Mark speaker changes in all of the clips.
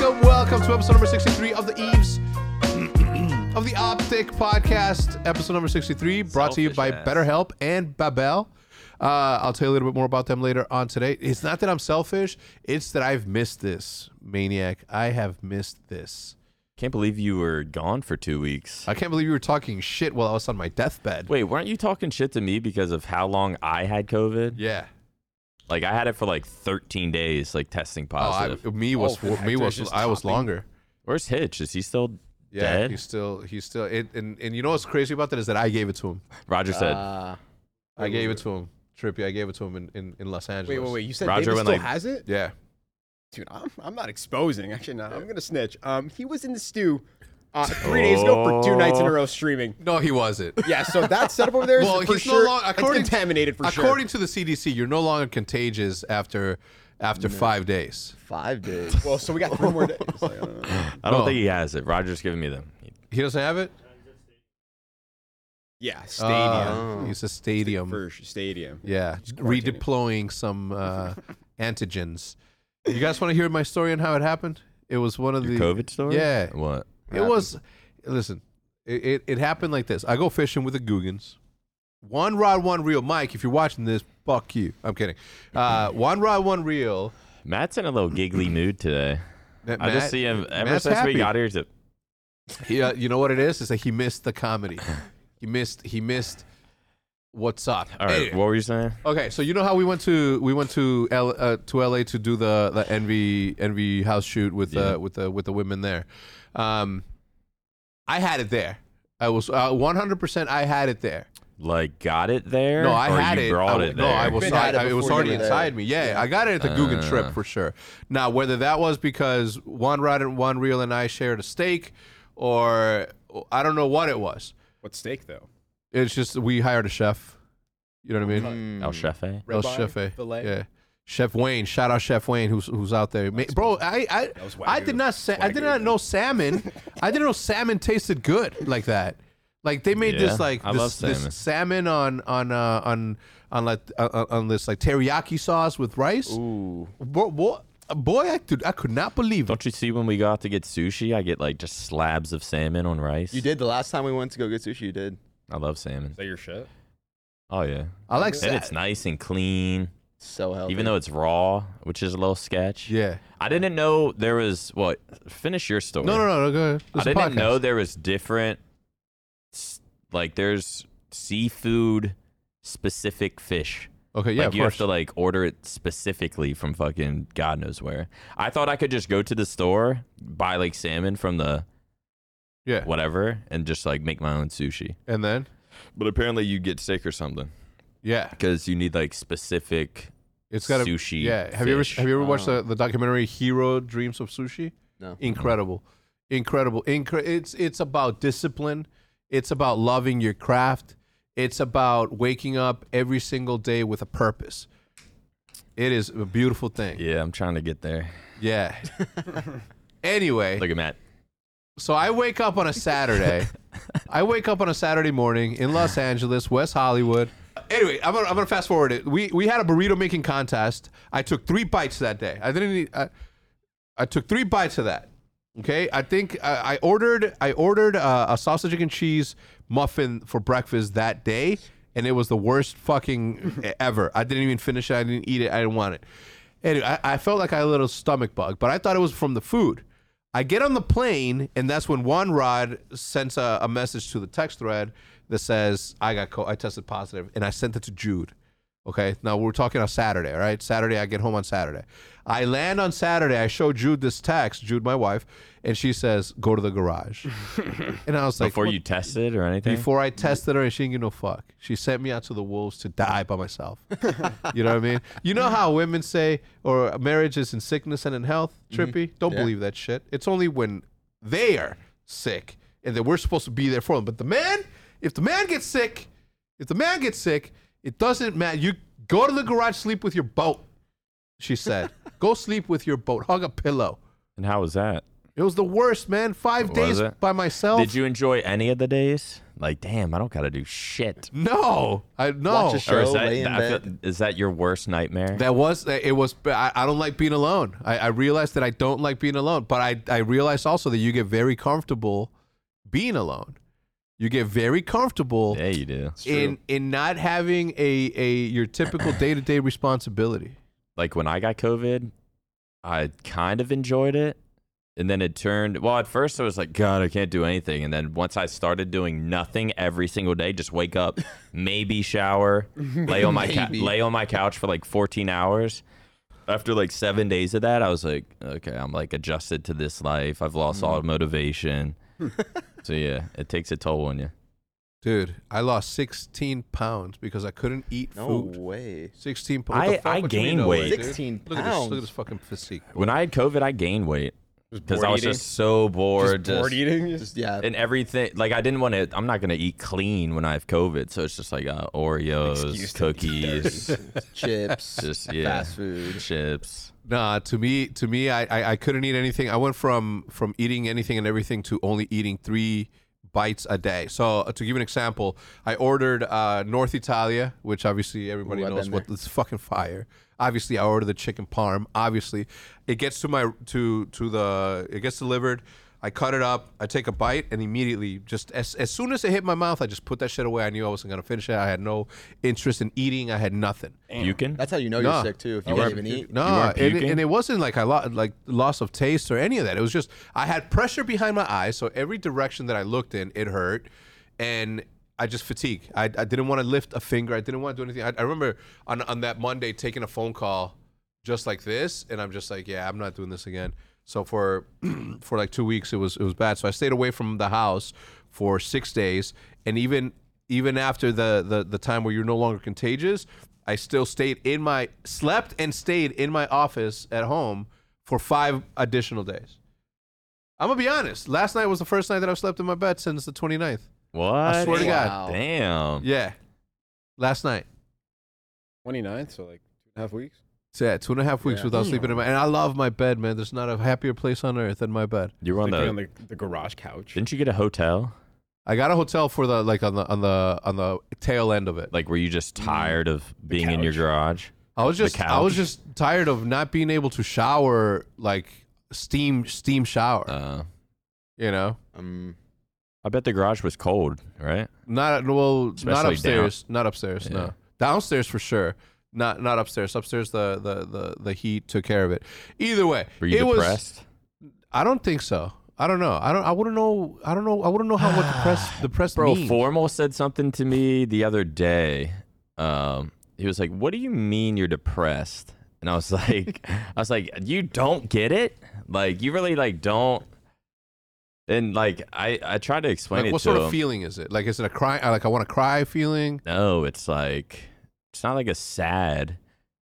Speaker 1: Welcome to episode number 63 of the Eves of the Optic Podcast. Episode number 63 brought to you
Speaker 2: Selfish
Speaker 1: by
Speaker 2: ass.
Speaker 1: BetterHelp and Babel. Uh, I'll tell you a little bit more about them later on today. It's not that I'm selfish, it's that I've missed this, maniac. I have missed this.
Speaker 2: Can't believe you were gone for two weeks.
Speaker 1: I can't believe you were talking shit while I was on my deathbed.
Speaker 2: Wait, weren't you talking shit to me because of how long I had COVID?
Speaker 1: Yeah.
Speaker 2: Like I had it for like 13 days, like testing
Speaker 1: Oh, I,
Speaker 2: positive.
Speaker 1: me was
Speaker 3: Oh,
Speaker 1: me
Speaker 3: Hector's
Speaker 1: was
Speaker 3: just
Speaker 1: I was
Speaker 3: hopping.
Speaker 1: longer.
Speaker 2: Where's Hitch? Is he still
Speaker 1: Yeah,
Speaker 2: dead?
Speaker 1: he's still he's still it, and and you know what's crazy about that is that I gave it to him.
Speaker 2: Roger said,
Speaker 3: Uh,
Speaker 1: I gave it to him. Trippy, I gave it to him in, in, in Los Angeles.
Speaker 3: wait, wait, wait. You said
Speaker 2: Roger
Speaker 3: David
Speaker 2: went
Speaker 3: still
Speaker 2: like-
Speaker 3: has it?
Speaker 1: Yeah.
Speaker 3: Dude, I'm, I'm not exposing. Actually, no, I'm going to snitch. Um, he was in the stew uh, three days ago for two nights in a row streaming.
Speaker 1: No, he wasn't.
Speaker 3: Yeah, so that setup over there is
Speaker 1: Oh. well,
Speaker 3: for
Speaker 1: he's
Speaker 3: sure
Speaker 1: no longer
Speaker 3: it's contaminated for sure.
Speaker 1: According to the CDC, you're no longer contagious after after five days.
Speaker 4: Five days.
Speaker 3: well, so we got three more days. Like, uh, I don't know.
Speaker 2: I don't
Speaker 1: no.
Speaker 2: think he has it. Roger's giving me them.
Speaker 1: He doesn't have it.
Speaker 3: yeah, stadium. Oh.
Speaker 1: Uh, he's a stadium.
Speaker 3: for sure, stadium.
Speaker 1: yeah,
Speaker 3: quarantining.
Speaker 1: redeploying some uh, antigens. You guys want to hear my story on how it happened? It was one of
Speaker 2: Your
Speaker 1: the
Speaker 2: COVID story?
Speaker 1: Yeah.
Speaker 2: What?
Speaker 1: It was. Listen, it, it, it happened like this. I go fishing with the Googans. One rod, one reel. Mike, if you're watching this, fuck you. I'm kidding. Uh, one rod, one reel.
Speaker 2: Matt's in a little giggly mood today.
Speaker 1: That
Speaker 2: I
Speaker 1: Matt-
Speaker 2: just see him ever
Speaker 1: Matt's
Speaker 2: since
Speaker 1: happy.
Speaker 2: we got here. To,
Speaker 1: He, uh, you know what it is? Is that he missed the comedy. He missed. He missed. What's up?
Speaker 2: all right,
Speaker 1: Anyway.
Speaker 2: what were you saying?
Speaker 1: Okay, so you know how we went to we went to L, uh, to LA to do the the envy envy house shoot with
Speaker 2: Yeah.
Speaker 1: the with the with the women there. Um, I had it there. I was uh, 100%. I had it there.
Speaker 2: Like, got it there?
Speaker 1: No, I
Speaker 2: Or
Speaker 1: had
Speaker 2: you
Speaker 1: it.
Speaker 2: Brought
Speaker 1: I,
Speaker 2: it
Speaker 1: no,
Speaker 2: there. Uh.
Speaker 1: I was.
Speaker 3: Been
Speaker 1: I,
Speaker 4: had it
Speaker 1: I- it was
Speaker 4: before you
Speaker 1: already
Speaker 4: were there.
Speaker 1: inside me. Yeah, I got it at the Guggen trip for sure. Now, whether that was because one rod and one reel and I shared a steak, or I don't know what it was.
Speaker 3: What steak though?
Speaker 1: It's just we hired a chef. You know what I mean?
Speaker 2: El Chefe.
Speaker 1: El
Speaker 3: Ribeye,
Speaker 1: chef, eh?
Speaker 3: fillet.
Speaker 1: yeah. Chef Wayne, shout out Chef Wayne, who's who's out there, Ma- bro. I I,
Speaker 3: was
Speaker 1: I did
Speaker 3: Wagyu.
Speaker 1: not say I did
Speaker 3: Wagyu.
Speaker 1: not know salmon. I didn't know salmon tasted good like that. Like they made
Speaker 2: Yeah,
Speaker 1: this like
Speaker 2: I
Speaker 1: this,
Speaker 2: love salmon.
Speaker 1: this salmon on on uh, on on like uh, uh, on this like teriyaki sauce with rice. Ooh, bro, boy, boy, I dude, I could not believe it.
Speaker 2: Don't you see when we got to get sushi, I get like just slabs of salmon on rice.
Speaker 4: You did the last time we went to go get sushi. You did.
Speaker 2: I love salmon.
Speaker 3: Is that your shit?
Speaker 2: Oh yeah,
Speaker 1: I like
Speaker 2: and
Speaker 1: salmon.
Speaker 2: it's nice and clean,
Speaker 4: So healthy.
Speaker 2: even though it's raw, which is a little sketch.
Speaker 1: Yeah.
Speaker 2: I didn't know there was what. Finish your story.
Speaker 1: No, no, no, no. Go ahead.
Speaker 2: I
Speaker 1: It's a
Speaker 2: didn't
Speaker 1: podcast.
Speaker 2: know there was different, s- like there's seafood specific fish.
Speaker 1: Okay, yeah,
Speaker 2: like
Speaker 1: of
Speaker 2: you
Speaker 1: course.
Speaker 2: have to like order it specifically from fucking God knows where. I thought I could just go to the store, buy like salmon from the
Speaker 1: yeah,
Speaker 2: whatever, and just like make my own sushi.
Speaker 1: and then
Speaker 2: But apparently you get sick or something
Speaker 1: yeah.
Speaker 2: because you need like specific.
Speaker 1: It's got
Speaker 2: sushi
Speaker 1: Yeah. Have you ever
Speaker 2: fish.
Speaker 1: have you ever watched the, the documentary Hero Dreams of Sushi?
Speaker 4: No.
Speaker 1: Incredible, incredible. Incre- it's it's about discipline. It's about loving your craft. It's about waking up every single day with a purpose. It is a beautiful thing.
Speaker 2: Yeah, I'm trying to get there.
Speaker 1: Yeah. anyway,
Speaker 2: Look at Matt.
Speaker 1: so I wake up on a Saturday. I wake up on a Saturday morning in Los Angeles, West Hollywood. Anyway, I'm gonna, I'm gonna fast forward it. We we had a burrito making contest. I took three bites that day. I didn't. Need, I, I took three bites of that. Okay, I think uh, I, I ordered I ordered uh, a sausage and cheese muffin for breakfast that day, and it was the worst fucking e-, ever. I didn't even finish it. I didn't eat it. I didn't want it. Anyway, I, I felt like I had a little stomach bug, but I thought it was from the food. I get on the plane, and that's when one rod sends a, a message to the text thread that says I got co- I tested positive, and I sent it to Jude. Okay. Now we're talking on Saturday, all right? Saturday, I get home on Saturday. I land on Saturday. I show Jude this text, Jude, my wife, and she says, "Go to the garage." and I was like,
Speaker 2: Before
Speaker 1: "What
Speaker 2: you test it or anything?
Speaker 1: before I tested her, and she didn't give no fuck. She sent me out to the wolves to die by myself. you know what I mean? You know how women say, or marriage is in sickness and in health. Trippy, don't believe that shit. It's only when they are sick and that we're supposed to be there for them. But the man, if the man gets sick, if the man gets sick, it doesn't matter. You go to the garage, sleep with your boat. She said, "Go sleep with your boat. Hug a pillow."
Speaker 2: and how was that?
Speaker 1: It was the worst, man. Five
Speaker 2: Was
Speaker 1: days
Speaker 2: it?
Speaker 1: by myself.
Speaker 2: Did you enjoy any of the days? Like, damn, I don't gotta do shit.
Speaker 1: No, I
Speaker 4: Watch
Speaker 1: no.
Speaker 4: a show,
Speaker 2: is that,
Speaker 4: lay in
Speaker 2: I feel-
Speaker 4: bed.
Speaker 2: is that your worst nightmare?
Speaker 1: That was it. Was I, I don't like being alone. I, I realized that I don't like being alone, but I I realized also that you get very comfortable being alone. You get very comfortable
Speaker 2: yeah, you do.
Speaker 1: in in not having a a your typical day to day responsibility.
Speaker 2: Like when I got COVID, I kind of enjoyed it. And then it turned well, at first I was like, God, I can't do anything. And then once I started doing nothing every single day, just wake up, maybe shower, lay on my cou-
Speaker 4: Maybe.
Speaker 2: lay on my couch for like 14 hours. After like seven days of that, I was like, okay, I'm like adjusted to this life. I've lost all motivation. so yeah, it takes a toll on you.
Speaker 1: Dude, I lost 16 pounds because I couldn't eat
Speaker 4: No
Speaker 1: food.
Speaker 4: way.
Speaker 1: 16 pounds.
Speaker 2: I- I gained weight.
Speaker 4: 16
Speaker 1: Look at this. Look at
Speaker 4: pounds.
Speaker 1: this fucking physique.
Speaker 2: When I had COVID, I gained weight because I was just so
Speaker 3: bored
Speaker 2: bored. just-
Speaker 3: eating.
Speaker 4: Just yeah.
Speaker 1: Uh,
Speaker 2: and everything like I didn't want to. I'm not gonna eat clean when I have COVID, so it's just like uh, Oreos,
Speaker 3: Excuse to eat
Speaker 2: cookies,
Speaker 4: chips.
Speaker 2: just yeah,
Speaker 4: Fast food.
Speaker 2: chips.
Speaker 1: Nah, to me, to me, I, I, I couldn't eat anything. I went from from eating anything and everything to only eating three bites a day. So uh, to give you an example, I ordered uh, North Italia, which obviously everybody
Speaker 4: Ooh, I've
Speaker 1: knows
Speaker 4: been
Speaker 1: what it's fucking fire. Obviously, I ordered the chicken parm. Obviously, it gets to my to to the it gets delivered. I cut it up. I take a bite, and immediately, just as, as soon as it hit my mouth, I just put that shit away. I knew I wasn't gonna finish it. I had no interest in eating. I had nothing.
Speaker 2: You can.
Speaker 4: That's how you know
Speaker 1: Nah.
Speaker 4: you're sick too. If you
Speaker 2: weren't-
Speaker 4: can't even eat.
Speaker 1: No,
Speaker 2: weren't
Speaker 1: and, it,
Speaker 2: puking?
Speaker 1: and it wasn't like I lo- like loss of taste or any of that. It was just I had pressure behind my eyes, so every direction that I looked in, it hurt, and I just fatigue. I, I didn't want to lift a finger. I didn't want to do anything. I, I remember on on that Monday taking a phone call just like this, and I'm just like, yeah, I'm not doing this again. So for for like two weeks, it was it was bad. So I stayed away from the house for six days, and even even after the the, the time where you're no longer contagious, I still stayed in my slept and stayed in my office at home for five additional days. I'm gonna be honest. Last night was the first night that I've slept in my bed since the 29th.
Speaker 2: what?
Speaker 1: I swear to
Speaker 4: Wow.
Speaker 1: God.
Speaker 2: Damn.
Speaker 1: Yeah, last night.
Speaker 3: 29th, so like two and a half weeks.
Speaker 1: So yeah, two and a half weeks
Speaker 3: Yeah.
Speaker 1: without sleeping in my. And I love my bed, man. There's not a happier place on earth than my bed.
Speaker 2: You were on
Speaker 3: Sleeping
Speaker 2: the.
Speaker 3: on the, the garage couch.
Speaker 2: Didn't you get a hotel?
Speaker 1: I got a hotel for the like on the on the on the tail end of it.
Speaker 2: Like, were you just tired of being in your
Speaker 3: couch.
Speaker 2: garage?
Speaker 1: I was just I
Speaker 2: couch.
Speaker 1: was just tired of not being able to shower like steam steam shower.
Speaker 2: Uh,
Speaker 1: you know,
Speaker 4: Um,
Speaker 2: I bet the garage was cold, right?
Speaker 1: not well, not
Speaker 2: Especially
Speaker 1: upstairs, not upstairs.
Speaker 2: Yeah.
Speaker 1: No, downstairs for sure. Not not upstairs. Upstairs the the the, the heat took care of it. Either way,
Speaker 2: Were you
Speaker 1: it was.
Speaker 2: depressed?
Speaker 1: I don't think so. I don't know. I don't. I wouldn't know. I don't know. I wouldn't know how what depressed depressed
Speaker 2: Bro,
Speaker 1: means.
Speaker 2: Formal said something to me the other day. Um, he was like, "What do you mean you're depressed?" And I was like, "I was like, you don't get it. Like, you really like don't." And like, I I tried to explain
Speaker 1: Like
Speaker 2: it
Speaker 1: what
Speaker 2: to
Speaker 1: sort
Speaker 2: him.
Speaker 1: of feeling is it? Like is it a cry? uh, Like I want to cry feeling.
Speaker 2: no, it's like it's not like a sad.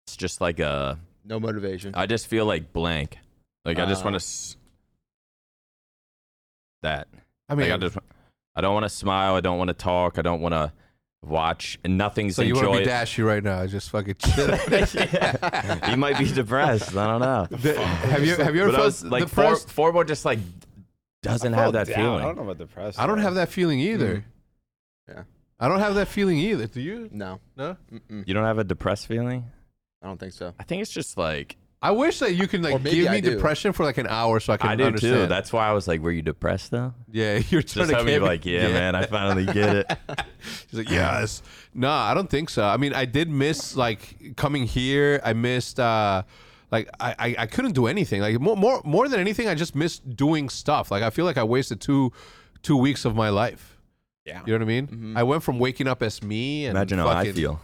Speaker 2: It's just like a.
Speaker 4: no motivation.
Speaker 2: I just feel like blank. Like I just
Speaker 4: Ah.
Speaker 1: Uh.
Speaker 2: want to. S- that.
Speaker 1: I mean,
Speaker 2: Like, I just, I don't want to smile. I don't want to talk. I don't want to watch. And nothing's
Speaker 1: so you want to be
Speaker 2: enjoyed.
Speaker 1: dashy right now? Just fucking chill.
Speaker 2: Yeah. You might be depressed. I don't know.
Speaker 1: The- have you have you ever
Speaker 2: But I
Speaker 1: felt
Speaker 2: was like four,
Speaker 1: depressed?
Speaker 2: four more just like doesn't
Speaker 3: I
Speaker 2: have
Speaker 3: felt
Speaker 2: that
Speaker 3: down.
Speaker 2: feeling.
Speaker 3: I don't know about depressed.
Speaker 1: I don't have that feeling either.
Speaker 2: Mm.
Speaker 4: Yeah.
Speaker 1: I don't have that feeling either. Do you?
Speaker 4: No.
Speaker 1: No.
Speaker 4: Mm-mm.
Speaker 2: You don't have a depressed feeling?
Speaker 4: I don't think so.
Speaker 2: I think it's just like
Speaker 1: I wish that you can
Speaker 4: Or
Speaker 1: like
Speaker 4: maybe
Speaker 1: give
Speaker 4: I
Speaker 1: me
Speaker 4: do.
Speaker 1: depression for like an hour so I can
Speaker 2: I do
Speaker 1: understand.
Speaker 2: too. That's why I was like, "Were you depressed though?"
Speaker 1: yeah, you're trying
Speaker 2: Just
Speaker 1: to
Speaker 2: having
Speaker 1: get
Speaker 2: you
Speaker 1: me-
Speaker 2: like, yeah, man, I finally get it."
Speaker 1: She's like, yes. No, I don't think so. I mean, I did miss like coming here. I missed uh like I, I, I couldn't do anything. Like more, more more than anything, I just missed doing stuff. Like I feel like I wasted two two weeks of my life.
Speaker 3: Yeah.
Speaker 1: You know what I mean? I went from waking up as me and
Speaker 2: Mm-hmm. Imagine how I
Speaker 1: fucking-
Speaker 2: feel.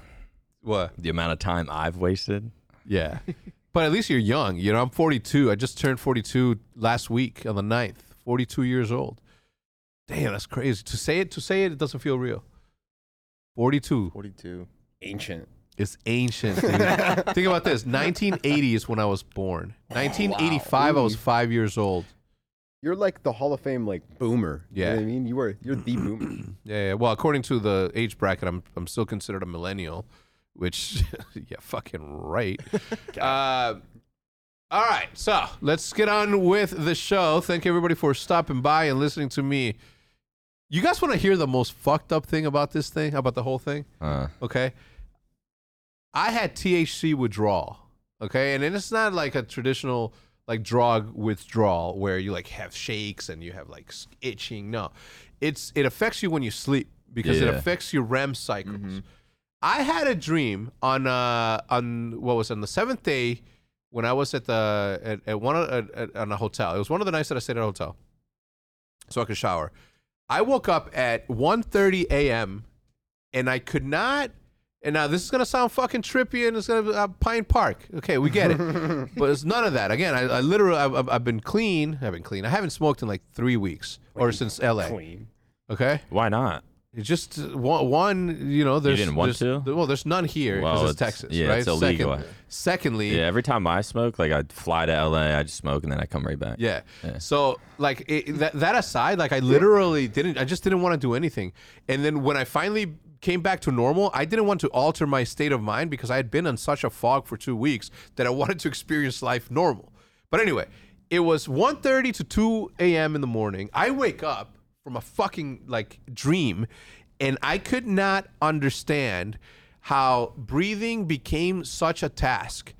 Speaker 1: What?
Speaker 2: The amount of time I've wasted.
Speaker 1: Yeah. but at least you're young. You know, I'm 42. I just turned 42 last week on the 9th. 42 years old. Damn, that's crazy. To say it, to say it, it doesn't feel real. 42.
Speaker 4: 42.
Speaker 3: Ancient.
Speaker 1: It's ancient. Dude. Think about this. 1980 is when I was born. 1985, I was five years old.
Speaker 3: You're like the Hall of Fame like boomer. You
Speaker 1: Yeah.
Speaker 3: know what I mean? You were you're the boomer.
Speaker 1: Yeah, yeah. Well, according to the age bracket, I'm I'm still considered a millennial, which yeah, fucking right. uh, all right, so let's get on with the show. Thank everybody for stopping by and listening to me You guys want to hear the most fucked up thing about this thing, about the whole thing?
Speaker 2: Uh,
Speaker 1: Okay. I had THC withdrawal. Okay. And then it's not like a traditional like drug withdrawal where you like have shakes and you have like s- itching. No. It's it affects you when you sleep because it
Speaker 2: Yeah.
Speaker 1: affects your REM cycles. I had a dream on uh on what was it, on the seventh day when I was at the at, at one of, at, at, on a hotel. It was one of the nights that I stayed at a hotel, so I could shower. I woke up at 1.30 a.m. and I could not. And now this is gonna sound fucking trippy, and it's gonna be uh, Pine Park. Okay, we get it, but it's none of that. Again, I, I literally I've, I've- I've been clean. I've been clean. I haven't smoked in like three weeks or since LA.
Speaker 3: Clean.
Speaker 1: Okay.
Speaker 2: why not?
Speaker 1: It's just uh, one, one, you know, there's
Speaker 2: didn't want
Speaker 1: there's-
Speaker 2: to?
Speaker 1: Well, there's none here because
Speaker 2: Well,
Speaker 1: it's,
Speaker 2: it's-
Speaker 1: Texas,
Speaker 2: yeah,
Speaker 1: right?
Speaker 2: it's illegal.
Speaker 1: secondly,
Speaker 2: Yeah,
Speaker 1: yeah.
Speaker 2: every time I smoke, like I fly to LA, I just smoke and then I come right back.
Speaker 1: So, like it, that, that aside, like I literally didn't. I just didn't want to do anything. And then when I finally came back to normal, I didn't want to alter my state of mind because I had been in such a fog for two weeks that I wanted to experience life normal. But anyway, it was 1.30 to 2 a.m. in the morning. I wake up from a fucking like dream and I could not understand how breathing became such a task.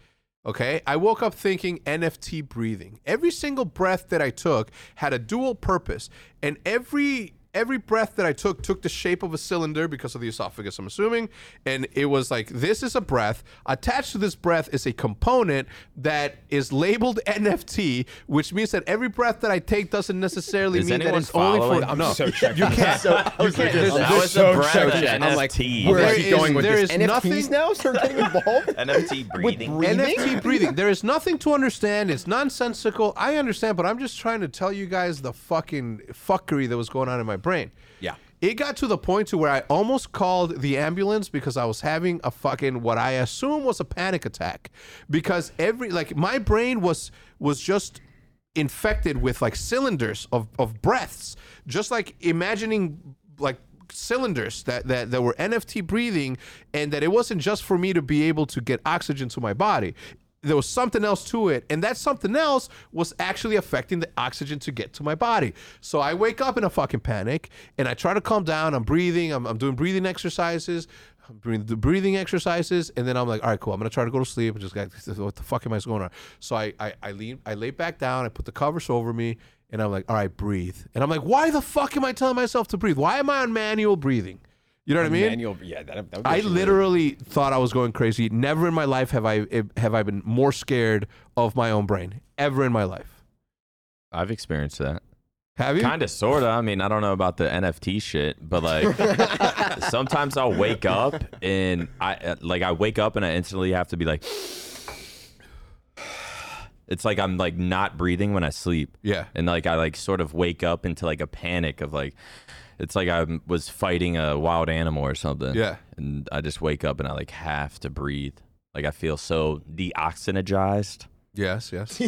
Speaker 1: Okay, I woke up thinking NFT breathing. Every single breath that I took had a dual purpose, and every every breath that I took took the shape of a cylinder because of the esophagus, I'm assuming. And it was like this is a breath. Attached to this breath is a component that is labeled NFT, which means that every breath that I take doesn't necessarily
Speaker 2: Is
Speaker 1: mean that
Speaker 2: anyone
Speaker 1: it's only
Speaker 2: following?
Speaker 1: for
Speaker 2: I'm
Speaker 1: no.
Speaker 3: So check. You can't.
Speaker 4: you can't. There's,
Speaker 2: That
Speaker 4: there's
Speaker 2: was
Speaker 4: so
Speaker 2: a breath
Speaker 4: so
Speaker 2: of
Speaker 4: check. I'm like,
Speaker 2: NFT.
Speaker 4: where
Speaker 1: There
Speaker 4: is he
Speaker 1: is-
Speaker 4: going with
Speaker 1: there
Speaker 4: this?
Speaker 1: is
Speaker 4: NFTs
Speaker 1: nothing-
Speaker 4: now start getting involved
Speaker 2: NFT
Speaker 4: with
Speaker 1: NFT breathing. There is nothing to understand. It's nonsensical. I understand, but I'm just trying to tell you guys the fucking fuckery that was going on in my brain.
Speaker 4: Yeah.
Speaker 1: It got to the point to where I almost called the ambulance because I was having a fucking what I assume was a panic attack because every like my brain was was just infected with like cylinders of, of breaths just like imagining like cylinders that, that that were nft breathing and that it wasn't just for me to be able to get oxygen to my body there was something else to it and that something else was actually affecting the oxygen to get to my body so i wake up in a fucking panic and i try to calm down i'm breathing i'm, I'm doing breathing exercises I'm doing the breathing exercises, and then I'm like, all right, cool. I'm gonna try to go to sleep. And just like, what the fuck am I going on? So I, I, I lean, I lay back down. I put the covers over me, and I'm like, all right, breathe. And I'm like, why the fuck am I telling myself to breathe? Why am I on manual breathing? You know what I mean?
Speaker 3: Manual. Yeah, that, that would
Speaker 1: I
Speaker 3: get you
Speaker 1: literally thought I was going crazy. Never in my life have I have I been more scared of my own brain. Ever in my life.
Speaker 2: I've experienced that.
Speaker 1: Have you?
Speaker 2: Kind of, sort of. I mean, I don't know about the NFT shit, but like sometimes I'll wake up and I uh, like I wake up and I instantly have to be like It's like I'm like not breathing when I sleep.
Speaker 1: Yeah.
Speaker 2: And like I like sort of wake up into like a panic of like it's like I was fighting a wild animal or something.
Speaker 1: Yeah.
Speaker 2: And I just wake up and I like have to breathe. Like I feel so deoxygenized.
Speaker 1: Yes. Yes.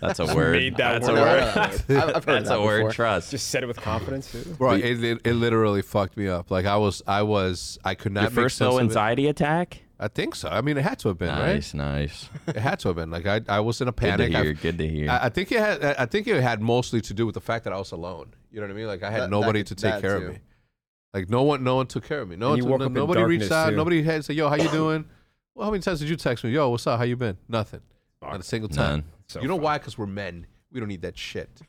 Speaker 2: That's a word.
Speaker 3: made that
Speaker 2: That's
Speaker 3: word
Speaker 2: a
Speaker 3: up.
Speaker 2: word.
Speaker 4: I've I've heard
Speaker 2: That's
Speaker 4: that
Speaker 2: a word.
Speaker 4: before.
Speaker 2: Trust.
Speaker 3: Just said it with confidence. dude.
Speaker 1: Bro, it, it, it literally fucked me up. Like I was I was I could not
Speaker 2: Your
Speaker 1: make
Speaker 2: first
Speaker 1: sense
Speaker 2: low
Speaker 1: of it.
Speaker 2: anxiety attack?
Speaker 1: I think so. I mean, it had to have been right.
Speaker 2: Nice, nice.
Speaker 1: It had to have been. Like I, I was in a
Speaker 2: Good to
Speaker 1: panic.
Speaker 2: hear.
Speaker 1: I,
Speaker 2: Good to hear.
Speaker 1: I I think it had. I I think it had mostly to do with the fact that I was alone. You know what I mean? Like I had
Speaker 4: That- that
Speaker 1: nobody
Speaker 4: could-
Speaker 1: to take
Speaker 4: that
Speaker 1: care
Speaker 4: too.
Speaker 1: of me. Like no one, no one took care of me. No one,
Speaker 3: you
Speaker 1: took-
Speaker 3: woke
Speaker 1: no-
Speaker 3: up in
Speaker 1: nobody reached
Speaker 3: darkness,
Speaker 1: out.
Speaker 3: too.
Speaker 1: Nobody had said, "Yo, how you doing?" Well, how many times did you text me? Yo, what's up? How you been? Nothing. Not a single time.
Speaker 2: None.
Speaker 3: So
Speaker 1: you know
Speaker 3: fun.
Speaker 1: why? Because we're men. We don't need that shit.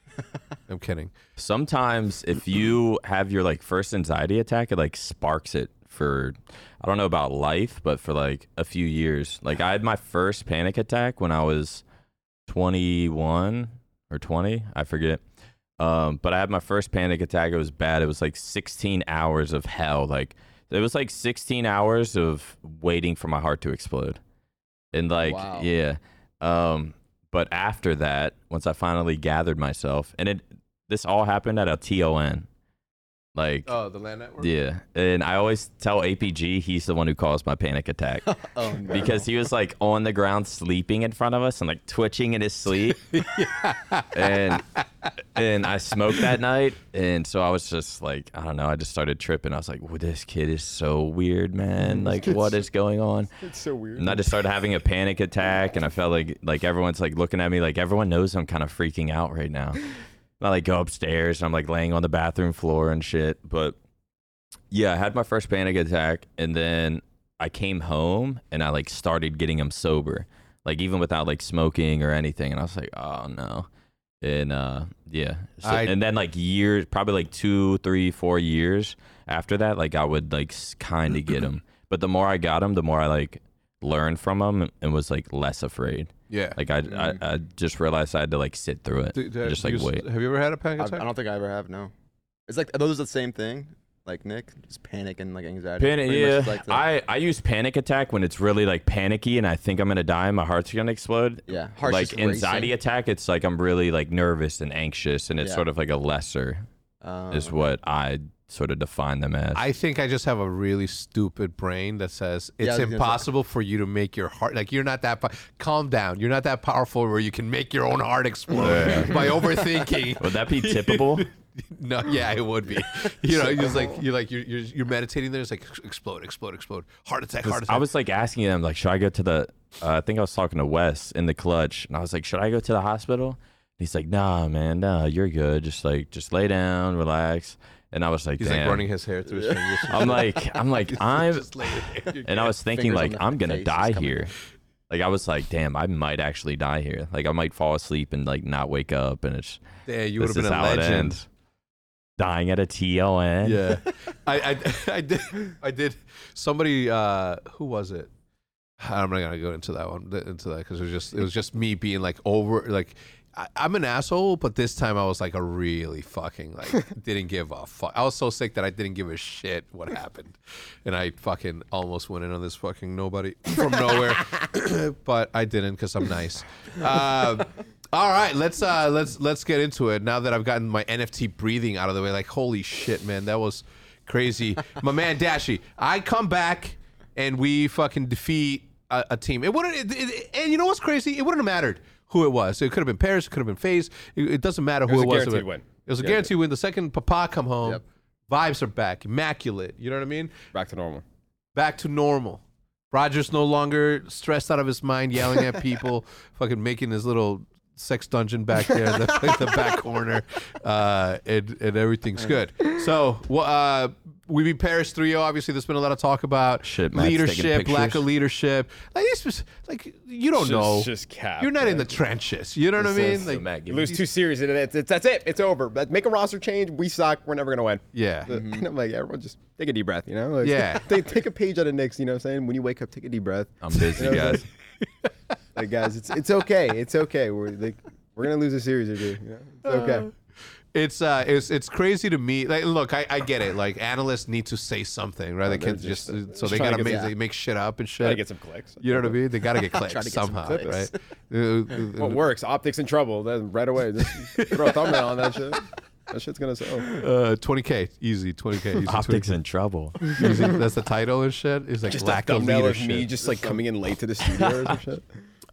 Speaker 1: I'm kidding.
Speaker 2: Sometimes if you have your like first anxiety attack, it like sparks it for I don't know about life, but for like a few years. Like I had my first panic attack when I was 21 or 20, I forget. Um, but I had my first panic attack. It was bad. It was like 16 hours of hell. Like it was like 16 hours of waiting for my heart to explode. And like
Speaker 4: Wow.
Speaker 2: yeah. Um, but after that, once I finally gathered myself, and it this all happened at a TON. Like
Speaker 1: Oh, the land network.
Speaker 2: yeah, and I always tell APG he's the one who caused my panic attack
Speaker 4: Oh, no.
Speaker 2: because he was like on the ground sleeping in front of us and like twitching in his sleep. and and I smoked that night, and so I was just like, I don't know, I just started tripping. I was like, well, this kid is so weird, man. Like, what is going on?
Speaker 3: It's so weird.
Speaker 2: And I just started having a panic attack, and I felt like like everyone's like looking at me, like everyone knows I'm kind of freaking out right now. And And I like go upstairs and I'm like laying on the bathroom floor and shit. But yeah, I had my first panic attack and then I came home and I like started getting them sober. Like even without like smoking or anything. And I was like, oh no. And uh yeah. So,
Speaker 1: I-
Speaker 2: and then like years, probably like two, three, four years after that, like I would like kind of get them. But the more I got them, the more I like learned from them and was like less afraid.
Speaker 1: Yeah.
Speaker 2: Like I, I, I just realized I had to like sit through it,
Speaker 1: Do- do-
Speaker 2: and just
Speaker 1: do
Speaker 2: like
Speaker 1: Mm. you s-
Speaker 2: wait.
Speaker 1: Have you ever had a panic
Speaker 4: I, I
Speaker 1: attack?
Speaker 4: don't think I ever have. No, it's like are those the same thing? Like Nick, just panic and like anxiety.
Speaker 2: Panic,
Speaker 4: Pretty much
Speaker 2: yeah.
Speaker 4: it's Like the,
Speaker 2: I, I use panic attack when it's really like panicky and I think I'm gonna die and my heart's gonna explode.
Speaker 4: Yeah, heart's
Speaker 2: like
Speaker 4: just
Speaker 2: anxiety
Speaker 4: racing.
Speaker 2: attack, it's like I'm really like nervous and anxious, and it's
Speaker 4: Yeah.
Speaker 2: sort of like a lesser
Speaker 4: uh,
Speaker 2: is what I sort of define them as.
Speaker 1: I think I just have a really stupid brain that says
Speaker 4: I
Speaker 1: it's
Speaker 4: was gonna say-
Speaker 1: impossible for you to make your heart like you're not that. Po- calm down. You're not that powerful where you can make your own heart explode by overthinking.
Speaker 2: Would that be typical?
Speaker 1: No, yeah, it would be. You know, just like you're like you're, you're you're meditating there. It's like explode, explode, explode. Heart attack, heart attack.
Speaker 2: I was like asking them, like, should I go to the? Uh, I think I was talking to Wes in the clutch, and I was like, should I go to the hospital? And he's like, Nah, man, nah, you're good. Just like, just lay down, relax. And I was like,
Speaker 1: He's
Speaker 2: Damn.
Speaker 1: like running his hair through his fingers.
Speaker 2: I'm like, I'm like, I'm,
Speaker 1: Just lay it there.
Speaker 2: and I was thinking
Speaker 4: Fingers on
Speaker 2: like,
Speaker 4: the
Speaker 2: I'm gonna
Speaker 4: face is
Speaker 2: die
Speaker 4: coming.
Speaker 2: here. Like I was like, damn, I might actually die here. Like I might fall asleep and like not wake up, and it's
Speaker 1: Yeah, you would
Speaker 2: this
Speaker 1: have
Speaker 2: is
Speaker 1: been a
Speaker 2: how it
Speaker 1: legend.
Speaker 2: ends. Dying at a TLN.
Speaker 1: Yeah, I, I I did I did somebody uh who was it? I'm not gonna go into that one th- into that because it was just it was just me being like over like I, I'm an asshole, but this time I was like a really fucking like didn't give a fuck. I was so sick that I didn't give a shit what happened, and I fucking almost went in on this fucking nobody from nowhere, but I didn't because I'm nice. Uh, all right, let's uh let's let's get into it. Now that I've gotten my NFT breathing out of the way, like holy shit, man, that was crazy. my man Dashy, I come back and we fucking defeat a, a team. It wouldn't. It, it, and you know what's crazy? It wouldn't have mattered who it was. It could have been Paris. It could have been FaZe. It, it doesn't matter who
Speaker 3: was
Speaker 1: it
Speaker 3: a
Speaker 1: was.
Speaker 3: guaranteed win.
Speaker 1: It was a
Speaker 3: Yeah,
Speaker 1: guaranteed win. The second Papa come home,
Speaker 4: Yep.
Speaker 1: vibes are back, immaculate. You know what I mean?
Speaker 3: Back to normal.
Speaker 1: back to normal. Roger's no longer stressed out of his mind, yelling at people, fucking making his little sex dungeon back there in the, in the back corner, uh, and, and everything's good. So, wha- uh, we beat Paris 3 0. Obviously, there's been a lot of talk about
Speaker 2: Shit, Matt's taking
Speaker 1: leadership, lack
Speaker 2: pictures.
Speaker 1: of leadership. Like, this was, like you don't
Speaker 3: Just-
Speaker 1: know.
Speaker 3: just cap,
Speaker 1: You're not in
Speaker 3: yeah.
Speaker 1: the trenches. You know what I
Speaker 2: So,
Speaker 1: mean?
Speaker 2: so
Speaker 1: Like,
Speaker 2: Matt, give
Speaker 3: You
Speaker 2: me-
Speaker 3: lose two series and it's, it's that's it. It's over. But make a roster change. We suck. We're never gonna win.
Speaker 1: yeah.
Speaker 3: And I'm like, everyone just take a deep breath, you know? Like,
Speaker 1: Yeah.
Speaker 3: Take, take a page out of Nick's, you know what I'm saying? When you wake up, take a deep breath.
Speaker 2: I'm busy,
Speaker 3: You know what I'm
Speaker 2: guys.
Speaker 3: saying? Like, guys, it's it's okay. It's okay. We're like we're gonna lose a series or two. You know?
Speaker 1: Uh.
Speaker 3: It's okay.
Speaker 1: it's uh it's it's crazy to me like look i, I get it like analysts need to say something right they
Speaker 3: Oh, they're
Speaker 1: can't
Speaker 3: just-
Speaker 1: just, so
Speaker 3: just
Speaker 1: they
Speaker 3: trying
Speaker 1: gotta
Speaker 3: to
Speaker 1: make,
Speaker 3: get some-
Speaker 1: they make shit up and shit
Speaker 3: Gotta get some clicks.
Speaker 1: you know what i mean they gotta get clicks
Speaker 4: Try to get some
Speaker 1: somehow
Speaker 4: clicks.
Speaker 1: right Uh, uh,
Speaker 3: What works? Optics in trouble. Then right away, just throw a thumbnail on that shit. That shit's gonna sell.
Speaker 1: uh, 20k easy 20k easy,
Speaker 2: Optics in trouble.
Speaker 1: 20K, easy. that's the title and shit it's like
Speaker 3: Just
Speaker 1: lack
Speaker 3: a
Speaker 1: of
Speaker 3: thumbnail of
Speaker 1: leadership
Speaker 3: me just like coming in late to the studio or some shit.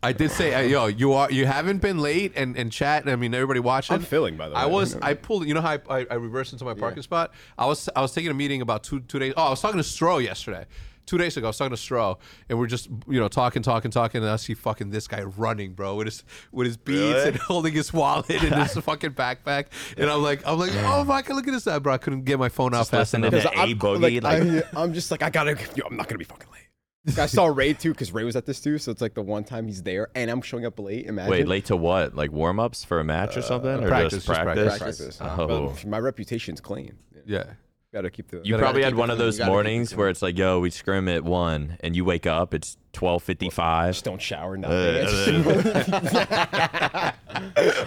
Speaker 1: I did say, uh, yo, you are you haven't been late and and chat. I mean, everybody watching.
Speaker 3: I'm filling, by the
Speaker 1: I
Speaker 3: way.
Speaker 1: was. I pulled. You know how I, I, I reversed into my parking spot. I was I was taking a meeting about two two days. Oh, I was talking to Stro yesterday. Two days ago, I was talking to Stro, and we're just you know talking, talking, talking, and I see fucking this guy running, bro, with his with his beads and holding his wallet and his fucking backpack, and I'm like, I'm like, oh my god, look at this guy, bro! I couldn't get my phone out
Speaker 2: Just
Speaker 1: fast
Speaker 2: listen to
Speaker 1: enough.
Speaker 2: that
Speaker 3: So I'm-
Speaker 2: A boogie. Like,
Speaker 3: I, am just like, I gotta. Yo, I'm not gonna be fucking late. I saw Ray too, because Ray was at this too. So it's like the one time he's there, and I'm showing up late. Imagine.
Speaker 2: wait, late to what? Like warm ups for a match or something, or
Speaker 1: practice,
Speaker 2: just
Speaker 1: just practice.
Speaker 2: practice?
Speaker 3: Practice. Uh-huh.
Speaker 2: Oh.
Speaker 3: But my reputation's clean. Yeah,
Speaker 1: Yeah,
Speaker 3: gotta keep the.
Speaker 2: You
Speaker 1: gotta
Speaker 2: probably
Speaker 1: keep
Speaker 2: had
Speaker 1: it
Speaker 2: one of
Speaker 1: clean. You
Speaker 2: those
Speaker 1: gotta keep it
Speaker 2: mornings where it's like, yo, we scrim at one, and you wake up, it's twelve fifty five.
Speaker 3: just don't shower
Speaker 2: Uh,
Speaker 3: now.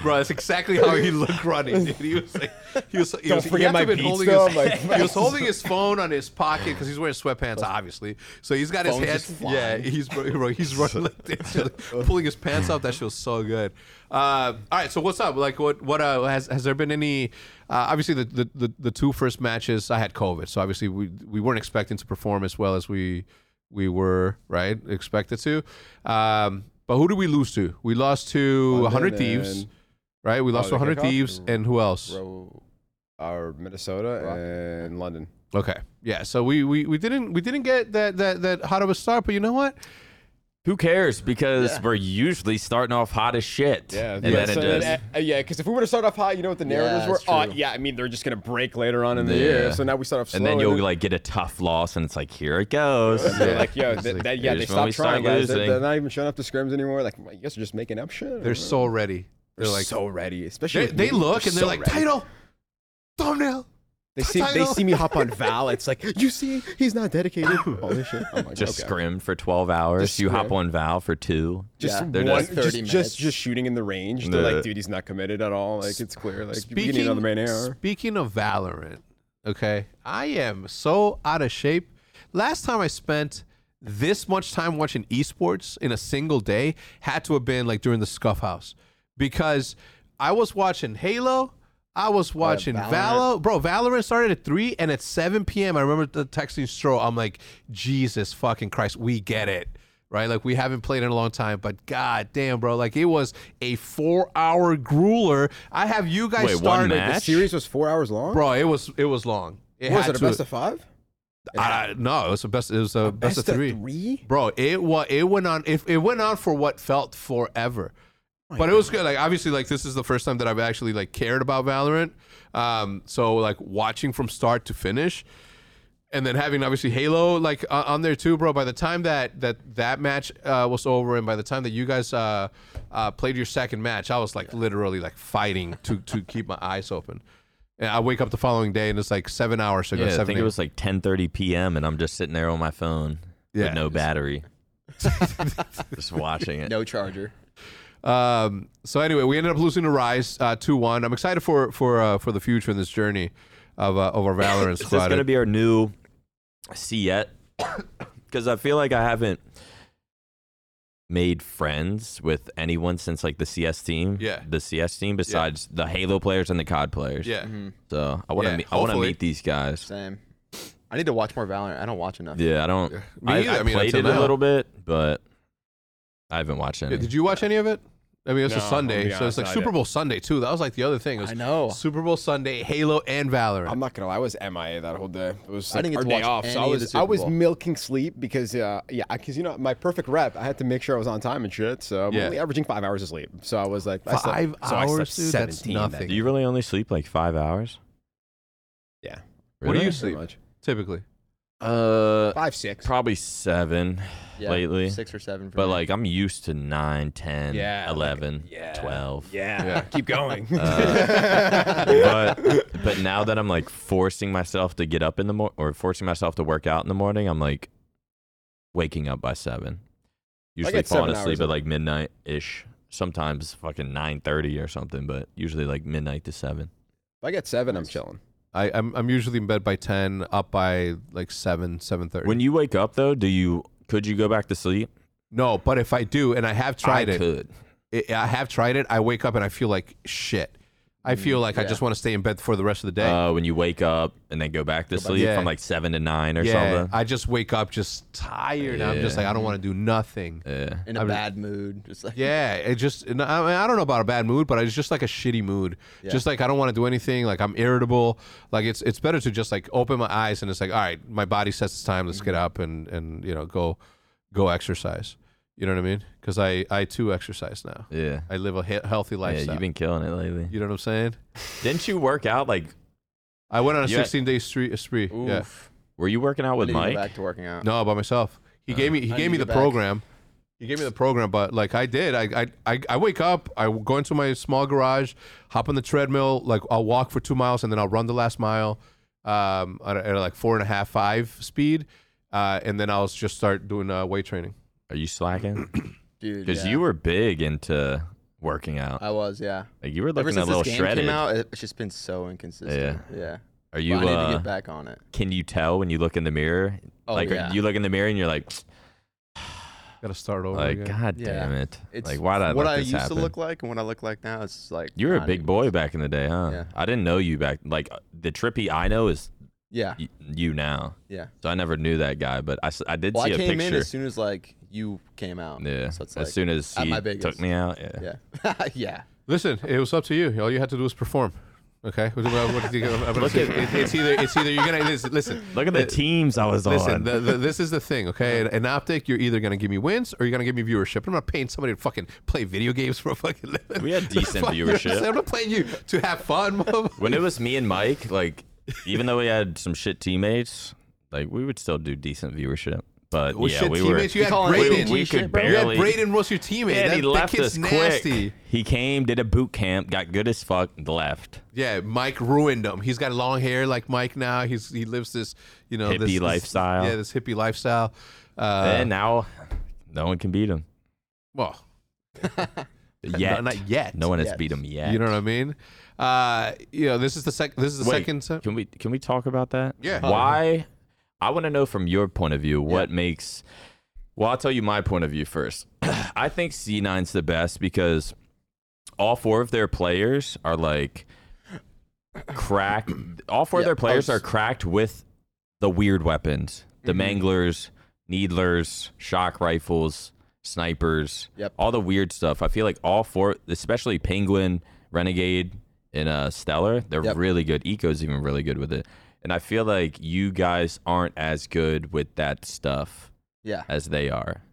Speaker 1: bro, that's exactly how he looked running. Dude. He was like, he was, he
Speaker 3: Don't
Speaker 1: was, he
Speaker 3: forget
Speaker 1: had to
Speaker 3: my
Speaker 1: have been
Speaker 3: beats,
Speaker 1: holding
Speaker 3: though.
Speaker 1: his,
Speaker 3: I'm like,
Speaker 1: he was holding his phone on his pocket because he's wearing sweatpants, obviously. So he's got his
Speaker 3: Phone's
Speaker 1: hands.
Speaker 3: just flying.
Speaker 1: Yeah, he's bro, he's running like this, like, pulling his pants up. That shit was so good. Uh, all right, so what's up? Like, what what uh, has has there been any? Uh, obviously, the, the the the two first matches, I had COVID, so obviously we we weren't expecting to perform as well as we we were right expected to. Um, but who did we lose to? We lost to 100 Thieves.
Speaker 3: and-
Speaker 1: Right, we lost
Speaker 3: Oh,
Speaker 1: to
Speaker 3: the
Speaker 1: 100
Speaker 3: kickoff?
Speaker 1: Thieves and who else?
Speaker 3: Ro- uh, Minnesota and London.
Speaker 1: Okay, yeah. So we, we we didn't we didn't get that that that hot of a start, but you know what?
Speaker 2: Who cares? Because we're usually starting off hot as shit.
Speaker 3: Yeah,
Speaker 2: and
Speaker 3: yeah,
Speaker 2: then
Speaker 3: so
Speaker 2: it
Speaker 3: then,
Speaker 2: just
Speaker 3: uh, uh, yeah, because if we were to start off high, you know what the narratives
Speaker 4: Yeah,
Speaker 3: were?
Speaker 4: that's
Speaker 3: Oh,
Speaker 4: true.
Speaker 3: yeah, I mean, they're just going to break later on in the
Speaker 2: Yeah.
Speaker 3: year. So now we start off slow.
Speaker 2: and then you'll like get a tough loss, and it's like here it goes.
Speaker 3: they're like, yo, th-
Speaker 2: like,
Speaker 3: that, yeah, they
Speaker 2: here's when we
Speaker 3: stopped trying,
Speaker 2: start
Speaker 3: guys. They're,
Speaker 2: losing.
Speaker 3: they're not even showing up to scrims anymore. Like, you guys are just making up shit.
Speaker 1: They're so ready. They're like,
Speaker 3: so ready, especially
Speaker 1: they,
Speaker 3: with me.
Speaker 1: they look and they're
Speaker 3: so
Speaker 1: like,
Speaker 3: ready.
Speaker 1: title, thumbnail.
Speaker 3: They see, they
Speaker 1: title.
Speaker 3: see me hop on Val. It's like, you see, he's not dedicated. Holy shit! I'm like,
Speaker 2: just
Speaker 3: okay.
Speaker 2: scrim for twelve hours.
Speaker 3: Just
Speaker 2: you hop
Speaker 3: scrim.
Speaker 2: on Val for two.
Speaker 3: Just
Speaker 4: Yeah,
Speaker 2: they're
Speaker 3: one,
Speaker 2: just-
Speaker 4: 30
Speaker 3: just,
Speaker 4: minutes.
Speaker 3: just just shooting in the range. They're
Speaker 2: Yeah.
Speaker 3: like, dude, he's not committed at all. Like, it's clear. Like, we need another man hour.
Speaker 1: speaking of Valorant, okay, I am so out of shape. Last time I spent this much time watching esports in a single day had to have been like during the scuff house because I was watching Halo. I was watching
Speaker 4: Valorant.
Speaker 1: Valo, bro. Valorant started at three, and at seven p.m. I remember the texting Stro. I'm like, Jesus fucking Christ, we get it, right? Like we haven't played in a long time, but god damn, bro, like it was a four-hour grueler. I have you guys
Speaker 2: Wait, one
Speaker 1: started
Speaker 2: match?
Speaker 3: Series was four hours long.
Speaker 1: bro. It was it was long. It
Speaker 3: was
Speaker 1: had
Speaker 3: it a
Speaker 1: to-
Speaker 3: best of five?
Speaker 1: I- I- no, it was the best. It was the best, of three.
Speaker 3: three?
Speaker 1: bro. It was it went on. If it went on for what felt forever, but it was good. Like obviously, like this is the first time that I've actually like cared about Valorant. Um, so like watching from start to finish, and then having obviously Halo like uh, on there too, bro. By the time that that that match uh, was over, and by the time that you guys uh, uh, played your second match, I was like literally like fighting to to keep my eyes open. And I wake up the following day and it's like seven hours ago.
Speaker 2: Yeah, I
Speaker 1: seven,
Speaker 2: think
Speaker 1: eight-
Speaker 2: it was like 10:30 p.m. and I'm just sitting there on my phone
Speaker 1: Yeah.
Speaker 2: with no battery, just watching it.
Speaker 4: No charger.
Speaker 1: Um, so anyway, we ended up losing to Rise two one. I'm excited for for uh, for the future in this journey of uh, of our Valorant
Speaker 2: Is this
Speaker 1: squad.
Speaker 2: going to be our new see yet? Because I feel like I haven't made friends with anyone since like the CS team.
Speaker 1: Yeah.
Speaker 2: The CS team besides the Halo players and the COD players.
Speaker 1: yeah,
Speaker 4: mm-hmm.
Speaker 2: So I want to
Speaker 1: Yeah,
Speaker 2: meet. I want to
Speaker 1: hopefully.
Speaker 2: meet these guys.
Speaker 4: Same. I need to watch more Valorant. I don't watch enough.
Speaker 2: Yeah, I don't.
Speaker 1: Me
Speaker 2: I,
Speaker 1: either, I
Speaker 2: I,
Speaker 1: mean,
Speaker 2: played
Speaker 1: until
Speaker 2: it
Speaker 1: now.
Speaker 2: a little bit, but I haven't watched any.
Speaker 1: Yeah, Did you watch any of it? I mean, it was
Speaker 3: No,
Speaker 1: a
Speaker 3: I'll
Speaker 1: Sunday,
Speaker 3: be
Speaker 1: so it's
Speaker 3: honest,
Speaker 1: like
Speaker 3: I
Speaker 1: Super
Speaker 3: didn't.
Speaker 1: Bowl Sunday too. That was like the other thing. It was
Speaker 4: I know.
Speaker 1: Super Bowl Sunday, Halo, and Valorant.
Speaker 3: I'm not gonna lie, I was MIA that whole day. It was
Speaker 4: I
Speaker 3: like
Speaker 4: didn't get
Speaker 3: our
Speaker 4: to
Speaker 3: day
Speaker 4: watch
Speaker 3: off,
Speaker 4: any
Speaker 3: so I
Speaker 4: of the
Speaker 3: was I
Speaker 4: Super
Speaker 3: was
Speaker 4: Bowl.
Speaker 3: milking sleep because uh yeah, because you know my perfect rep, I had to make sure I was on time and shit. So I'm
Speaker 1: Yeah.
Speaker 3: only averaging five hours of sleep. So I was like I slept-
Speaker 1: Five
Speaker 3: so I slept
Speaker 1: hours, dude? That's
Speaker 3: 17 that
Speaker 1: nothing.
Speaker 2: Do
Speaker 3: day.
Speaker 2: you really only sleep like five hours?
Speaker 3: Yeah.
Speaker 1: What do you
Speaker 2: Really?
Speaker 1: sleep?
Speaker 3: Pretty much.
Speaker 1: Typically,
Speaker 2: Uh,
Speaker 3: Five six.
Speaker 2: probably seven.
Speaker 4: Yeah,
Speaker 2: Lately.
Speaker 4: six or seven. For
Speaker 2: But
Speaker 4: me.
Speaker 2: like I'm used to 9, 10,
Speaker 3: Yeah, like,
Speaker 2: 11,
Speaker 3: yeah.
Speaker 2: 12.
Speaker 3: Yeah.
Speaker 1: Yeah.
Speaker 3: Keep going.
Speaker 2: Uh, but but now that I'm like forcing myself to get up in the morning or forcing myself to work out in the morning, I'm like waking up by 7. Usually
Speaker 3: get
Speaker 2: falling
Speaker 3: seven hours
Speaker 2: asleep
Speaker 3: in.
Speaker 2: at like midnight ish. Sometimes fucking 9:30 or something, but usually like midnight to 7.
Speaker 3: if I get seven, I'm chilling.
Speaker 1: I, I'm I'm usually in bed by ten, up by like seven, seven thirty.
Speaker 2: When you wake up though, do you could you go back to sleep?
Speaker 1: no, but if I do, and I have tried
Speaker 2: I
Speaker 1: it,
Speaker 2: could.
Speaker 1: it, I have tried it. I wake up and I feel like shit. I feel like I just want to stay in bed for the rest of the day.
Speaker 2: Mm, Uh, when you wake up and then go back to sleep
Speaker 1: Yeah.
Speaker 2: from like 7 to 9 or
Speaker 1: yeah,
Speaker 2: something.
Speaker 1: I just wake up just tired. I'm just like I don't want to do nothing.
Speaker 2: yeah.
Speaker 4: in a bad mood, just like
Speaker 1: Yeah, it just no, I, mean, I don't know about a bad mood, but it's just like a shitty mood. Just like I don't want to do anything. Like I'm irritable. Like it's it's better to just like open my eyes and it's like all right, my body says it's time. Let's
Speaker 2: Mm-hmm.
Speaker 1: get up and and you know go go exercise. You know what I mean? Because I I too exercise now.
Speaker 2: Yeah.
Speaker 1: I live a he- healthy
Speaker 2: Yeah,
Speaker 1: lifestyle.
Speaker 2: you've been killing it lately.
Speaker 1: you know what I'm saying?
Speaker 2: Didn't you work out like?
Speaker 1: I went on a
Speaker 2: You had-
Speaker 1: 16 day spree, a spree. Yeah.
Speaker 2: Were you working out with
Speaker 4: I need to go
Speaker 2: Mike?
Speaker 4: back to working out.
Speaker 1: No, by myself. He gave me he
Speaker 4: I
Speaker 1: gave me
Speaker 4: need
Speaker 1: the
Speaker 4: to back.
Speaker 1: program. He gave me the program, but like I did, I, I I I wake up, I go into my small garage, hop on the treadmill, like I'll walk for two miles and then I'll run the last mile, um, at, at like four and a half five speed, uh, and then I'll just start doing uh, weight training.
Speaker 2: Are you slacking?
Speaker 4: dude.
Speaker 2: Because
Speaker 4: yeah.
Speaker 2: you were big into working out.
Speaker 4: I was, yeah.
Speaker 2: Like you were
Speaker 4: Ever
Speaker 2: looking a
Speaker 4: since
Speaker 2: little
Speaker 4: this game
Speaker 2: shredded.
Speaker 4: came out, it- it's just been so inconsistent. Yeah. Yeah.
Speaker 2: Are you?
Speaker 4: But I need to
Speaker 2: Uh,
Speaker 4: get back on it.
Speaker 2: can you tell when you look in the mirror?
Speaker 4: Oh,
Speaker 2: like
Speaker 4: yeah.
Speaker 2: you look in the mirror and you're like,
Speaker 1: Got to start over.
Speaker 2: like
Speaker 1: again.
Speaker 2: God
Speaker 4: Oh Yeah.
Speaker 2: damn it!
Speaker 4: It's
Speaker 2: like why did I
Speaker 4: what
Speaker 2: let
Speaker 4: I
Speaker 2: this
Speaker 4: used
Speaker 2: happen?
Speaker 4: to look like and what I look like now, it's just like
Speaker 2: you were a
Speaker 4: not
Speaker 2: big
Speaker 4: even-
Speaker 2: boy back in the day, huh?
Speaker 4: Yeah.
Speaker 2: I didn't know you back. Like uh, the trippy I know is
Speaker 4: Yeah,
Speaker 2: y- you now.
Speaker 4: yeah.
Speaker 2: So I never knew that guy, but I, s- I did
Speaker 4: Well, I
Speaker 2: see a
Speaker 4: came in
Speaker 2: picture.
Speaker 4: as soon as like you came out.
Speaker 2: yeah.
Speaker 4: So it's
Speaker 2: as
Speaker 4: like,
Speaker 2: soon as
Speaker 4: at
Speaker 2: he
Speaker 4: my
Speaker 2: took
Speaker 4: biggest.
Speaker 2: me out. Yeah.
Speaker 4: Yeah. yeah.
Speaker 1: Listen, it was up to you. All you had to do was perform. Okay. What, what, what do you think? I'm gonna say-
Speaker 2: at-
Speaker 1: it- it's either it's either you're gonna listen. Listen.
Speaker 2: Look at the teams I was
Speaker 1: Listen,
Speaker 2: on.
Speaker 1: the, the, this is the thing, okay? In, in optic, you're either gonna give me wins or you're gonna give me viewership. I'm not paying somebody to fucking play video games for a fucking living.
Speaker 2: We had decent
Speaker 1: Fuck, you know what I'm
Speaker 2: viewership.
Speaker 1: saying? I'm not playing you to have fun. motherfucker.
Speaker 2: when it was me and Mike, like even though we had some shit teammates, like we would still do decent viewership. But
Speaker 1: Well,
Speaker 2: yeah,
Speaker 1: shit
Speaker 2: we
Speaker 1: teammates,
Speaker 2: were.
Speaker 1: you had
Speaker 4: calling it
Speaker 1: Braden.
Speaker 2: we, we could
Speaker 4: shit, bro?
Speaker 1: You had
Speaker 2: barely.
Speaker 1: Braden was your teammate.
Speaker 2: and
Speaker 1: that,
Speaker 2: he
Speaker 1: that
Speaker 2: left
Speaker 1: kid's
Speaker 2: us
Speaker 1: nasty.
Speaker 2: quick. He came, did a boot camp, got good as fuck, and left.
Speaker 1: Yeah, Mike ruined him. He's got long hair like Mike now. He's he lives this, you know, this,
Speaker 2: Hippie
Speaker 1: this-
Speaker 2: lifestyle.
Speaker 1: Yeah, this hippie lifestyle. Uh,
Speaker 2: and now, no one can beat him.
Speaker 1: well,
Speaker 2: Yet,
Speaker 1: not, not yet.
Speaker 2: no one has
Speaker 3: Yet.
Speaker 2: beat him yet.
Speaker 1: You know what I mean? Uh, you know, this is the sec. This is the
Speaker 2: Wait,
Speaker 1: second. se-
Speaker 2: Can we can we talk about that?
Speaker 1: Yeah.
Speaker 2: Why? I want to know from your point of view what makes. Well, I'll tell you my point of view first. I think C9's the best because all four of their players are like cracked. All four of
Speaker 4: Yeah,
Speaker 2: their players
Speaker 4: I
Speaker 2: are
Speaker 4: was-
Speaker 2: cracked with the weird weapons the
Speaker 4: Mm-hmm.
Speaker 2: manglers, needlers, shock rifles, snipers,
Speaker 4: Yep.
Speaker 2: all the weird stuff. I feel like all four, especially Penguin, Renegade, and uh, Stellar, they're
Speaker 4: Yep.
Speaker 2: really good. Eco's even really good with it. And I feel like you guys aren't as good with that stuff
Speaker 4: Yeah.
Speaker 2: as they are.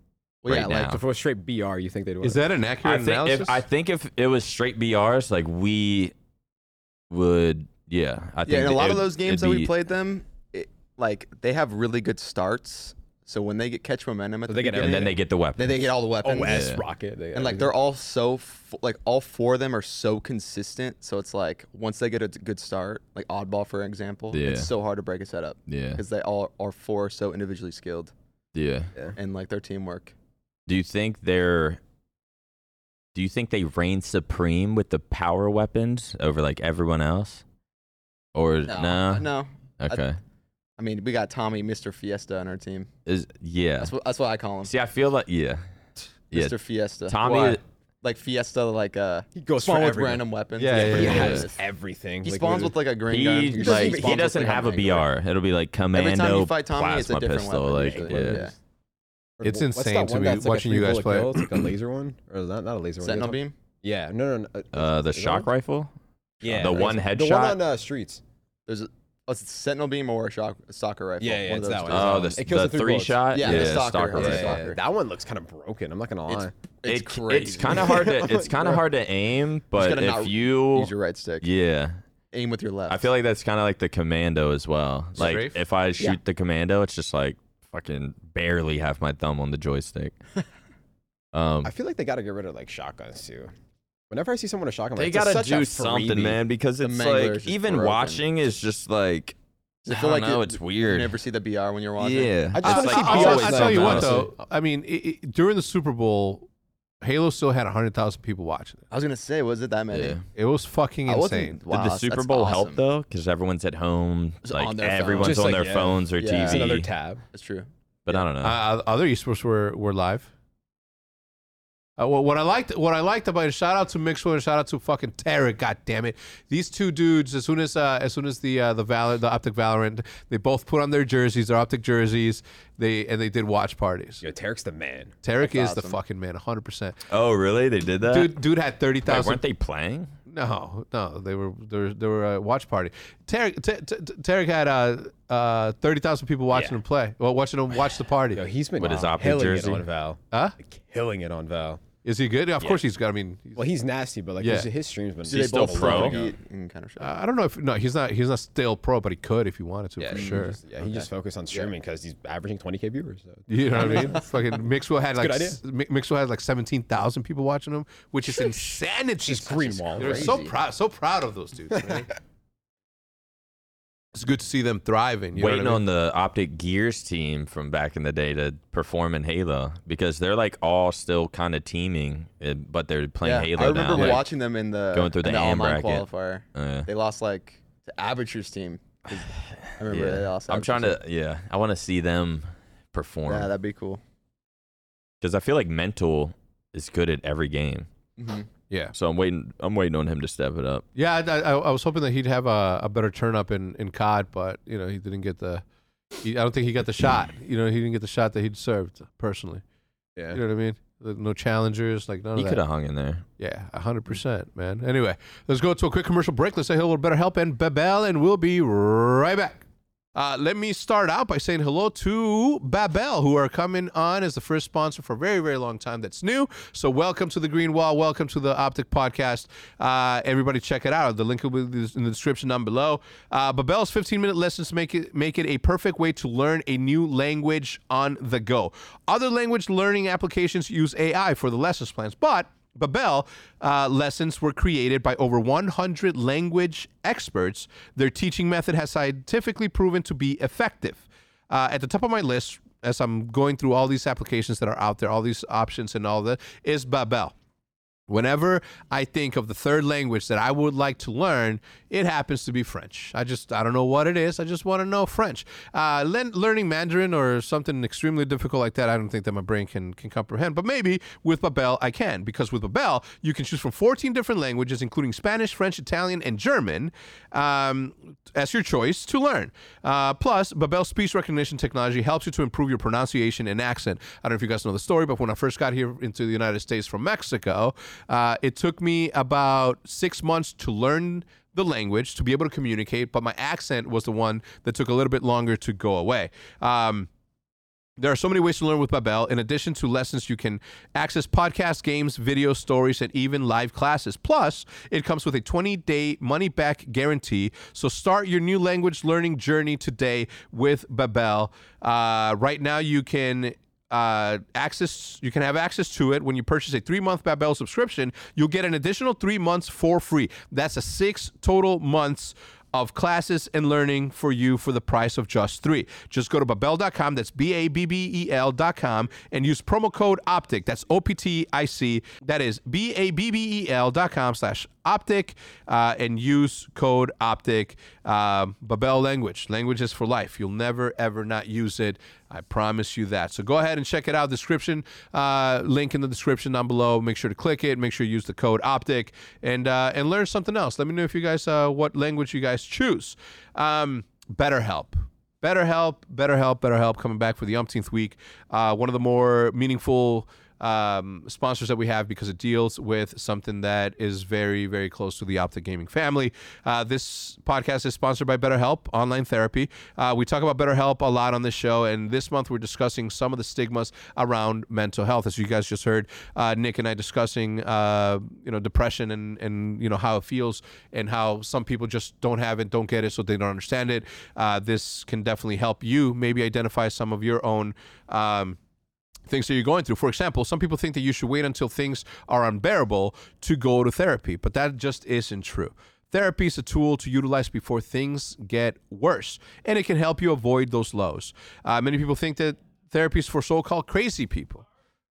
Speaker 4: Well, yeah,
Speaker 2: right
Speaker 4: like
Speaker 2: now.
Speaker 3: So if it was straight BR, you think they'd win?
Speaker 1: Is that an accurate
Speaker 2: I think
Speaker 1: analysis?
Speaker 2: if I think if it was straight BRs, like we would, yeah. I think
Speaker 4: yeah, in a
Speaker 2: that
Speaker 4: lot
Speaker 2: it
Speaker 4: of
Speaker 2: would-
Speaker 4: those games that
Speaker 2: it'd
Speaker 4: we
Speaker 2: be-
Speaker 4: played them, it, like they have really good starts. So when they get catch momentum at
Speaker 3: So
Speaker 4: the
Speaker 3: they get
Speaker 4: beginning,
Speaker 2: and then they get the weapon.
Speaker 4: then they get all the weapons.
Speaker 5: Oh,
Speaker 3: OS
Speaker 2: Yeah.
Speaker 3: rocket? They,
Speaker 4: And like they're all so f- like all four of them are so consistent. So it's like once they get a good start, like oddball for example,
Speaker 2: Yeah.
Speaker 4: it's so hard to break a setup
Speaker 2: yeah,
Speaker 4: because they all are four are so individually skilled
Speaker 2: yeah.
Speaker 4: and like their teamwork.
Speaker 2: Do you think they're? Do you think they reign supreme with the power weapons over like everyone else? Or no?
Speaker 4: no.
Speaker 2: Okay.
Speaker 4: I mean, we got Tommy, Mr. Fiesta on our team.
Speaker 2: Is yeah.
Speaker 4: That's what that's what I call him,
Speaker 2: See, I feel like yeah, yeah.
Speaker 4: Mr. Fiesta.
Speaker 2: Tommy.
Speaker 4: Why? like Fiesta, like uh,
Speaker 3: he goes
Speaker 4: spawn
Speaker 3: for
Speaker 4: with
Speaker 3: everything.
Speaker 4: random weapons.
Speaker 1: Yeah, yeah,
Speaker 4: pretty
Speaker 2: yeah.
Speaker 4: much.
Speaker 2: Yes.
Speaker 3: everything.
Speaker 4: He
Speaker 3: Like,
Speaker 4: spawns
Speaker 3: literally-
Speaker 4: with like a green gun.
Speaker 2: He
Speaker 4: doesn't
Speaker 2: like
Speaker 4: even
Speaker 2: he
Speaker 4: spawn with,
Speaker 2: doesn't
Speaker 4: like, a
Speaker 2: have a
Speaker 4: mag gun.
Speaker 2: BR. It'll be like commando.
Speaker 4: Every time you fight Tommy, it's
Speaker 2: plasma
Speaker 4: a different
Speaker 2: pistol.
Speaker 4: weapon.
Speaker 2: Like
Speaker 4: usually.
Speaker 2: yeah.
Speaker 4: yeah.
Speaker 3: or
Speaker 1: It's
Speaker 3: what's that
Speaker 1: insane to
Speaker 3: one
Speaker 1: me
Speaker 3: that's, like, a
Speaker 1: watching you
Speaker 3: three
Speaker 1: guys
Speaker 3: bullet
Speaker 1: play.
Speaker 3: kill? It's like a laser one, or not, not a laser
Speaker 4: Sentinel
Speaker 3: one.
Speaker 4: beam.
Speaker 3: Yeah, no, no, no.
Speaker 2: Uh, the shock rifle.
Speaker 3: Yeah,
Speaker 2: the one headshot.
Speaker 3: The one on uh, streets.
Speaker 4: There's a, oh, it's a Sentinel beam or a shock, a soccer rifle.
Speaker 3: Yeah, yeah,
Speaker 4: one
Speaker 3: it's
Speaker 4: of those
Speaker 3: that
Speaker 4: two.
Speaker 3: one.
Speaker 2: Oh,
Speaker 3: It
Speaker 2: the,
Speaker 3: kills the
Speaker 2: the,
Speaker 3: three
Speaker 2: three,
Speaker 3: bullets.
Speaker 2: shot.
Speaker 4: Yeah,
Speaker 2: Yeah,
Speaker 4: the stalker,
Speaker 2: stalker.
Speaker 4: yeah,
Speaker 2: rifle.
Speaker 4: yeah. soccer.
Speaker 3: that one looks kind of broken. I'm not gonna lie.
Speaker 4: It's, it's
Speaker 2: It-
Speaker 4: crazy.
Speaker 2: It's kind of hard to. It's kind of hard to aim, but
Speaker 4: gotta
Speaker 2: if
Speaker 4: not
Speaker 2: you,
Speaker 4: Use your right stick.
Speaker 2: yeah,
Speaker 4: Aim with your left.
Speaker 2: I feel like that's kind of like the commando as well. Like
Speaker 1: Strafe?
Speaker 2: if I shoot the commando, it's just like fucking barely have my thumb on the joystick. Um,
Speaker 3: I feel like they gotta get rid of like shotguns too. Whenever I see someone with a shotgun,
Speaker 2: they
Speaker 3: like,
Speaker 2: gotta
Speaker 3: such
Speaker 2: do
Speaker 3: a
Speaker 2: something,
Speaker 3: freebie.
Speaker 2: man, because it's like
Speaker 4: mangler is just
Speaker 2: even
Speaker 4: broken.
Speaker 2: watching is just like.
Speaker 4: Does it
Speaker 2: I
Speaker 4: feel
Speaker 2: don't
Speaker 4: like
Speaker 2: know.
Speaker 4: it-
Speaker 2: it's
Speaker 4: You
Speaker 2: weird.
Speaker 4: never see the BR when you're watching.
Speaker 2: yeah,
Speaker 3: I
Speaker 1: I,
Speaker 3: just
Speaker 2: It's
Speaker 3: wanna see
Speaker 2: you
Speaker 3: people
Speaker 1: will
Speaker 3: always
Speaker 1: tell you what
Speaker 2: something else.
Speaker 1: though. I mean, it, it- during the Super Bowl, Halo still had hundred thousand people watching it.
Speaker 4: I was gonna say, was it that many?
Speaker 2: Yeah.
Speaker 1: It was fucking
Speaker 4: I
Speaker 1: insane.
Speaker 4: wasn't. Wow,
Speaker 2: Did the
Speaker 4: that's-
Speaker 2: Super
Speaker 4: that's
Speaker 2: Bowl
Speaker 4: awesome.
Speaker 2: help though? Because everyone's at home,
Speaker 4: Just
Speaker 2: like
Speaker 4: on their phone.
Speaker 2: everyone's
Speaker 3: Just
Speaker 2: on
Speaker 3: like,
Speaker 2: their
Speaker 3: yeah.
Speaker 2: phones or
Speaker 4: Yeah.
Speaker 2: TV.
Speaker 3: It's another tab.
Speaker 4: That's true.
Speaker 2: But I don't know.
Speaker 1: Uh, other esports were were live. Uh, well, what I liked, what I liked about it, shout out to Mixwell and shout out to fucking Terra. God damn it, these two dudes. As soon as, uh, as soon as the uh, the Valor, the Optic Valorant, they both put on their jerseys, their Optic jerseys. They and they did watch parties.
Speaker 3: Yo, Tarek's the man.
Speaker 1: Tarek is
Speaker 4: That's
Speaker 1: the
Speaker 4: awesome. Uh,
Speaker 1: fucking man, hundred percent.
Speaker 2: oh, really? They did that?
Speaker 1: Dude, dude had thirty
Speaker 2: Like,
Speaker 1: thousand
Speaker 2: weren't they playing?
Speaker 1: No, no, they were they were, they were a watch party. Tarek, T- T- T- Tarek had uh, uh, thirty thousand people watching
Speaker 3: Yeah.
Speaker 1: him play. Well, watching him watch the party.
Speaker 3: Yo, he's been
Speaker 2: With his
Speaker 3: wow,
Speaker 2: Optic
Speaker 3: killing
Speaker 2: jersey.
Speaker 3: it on Val.
Speaker 1: Huh?
Speaker 3: Killing it on Val.
Speaker 1: Is he good? Of course he's good. I mean, he's-
Speaker 3: Well, he's nasty, but like
Speaker 1: Yeah.
Speaker 3: his, his stream's been.
Speaker 4: Do they
Speaker 2: He's still
Speaker 4: both
Speaker 2: pro?
Speaker 4: compete in Counter-Strike?
Speaker 1: I don't know if no, he's not he's not still pro, but he could if he wanted to for
Speaker 3: he
Speaker 1: sure.
Speaker 3: just- yeah, he just focused on streaming because he's averaging 20k viewers. So.
Speaker 1: you know what I mean? Fucking Mixwell had like
Speaker 3: good idea.
Speaker 1: s- Mi- Mixwell had like seventeen thousn people watching him, which is insanity.
Speaker 3: Just green wall.
Speaker 1: They're
Speaker 3: right?
Speaker 1: so proud, so proud of those dudes. Man. it's good to see them thriving. You know what I
Speaker 2: Waiting
Speaker 1: mean?
Speaker 2: on the Optic Gears team from back in the day to perform in Halo because they're like all still kind of teaming, eh, but they're playing
Speaker 4: yeah,
Speaker 2: Halo
Speaker 4: I remember
Speaker 2: now.
Speaker 4: watching them in the
Speaker 2: going through
Speaker 4: in
Speaker 2: the AM
Speaker 4: online
Speaker 2: bracket.
Speaker 4: qualifier.
Speaker 2: Uh,
Speaker 4: They lost like the amateurs team. 'cause I remember they
Speaker 2: yeah.
Speaker 4: lost.
Speaker 2: I'm trying
Speaker 4: amateurs
Speaker 2: to, yeah, I want to see them
Speaker 4: team. Yeah,
Speaker 2: perform
Speaker 4: that'd be cool.
Speaker 2: because I feel like mental is good at every game.
Speaker 4: Mhm.
Speaker 1: yeah.
Speaker 2: So I'm waiting. I'm waiting on him to step it up.
Speaker 1: Yeah, I, I, I was hoping that he'd have a, a better turn up in, in COD, but you know he didn't get the. He, I don't think he got the shot. You know he didn't get the shot that he'd served personally.
Speaker 3: Yeah.
Speaker 1: You know what I mean? No challengers, like none
Speaker 2: He
Speaker 1: of
Speaker 2: could
Speaker 1: that.
Speaker 2: have hung in there.
Speaker 1: Yeah, hundred percent, man. Anyway, let's go to a quick commercial break. Let's say hello to Better Help and Babel, and we'll be right back. Uh, let me start out by saying hello to Babel, who are coming on as the first sponsor for a very, very long time. That's new. So welcome to the Green Wall. Welcome to the Optic Podcast. Uh, everybody, check it out. The link will be in the description down below. Uh, Babel's 15-minute lessons make it make it a perfect way to learn a new language on the go. Other language learning applications use AI for the lessons plans, but Babel uh, lessons were created by over 100 language experts. Their teaching method has scientifically proven to be effective. Uh, at the top of my list, as I'm going through all these applications that are out there, all these options and all that, is Babel. Whenever I think of the third language that I would like to learn, it happens to be French. I just, I don't know what it is. I just want to know French. Uh, len- learning Mandarin or something extremely difficult like that, I don't think that my brain can, can comprehend. But maybe with Babel, I can, because with Babel, you can choose from 14 different languages, including Spanish, French, Italian, and German, um, as your choice to learn. Uh, plus, Babel speech recognition technology helps you to improve your pronunciation and accent. I don't know if you guys know the story, but when I first got here into the United States from Mexico, uh, it took me about six months to learn the language to be able to communicate, but my accent was the one that took a little bit longer to go away. Um, there are so many ways to learn with Babel. In addition to lessons, you can access podcasts, games, videos, stories, and even live classes. Plus, it comes with a 20-day money-back guarantee. So start your new language learning journey today with Babel. Uh, right now, you can uh, access you can have access to it when you purchase a three-month Babel subscription. You'll get an additional three months for free. That's a six total months of classes and learning for you for the price of just three. Just go to babbel.com, that's E B-A-B-B-E-L.com, and use promo code OPTIC, that's O-P-T-I-C, that is E B-A-B-B-E-L.com slash OPTIC, uh, and use code OPTIC, um, Babel language. Language is for life. You'll never, ever not use it. I promise you that. So go ahead and check it out. Description uh, link in the description down below. Make sure to click it. Make sure you use the code OPTIC and uh, and learn something else. Let me know if you guys uh, what language you guys choose. Um, BetterHelp. BetterHelp, BetterHelp, BetterHelp, coming back for the umpteenth week. Uh, one of the more meaningful um, sponsors that we have because it deals with something that is very, very close to the Optic Gaming family. Uh, this podcast is sponsored by BetterHelp Online Therapy. Uh, we talk about BetterHelp a lot on this show, and this month we're discussing some of the stigmas around mental health. As you guys just heard, uh, Nick and I discussing, uh, you know, depression and and you know how it feels and how some people just don't have it, don't get it, so they don't understand it. Uh, this can definitely help you maybe identify some of your own. Um, things that you're going through. For example, some people think that you should wait until things are unbearable to go to therapy, but that just isn't true. Therapy is a tool to utilize before things get worse, and it can help you avoid those lows. Uh, many people think that therapy is for so called crazy people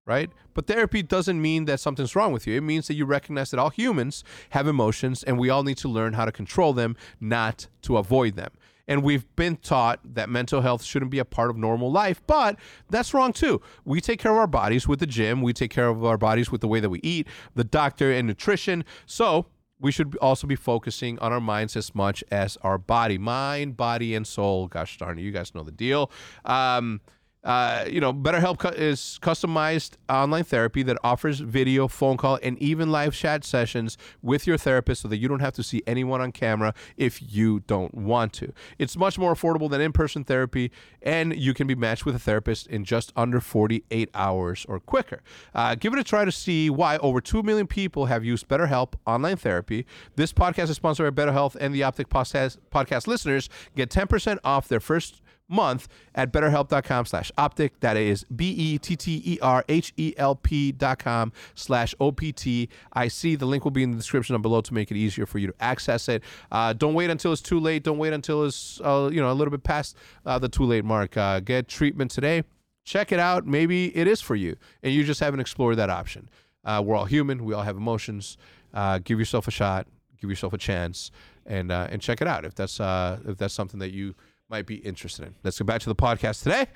Speaker 1: right? But therapy doesn't mean that something's wrong with you. It means that you recognize that all humans have emotions and we all need to learn how to control them, not to avoid them. And we've been taught that mental health shouldn't be a part of normal life, but that's wrong too. We take care of our bodies with the gym, we take care of our bodies with the way that we eat, the doctor, and nutrition. So, we should also be focusing on our minds as much as our body, mind, body, and soul. Gosh darn it, you guys know the deal. Um, uh, you know, BetterHelp cu- is customized online therapy that offers video, phone call, and even live chat sessions with your therapist so that you don't have to see anyone on camera if you don't want to. It's much more affordable than in person therapy, and you can be matched with a therapist in just under 48 hours or quicker. Uh, give it a try to see why over 2 million people have used BetterHelp online therapy. This podcast is sponsored by BetterHealth, and the Optic Podcast, podcast listeners get 10% off their first month at betterhelp.com slash optic. That is E B-E-T-T-E-R-H-E-L-P E dot com slash O-P-T-I-C. The link will be in the description down below to make it easier for you to access it. Uh, don't wait until it's too late. Don't wait until it's, uh, you know, a little bit past uh, the too late mark. Uh, get treatment today. Check it out. Maybe it is for you and you just haven't explored that option. Uh, we're all human. We all have emotions. Uh, give yourself a shot. Give yourself a chance and uh, and check it out if that's uh, if that's something that you might be interested in. Let's go back to the podcast today.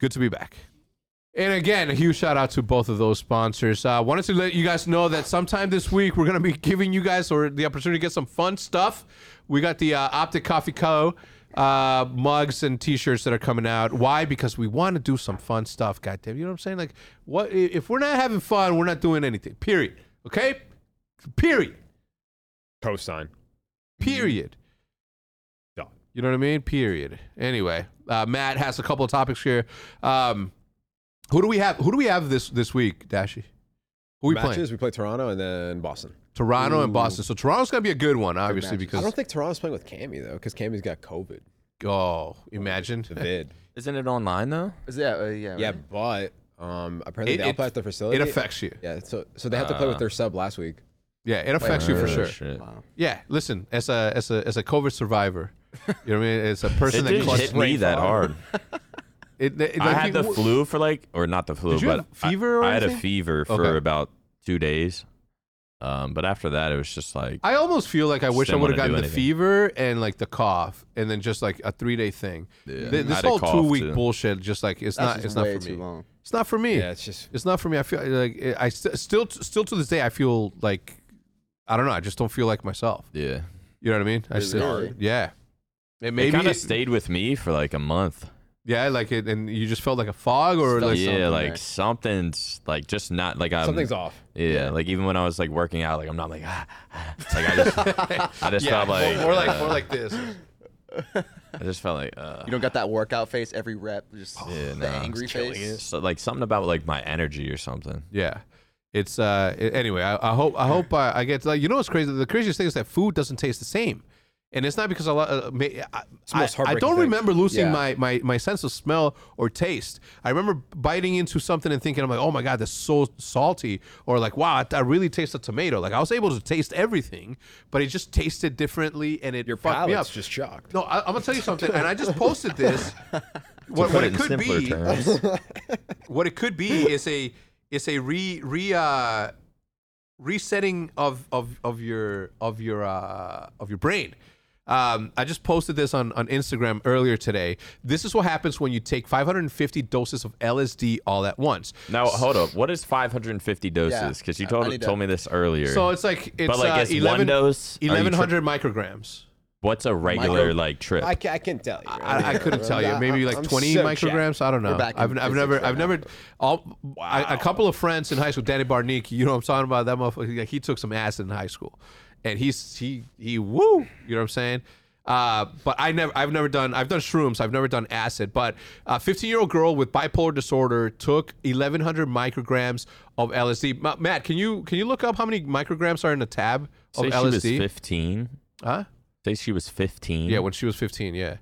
Speaker 1: Good to be back. And again, a huge shout out to both of those sponsors. uh, wanted to let you guys know that sometime this week we're going to be giving you guys or the opportunity to get some fun stuff. We got the uh, Optic Coffee Co. uh, mugs and T-shirts that are coming out. Why? Because we want to do some fun stuff. Goddamn, you know what I'm saying? Like, what i- if we're not having fun? We're not doing anything. Period. Okay. Period.
Speaker 3: Cosign.
Speaker 1: Period.
Speaker 3: Yeah.
Speaker 1: You know what I mean? Period. Anyway, uh, Matt has a couple of topics here. Um, who do we have? Who do we have this this week, Dashy? Who we playing?
Speaker 3: matches. We play Toronto and then Boston.
Speaker 1: Toronto and Boston. So Toronto's gonna be a good one, obviously,
Speaker 4: matches.
Speaker 3: I
Speaker 1: because
Speaker 3: don't think Toronto's playing with Cammy though, because Cammy's got COVID.
Speaker 1: oh, imagine
Speaker 3: The vid.
Speaker 2: Isn't it online though?
Speaker 4: Is that, uh, yeah.
Speaker 3: yeah,
Speaker 4: right?
Speaker 3: but um, apparently
Speaker 1: It-
Speaker 3: they all
Speaker 1: it-
Speaker 3: play at the facility.
Speaker 1: it affects you.
Speaker 3: Yeah, so so they have to play with their sub last week.
Speaker 1: Yeah, it affects you for
Speaker 2: Oh,
Speaker 1: sure.
Speaker 2: shit.
Speaker 4: Wow.
Speaker 1: Yeah, listen, as a as a as a COVID survivor, you know what I mean. As a
Speaker 2: It
Speaker 1: person that
Speaker 2: didn't
Speaker 1: caught-
Speaker 2: hit me that hard.
Speaker 1: It, it-
Speaker 2: I
Speaker 1: like,
Speaker 2: had
Speaker 1: you-
Speaker 2: the flu for like, or not the flu,
Speaker 1: Did you
Speaker 2: but
Speaker 1: have fever or
Speaker 2: I, I had a
Speaker 1: anything?
Speaker 2: fever for
Speaker 1: Okay.
Speaker 2: about two days. Um, but after that, it was just like
Speaker 1: I almost feel like I wish I
Speaker 2: Didn't
Speaker 1: would have
Speaker 2: wanna
Speaker 1: gotten
Speaker 2: do
Speaker 1: the
Speaker 2: anything.
Speaker 1: fever and like the cough, and then just like a three day thing. Th-
Speaker 2: I
Speaker 1: this
Speaker 2: had a
Speaker 1: whole
Speaker 2: cough,
Speaker 1: two week
Speaker 2: too.
Speaker 1: bullshit, just like it's
Speaker 4: That's
Speaker 1: not
Speaker 4: just
Speaker 1: it's not
Speaker 4: way
Speaker 1: for
Speaker 4: too
Speaker 1: me.
Speaker 4: long.
Speaker 1: It's not for me.
Speaker 5: Hmm.
Speaker 3: Yeah, it's just
Speaker 1: it's not for me. I feel like it- I st- still still to this day I feel like I don't know. I just don't feel like myself.
Speaker 2: yeah.
Speaker 1: You know what I mean? I
Speaker 4: Really?
Speaker 1: still yeah. It
Speaker 2: Maybe it
Speaker 1: maybe
Speaker 2: kind of
Speaker 1: it-
Speaker 2: stayed with me for like a month.
Speaker 1: yeah, like it, and you just felt like a fog or
Speaker 4: Stuff-
Speaker 1: like
Speaker 2: yeah,
Speaker 4: something,
Speaker 2: like
Speaker 4: right?
Speaker 2: something's like just not like I'm.
Speaker 3: something's off.
Speaker 2: Yeah, like even when I was like working out, like I'm not like ah, ah. like I just I just felt like
Speaker 1: more like
Speaker 2: uh,
Speaker 1: more like this.
Speaker 2: I just felt like uh,
Speaker 4: You don't got that workout face every rep, just
Speaker 2: yeah,
Speaker 4: the
Speaker 2: nah,
Speaker 4: angry
Speaker 2: it's killing
Speaker 4: face.
Speaker 2: it. So, like something about like my energy or something.
Speaker 1: Yeah. It's uh a- anyway, I, I hope I hope uh, I, I get like you know what's crazy? The craziest thing is that food doesn't taste the same. And it's not because a lot uh, ma- I,
Speaker 3: the most
Speaker 1: I- I
Speaker 3: heartbreaking
Speaker 1: don't
Speaker 3: thing.
Speaker 1: remember losing
Speaker 3: Yeah.
Speaker 1: my, my my sense of smell or taste. I remember biting into something and thinking I'm like, "Oh my god, that's so salty." Or like, "Wow, I, I really taste a tomato." Like I was able to taste everything, but it just tasted differently and it
Speaker 3: Your
Speaker 1: fucked me up.
Speaker 3: palate's just shocked.
Speaker 1: No, I, I'm gonna tell you something, and I just posted this. what,
Speaker 2: Put
Speaker 1: what it
Speaker 2: it in
Speaker 1: could
Speaker 2: simpler
Speaker 1: be,
Speaker 2: terms.
Speaker 1: what it could be, is a is a re re uh, resetting of of of your of your uh, of your brain. Um, I just posted this on, on Instagram earlier today. This is what happens when you take 550 doses of LSD all at once.
Speaker 2: Now hold up, what is 550 doses? Because you
Speaker 4: I- I
Speaker 2: told
Speaker 4: need to-
Speaker 2: told me this earlier.
Speaker 1: So it's like it's,
Speaker 2: but like
Speaker 1: uh,
Speaker 2: it's
Speaker 1: 11,
Speaker 2: one dose. Are you tri-
Speaker 1: 1100 micrograms.
Speaker 2: What's a regular like trip?
Speaker 3: I, ca- I can't tell you. right?
Speaker 1: I, I couldn't tell you.
Speaker 3: I'm-
Speaker 1: Maybe
Speaker 3: I'm-
Speaker 1: like
Speaker 3: I'm
Speaker 1: 20
Speaker 3: so jacked.
Speaker 1: micrograms. I don't know.
Speaker 4: back in
Speaker 1: I've, I've
Speaker 4: physics
Speaker 1: never,
Speaker 4: right
Speaker 1: I've
Speaker 4: now.
Speaker 1: never, all, I- a couple of friends in high school, Danny Barnique, you know what I'm talking about? That motherfucker, like, he took some acid in high school and he's, he, he, woo, you know what I'm saying? Uh, but I never, I've never done, I've done shrooms, I've never done acid. But a 15 year old girl with bipolar disorder took 1100 micrograms of LSD. Ma- Matt, can you, can you look up how many micrograms are in a tab of
Speaker 2: Say she was
Speaker 1: LSD?
Speaker 2: 15.
Speaker 1: Huh?
Speaker 2: Say she was 15.
Speaker 1: Yeah, when she was 15. Yeah.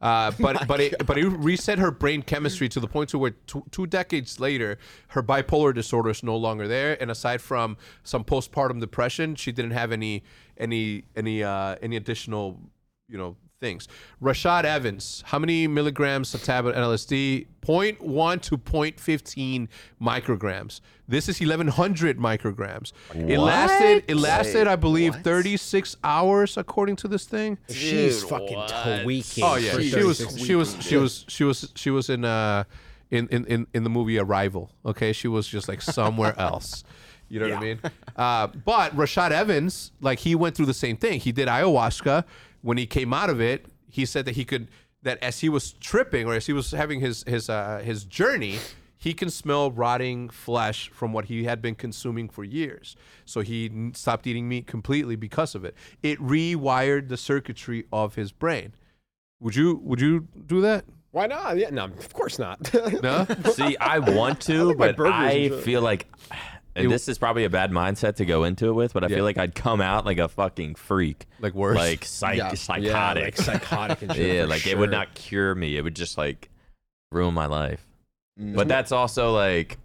Speaker 1: Uh, but but it but it reset her brain chemistry to the point to where two two decades later her bipolar disorder is no longer there and aside from some postpartum depression she didn't have any any any uh, any additional you know things. Rashad Evans, how many milligrams a tab of LSD? 0.1 to 0.15 micrograms. This is 1100 micrograms. It lasted it lasted I believe 36 hours according to this thing.
Speaker 3: She's fucking tweaking.
Speaker 1: Oh yeah,
Speaker 3: for
Speaker 1: she
Speaker 3: sure.
Speaker 1: was she was she was she was she was in uh in, in, in, in the movie Arrival. Okay, she was just like somewhere else. You know what I mean? Uh, but Rashad Evans, like he went through the same thing. He did ayahuasca. When he came out of it, he said that he could that as he was tripping or as he was having his his uh, his journey, he can smell rotting flesh from what he had been consuming for years. So he n- stopped eating meat completely because of it. It rewired the circuitry of his brain. Would you would you do that?
Speaker 3: Why not? Yeah, no, of course not.
Speaker 1: No.
Speaker 2: See, I want to,
Speaker 3: my
Speaker 2: but
Speaker 3: burgers
Speaker 2: I
Speaker 3: and shit.
Speaker 2: feel like and this is probably a bad mindset to go into it with, but I feel like I'd come out like a fucking freak.
Speaker 1: Like worse?
Speaker 2: Like psych
Speaker 3: yeah,
Speaker 4: Yeah.
Speaker 3: like
Speaker 2: psychotic. Yeah,
Speaker 3: psychotic and
Speaker 2: like,
Speaker 3: shit. for
Speaker 2: it would
Speaker 3: sure.
Speaker 2: not cure me. It would just like ruin my life.
Speaker 1: Mm-hmm.
Speaker 2: But that's also like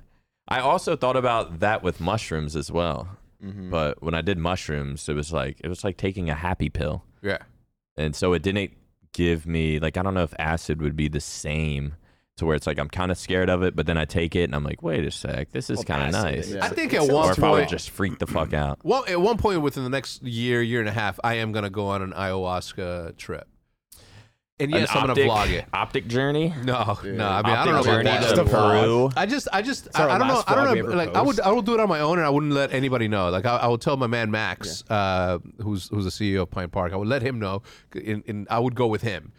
Speaker 2: I also thought about that with mushrooms as well.
Speaker 1: Mm-hmm.
Speaker 2: But when I did mushrooms, it was like it was like taking a happy pill.
Speaker 1: yeah.
Speaker 2: and so it didn't give me like I don't know if acid would be the same to where it's like I'm kind of scared of it, but then I take it and I'm like, wait a sec, this is kind of nice.
Speaker 1: I think at
Speaker 2: Or
Speaker 1: one
Speaker 2: if I would
Speaker 1: point,
Speaker 2: just freak the fuck out.
Speaker 1: well, at one point within the next year, year and a half, I am gonna go on an ayahuasca trip. And yes,
Speaker 2: An
Speaker 1: I'm
Speaker 2: optic,
Speaker 1: gonna vlog it.
Speaker 2: Optic journey.
Speaker 1: No, no. I mean, I don't know
Speaker 2: optic
Speaker 1: about
Speaker 2: journey
Speaker 1: that.
Speaker 2: to
Speaker 3: Stuff like-
Speaker 2: Peru.
Speaker 1: I just, I just,
Speaker 3: our
Speaker 1: I, I don't know.
Speaker 3: last
Speaker 1: I
Speaker 3: vlog we
Speaker 1: don't know.
Speaker 3: ever
Speaker 1: Like, I would,
Speaker 3: posted.
Speaker 1: I will do it on my own, and I wouldn't let anybody know. Like, I, I would tell my man E Max, uh, who's who's the CEO of Pine Park. I would let him know, and, and I would go with him.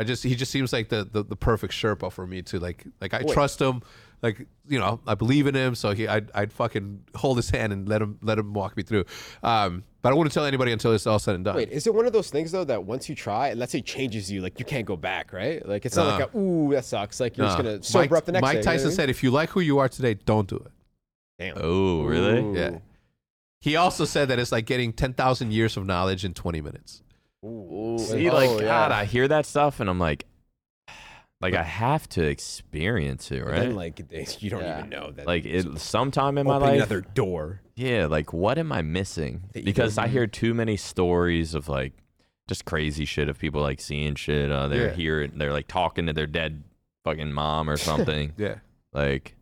Speaker 1: I just he just seems like the the, the perfect Sherpa for me too. Like like I trust him. Like you know, I believe in him, so he I'd, I'd fucking hold his hand and let him let him walk me through. Um, but I wouldn't tell anybody until it's all said and done.
Speaker 5: Wait, is it one of those things though that once you try, let's say it changes you, like you can't go back, right? Like it's not like a ooh that sucks. Like you're just
Speaker 1: Uh,
Speaker 5: gonna sober
Speaker 1: Mike,
Speaker 5: up the next
Speaker 1: Mike
Speaker 5: day. you know what I
Speaker 1: Tyson
Speaker 5: mean?
Speaker 1: said, "If you like who you are today, don't do it."
Speaker 2: Oh, really?
Speaker 5: Ooh.
Speaker 1: Yeah. He also said that it's like getting ten thousand years of knowledge in twenty minutes.
Speaker 2: See,
Speaker 5: Oh,
Speaker 2: like
Speaker 5: yeah.
Speaker 2: God, I hear that stuff and I'm like, like I have to experience it,
Speaker 5: But
Speaker 2: right?
Speaker 5: Then like they- you don't
Speaker 4: Yeah.
Speaker 5: even know that.
Speaker 2: like it, sometime in my
Speaker 5: open
Speaker 2: life,
Speaker 5: another door.
Speaker 2: yeah. Like, what am I missing?
Speaker 5: That you
Speaker 2: Because I hear too many stories of like just crazy shit of people like seeing shit. Uh, they're
Speaker 1: Yeah.
Speaker 2: here and they're like talking to their dead fucking mom or something.
Speaker 1: Yeah,
Speaker 2: like,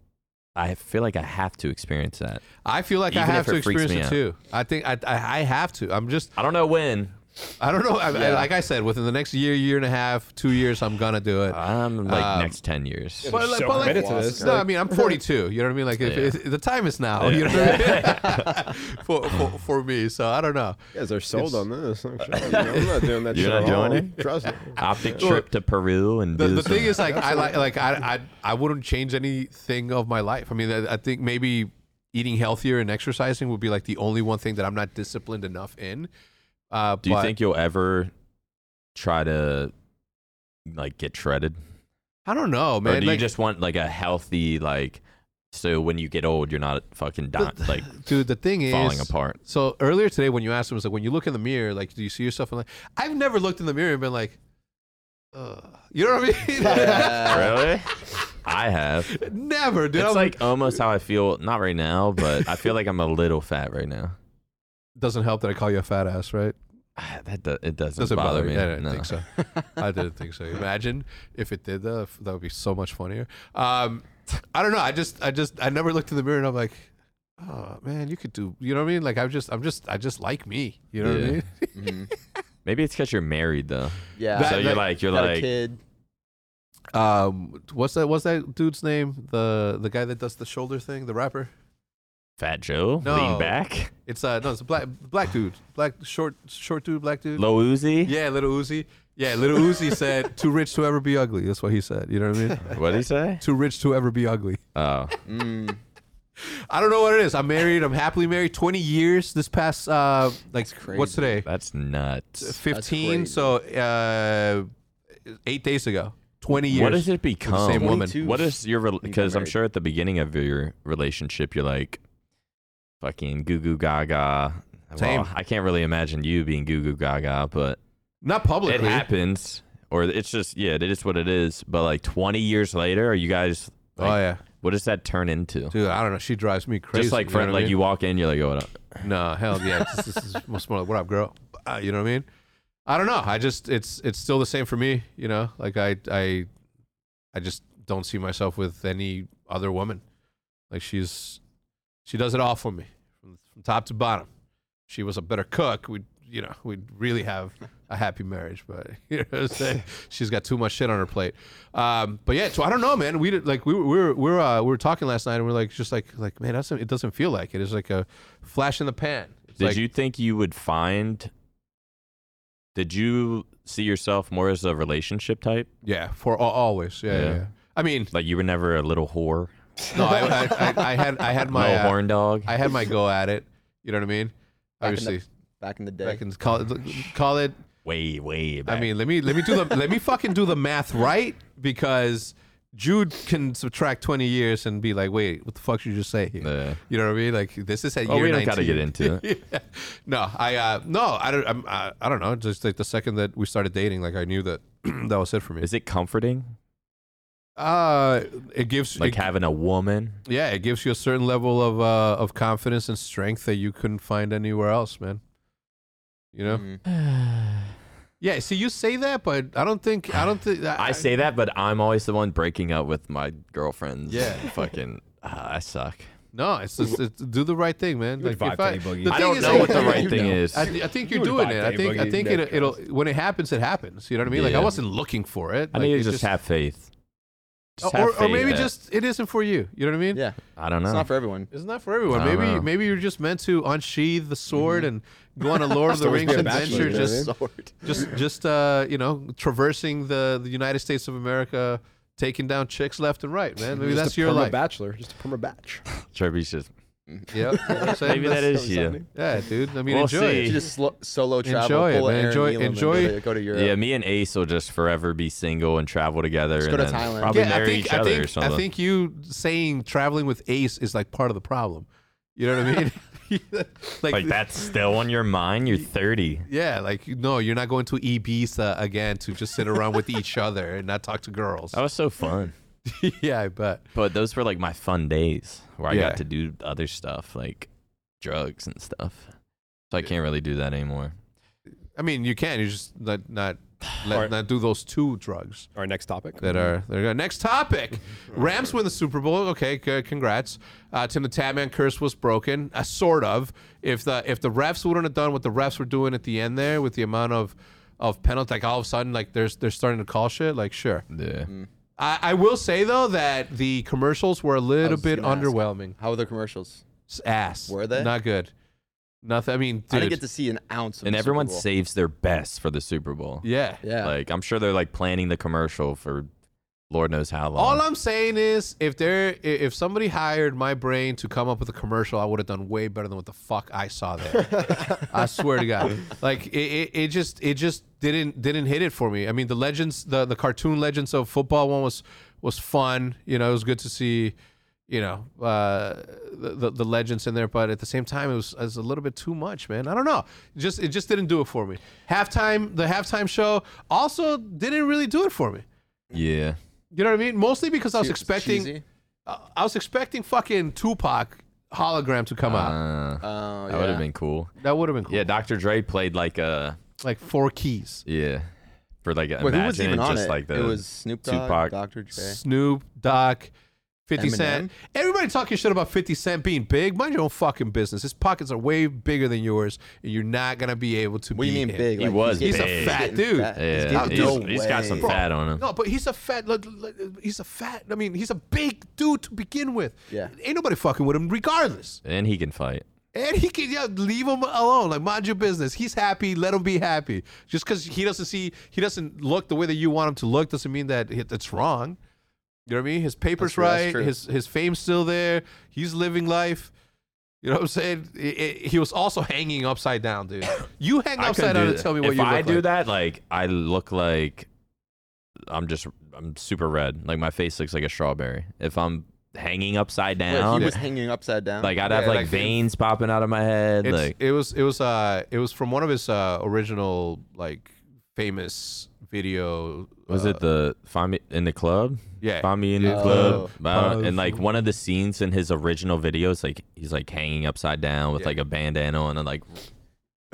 Speaker 2: I feel like I have to experience that.
Speaker 1: I feel like I
Speaker 2: Even
Speaker 1: have
Speaker 2: if
Speaker 1: to
Speaker 2: it freaks
Speaker 1: experience
Speaker 2: me
Speaker 1: it
Speaker 2: out.
Speaker 1: too. I think I, I I have to. I'm just
Speaker 2: I don't know when.
Speaker 1: I don't know. I, I- like I said, within the next year, year and a half, two years, I'm gonna do it.
Speaker 2: I'm like
Speaker 1: Um,
Speaker 2: next ten years.
Speaker 1: but like,
Speaker 5: so
Speaker 1: but like,
Speaker 5: committed to this.
Speaker 1: no, I mean, I'm 42. You know what I mean? Like, if, if- the time is now. You know what I mean? for, for for me, so I don't know.
Speaker 3: You guys are sold on this. I'm, sure. You know, I'm not doing that
Speaker 2: You're
Speaker 3: shit
Speaker 2: not
Speaker 3: at all.
Speaker 2: doing
Speaker 3: Trust me.
Speaker 2: Optic trip to Peru and
Speaker 1: The,
Speaker 2: do
Speaker 1: the
Speaker 2: some-
Speaker 1: thing is, like, I like, like, I, I, I wouldn't change anything of my life. I mean, I, I think maybe eating healthier and exercising would be like the only one thing that I'm not disciplined enough in. Uh,
Speaker 2: Do you
Speaker 1: but
Speaker 2: think you'll ever try to like get shredded,
Speaker 1: I don't know,
Speaker 2: or
Speaker 1: man.
Speaker 2: do
Speaker 1: Like,
Speaker 2: you just want like a healthy like? So when you get old, you're not fucking di- like
Speaker 1: dude, the thing is,
Speaker 2: falling apart.
Speaker 1: So earlier today, when you asked him, it's like when you look in the mirror, like do you see yourself? in like I've never looked in the mirror and been like, Ugh. you know what I mean?
Speaker 2: Really? I have.
Speaker 1: never, dude.
Speaker 2: It's
Speaker 1: I'm
Speaker 2: like almost how I feel. Not right now, but I feel like I'm a little fat right now.
Speaker 1: doesn't help that I call you a fat ass, right?
Speaker 2: That do- it doesn't,
Speaker 1: Doesn't
Speaker 2: bother, me.
Speaker 1: I didn't
Speaker 2: no.
Speaker 1: think so. I didn't think so. Imagine if it did though, if- that would be so much funnier. Um, I don't know. I just, I just, I never looked in the mirror and I'm like, oh man, you could do. You know what I mean? Like I'm just, I'm just, I just like me. You know what I
Speaker 2: Yeah.
Speaker 1: mean?
Speaker 2: Maybe it's because you're married though.
Speaker 4: Mm-hmm. Yeah.
Speaker 1: That-
Speaker 2: so you're
Speaker 1: that-
Speaker 2: like you're
Speaker 4: Got a
Speaker 2: like
Speaker 4: kid.
Speaker 1: Um, what's that? What's that dude's name? The the guy that does the shoulder thing, the rapper.
Speaker 2: Fat Joe.
Speaker 1: No.
Speaker 2: Lean back.
Speaker 1: It's uh no, it's a black black dude, black short short dude, black dude.
Speaker 2: Low Uzi.
Speaker 1: yeah, little Uzi. Yeah, little Uzi said, "Too rich to ever be ugly." That's what he said. You know what I mean?
Speaker 2: What did he say?
Speaker 1: Too rich to ever be ugly.
Speaker 2: Oh,
Speaker 4: Mm.
Speaker 1: I don't know what it is. I'm married. I'm happily married. Twenty years this past uh like
Speaker 4: crazy.
Speaker 1: what's today?
Speaker 2: that's nuts.
Speaker 1: Fifteen.
Speaker 4: crazy.
Speaker 1: So uh, eight days ago. Twenty years.
Speaker 2: What does it become?
Speaker 1: same woman.
Speaker 2: What is your
Speaker 4: you got
Speaker 2: because I'm
Speaker 4: married.
Speaker 2: sure at the beginning of your relationship you're like fucking goo goo gaga. Well,
Speaker 1: Same.
Speaker 2: I can't really imagine you being goo goo gaga, but
Speaker 1: Not
Speaker 2: it
Speaker 1: publicly.
Speaker 2: happens. Or it's just yeah, it is what it is. But like 20 years later, are you guys? Like,
Speaker 1: oh yeah,
Speaker 2: What does that turn into?
Speaker 1: dude. I don't know. She drives me crazy.
Speaker 2: just like
Speaker 1: you know
Speaker 2: friend,
Speaker 1: what I
Speaker 2: like
Speaker 1: mean?
Speaker 2: you walk in, you're like, what up?
Speaker 1: No, hell yeah. This, this is much more like, what up, girl? Uh, you know what I mean? I don't know. I just it's it's still the same for me. You know, like I I I just don't see myself with any other woman. Like she's she does it all for me from, from top to bottom. If She was a better cook. We would you know we'd really have a happy marriage. But you know what I'm saying? She's got too much shit on her plate. Um, but yeah, so I don't know, man. We did, like we were we were we were, uh, we were talking last night and we are like just like like man, that's it doesn't feel like it. It's like a flash in the pan. It's
Speaker 2: Did
Speaker 1: like,
Speaker 2: you think you would find? Did you see yourself more as a relationship type?
Speaker 1: Yeah, for al- always. Yeah, yeah.
Speaker 2: Yeah.
Speaker 1: yeah. I mean,
Speaker 2: Like you were never a little whore,
Speaker 1: no, I, I, I, I had I had my
Speaker 2: little
Speaker 1: uh,
Speaker 2: horn dog.
Speaker 1: I had my go at it. You know what I mean?
Speaker 4: Back in
Speaker 1: Obviously,
Speaker 4: Back in the
Speaker 1: I
Speaker 4: day.
Speaker 1: can call it call it
Speaker 2: way, way back.
Speaker 1: I mean, let me let me do the let me fucking do the math right because Jude can subtract twenty years and be like, wait, what the fuck did you just say here?
Speaker 2: Yeah.
Speaker 1: You know what I mean? Like this is at
Speaker 2: Oh,
Speaker 1: year
Speaker 2: we
Speaker 1: 19.
Speaker 2: don't gotta get into
Speaker 1: it. No, I uh, no, I don't. I'm, I, I don't know. Just like the second that we started dating, like I knew that that was it for me.
Speaker 2: Is it comforting?
Speaker 1: Uh, it gives
Speaker 2: Like
Speaker 1: it,
Speaker 2: having a woman?
Speaker 1: yeah, it gives you a certain level of uh, of confidence and strength that you couldn't find anywhere else, man. You know?
Speaker 4: Mm.
Speaker 1: Yeah. See, you say that, but I don't think I don't think
Speaker 2: I say that, but I'm always the one breaking up with my girlfriends.
Speaker 1: Yeah.
Speaker 2: Fucking, ah, I suck.
Speaker 1: No, it's just it's, do the right thing, man.
Speaker 3: You would vibe to any boogie.
Speaker 1: the
Speaker 2: I
Speaker 1: thing
Speaker 2: don't
Speaker 1: is,
Speaker 2: know
Speaker 1: like,
Speaker 2: what the
Speaker 1: you
Speaker 2: right
Speaker 1: know,
Speaker 2: thing is.
Speaker 1: I, I think you're
Speaker 3: You would
Speaker 1: doing
Speaker 3: vibe
Speaker 1: it.
Speaker 3: to
Speaker 1: I
Speaker 3: any
Speaker 1: think I
Speaker 3: boogie,
Speaker 1: think
Speaker 3: no
Speaker 1: it, it'll when it happens, it happens. You know what I mean? Like I
Speaker 2: Yeah.
Speaker 1: wasn't looking for it.
Speaker 2: I
Speaker 1: Like,
Speaker 2: need
Speaker 1: it
Speaker 2: to just have faith. Just have
Speaker 1: or, or
Speaker 2: faith
Speaker 1: maybe
Speaker 2: that-
Speaker 1: just it isn't for you. You know what I mean?
Speaker 4: Yeah,
Speaker 2: I don't know.
Speaker 4: it's not for everyone.
Speaker 1: Isn't that for everyone?
Speaker 2: I don't
Speaker 1: Maybe
Speaker 2: know.
Speaker 1: maybe you're just meant to unsheathe the sword and go on a Lord of the
Speaker 5: always
Speaker 1: Rings
Speaker 5: been a bachelor,
Speaker 1: adventure,
Speaker 5: you know what I
Speaker 1: just just
Speaker 4: Sword.
Speaker 1: just uh, you know, traversing the, the United States of America, taking down chicks left and right, man. Maybe
Speaker 5: Just a
Speaker 1: that's your
Speaker 5: perma
Speaker 1: life.
Speaker 5: Bachelor, just a perma batch.
Speaker 2: Trevor's just-
Speaker 1: Yeah, you know what I'm saying?
Speaker 2: Maybe that
Speaker 1: That's-
Speaker 2: is you.
Speaker 1: Yeah, dude. I mean,
Speaker 2: We'll
Speaker 1: enjoy
Speaker 2: see.
Speaker 4: You
Speaker 1: it.
Speaker 4: just slo- solo travel,
Speaker 1: Enjoy it,
Speaker 4: pull a
Speaker 1: man.
Speaker 4: Aaron
Speaker 1: Enjoy-
Speaker 4: Nealon and
Speaker 1: enjoy-
Speaker 4: go to, go to Europe.
Speaker 2: Yeah, me and Ace will just forever be single and travel together
Speaker 4: Let's
Speaker 2: and
Speaker 4: go to
Speaker 2: then
Speaker 4: Thailand.
Speaker 2: probably
Speaker 1: Yeah, I
Speaker 2: marry
Speaker 1: think
Speaker 2: each
Speaker 1: I
Speaker 2: other or
Speaker 1: think
Speaker 2: something.
Speaker 1: I think you saying traveling with Ace is like part of the problem. You know what I mean?
Speaker 2: like that's still on your mind. You're 30.
Speaker 1: Yeah, like no, you're not going to Ibiza again to just sit around with each other and not talk to girls.
Speaker 2: That was so fun.
Speaker 1: yeah, I bet.
Speaker 2: But those were like my fun days where I
Speaker 1: Yeah.
Speaker 2: got to do other stuff like drugs and stuff. So I can't really do that anymore.
Speaker 1: I mean, you can. You just not not let,
Speaker 5: Alright.
Speaker 1: not do those two drugs
Speaker 5: Our next topic.
Speaker 4: Mm-hmm.
Speaker 1: that are that are good. Next topic: Rams win the Super Bowl. Okay, c- congrats. Uh, Tim the Tatman curse was broken, uh, sort of. If the if the refs wouldn't have done what the refs were doing at the end there with the amount of of penalty, like all of a sudden, like there's they're starting to call shit. Like sure,
Speaker 2: Yeah.
Speaker 4: Mm,
Speaker 1: I, I will say though that the commercials were a little
Speaker 4: was
Speaker 1: bit
Speaker 4: gonna ask.
Speaker 1: underwhelming.
Speaker 4: How are the commercials?
Speaker 1: It's ass.
Speaker 4: Were they?
Speaker 1: not good? Nothing. I mean, dude.
Speaker 4: I didn't get to see an ounce. Of
Speaker 2: And
Speaker 4: the Super
Speaker 2: everyone
Speaker 4: Bowl.
Speaker 2: saves their best for the Super Bowl.
Speaker 1: yeah.
Speaker 4: yeah,
Speaker 2: Like I'm sure they're like planning the commercial for Lord knows how long.
Speaker 1: All I'm saying is, if there, i- if somebody hired my brain to come up with a commercial, I would have done way better than what the fuck I saw there. I swear to God, like it, it, it just, it just didn't, didn't hit it for me. I mean, the legends, the the cartoon legends of football one was was fun. You know, it was good to see, you know, uh, the, the the legends in there, but at the same time, it was, it was a little bit too much, man. I don't know, It just it just didn't do it for me. Halftime, the halftime show also didn't really do it for me.
Speaker 2: yeah.
Speaker 1: You know what I mean? Mostly because I was
Speaker 4: Che-
Speaker 1: expecting
Speaker 4: cheesy?
Speaker 1: uh, I was expecting fucking Tupac hologram to come out.
Speaker 2: Uh,
Speaker 4: Oh,
Speaker 2: that would
Speaker 4: yeah.
Speaker 2: have been cool.
Speaker 1: That would have been cool.
Speaker 2: Yeah, Dr. Dre played like a
Speaker 1: Like four keys.
Speaker 2: yeah for like a
Speaker 4: Wait,
Speaker 2: imagine
Speaker 4: who was even
Speaker 2: and
Speaker 4: on
Speaker 2: just
Speaker 4: it?
Speaker 2: like the
Speaker 4: it was Snoop Dogg,
Speaker 2: Tupac.
Speaker 4: Dr. Dre.
Speaker 1: Snoop, Doc, 50
Speaker 4: Eminem?
Speaker 1: Cent. Everybody talking shit about 50 Cent being big. Mind your own fucking business. His pockets are way bigger than yours, and you're not going to be able to
Speaker 4: What do you
Speaker 1: beat
Speaker 4: mean
Speaker 1: him.
Speaker 4: big?
Speaker 2: He was
Speaker 4: getting-
Speaker 2: big.
Speaker 1: He's a fat
Speaker 4: getting
Speaker 1: dude.
Speaker 4: fat. He's
Speaker 2: yeah,
Speaker 4: getting-
Speaker 2: he's,
Speaker 4: no
Speaker 2: he's got
Speaker 4: way.
Speaker 2: some
Speaker 1: Bro,
Speaker 2: fat on him.
Speaker 1: No, but he's a fat. Look, look, he's a fat. I mean, he's a big dude to begin with.
Speaker 4: Yeah.
Speaker 1: Ain't nobody fucking with him, regardless.
Speaker 2: And he can fight.
Speaker 1: And he can yeah, leave him alone. Like mind your business. He's happy. Let him be happy. Just because he doesn't see, he doesn't look the way that you want him to look, doesn't mean that it- it's wrong. You know what I mean? His papers
Speaker 4: That's true, that's
Speaker 1: right.
Speaker 4: true.
Speaker 1: His his fame's still there. He's living life. You know what I'm saying? I- I- he was also hanging upside down, dude. You hang
Speaker 2: I couldn't
Speaker 1: upside
Speaker 2: do
Speaker 1: down and
Speaker 2: that.
Speaker 1: tell me what
Speaker 2: if
Speaker 1: you look
Speaker 2: I do
Speaker 1: like.
Speaker 2: that, like I look like I'm just I'm super red. Like my face looks like a strawberry. If I'm hanging upside
Speaker 4: Wait,
Speaker 2: down,
Speaker 4: he was hanging upside down.
Speaker 2: like I'd
Speaker 1: Yeah,
Speaker 2: have like,
Speaker 1: like,
Speaker 2: veins popping out of my head.
Speaker 1: It's-
Speaker 2: like
Speaker 1: it was it was uh it was from one of his uh, original like famous video.
Speaker 2: was
Speaker 1: uh,
Speaker 2: it the find me in the club?
Speaker 1: Yeah.
Speaker 2: find me in the
Speaker 1: Yeah.
Speaker 2: club.
Speaker 4: Oh.
Speaker 2: Wow. and like one of the scenes in his original videos, like he's like hanging upside down with
Speaker 1: Yeah.
Speaker 2: like a bandana on and like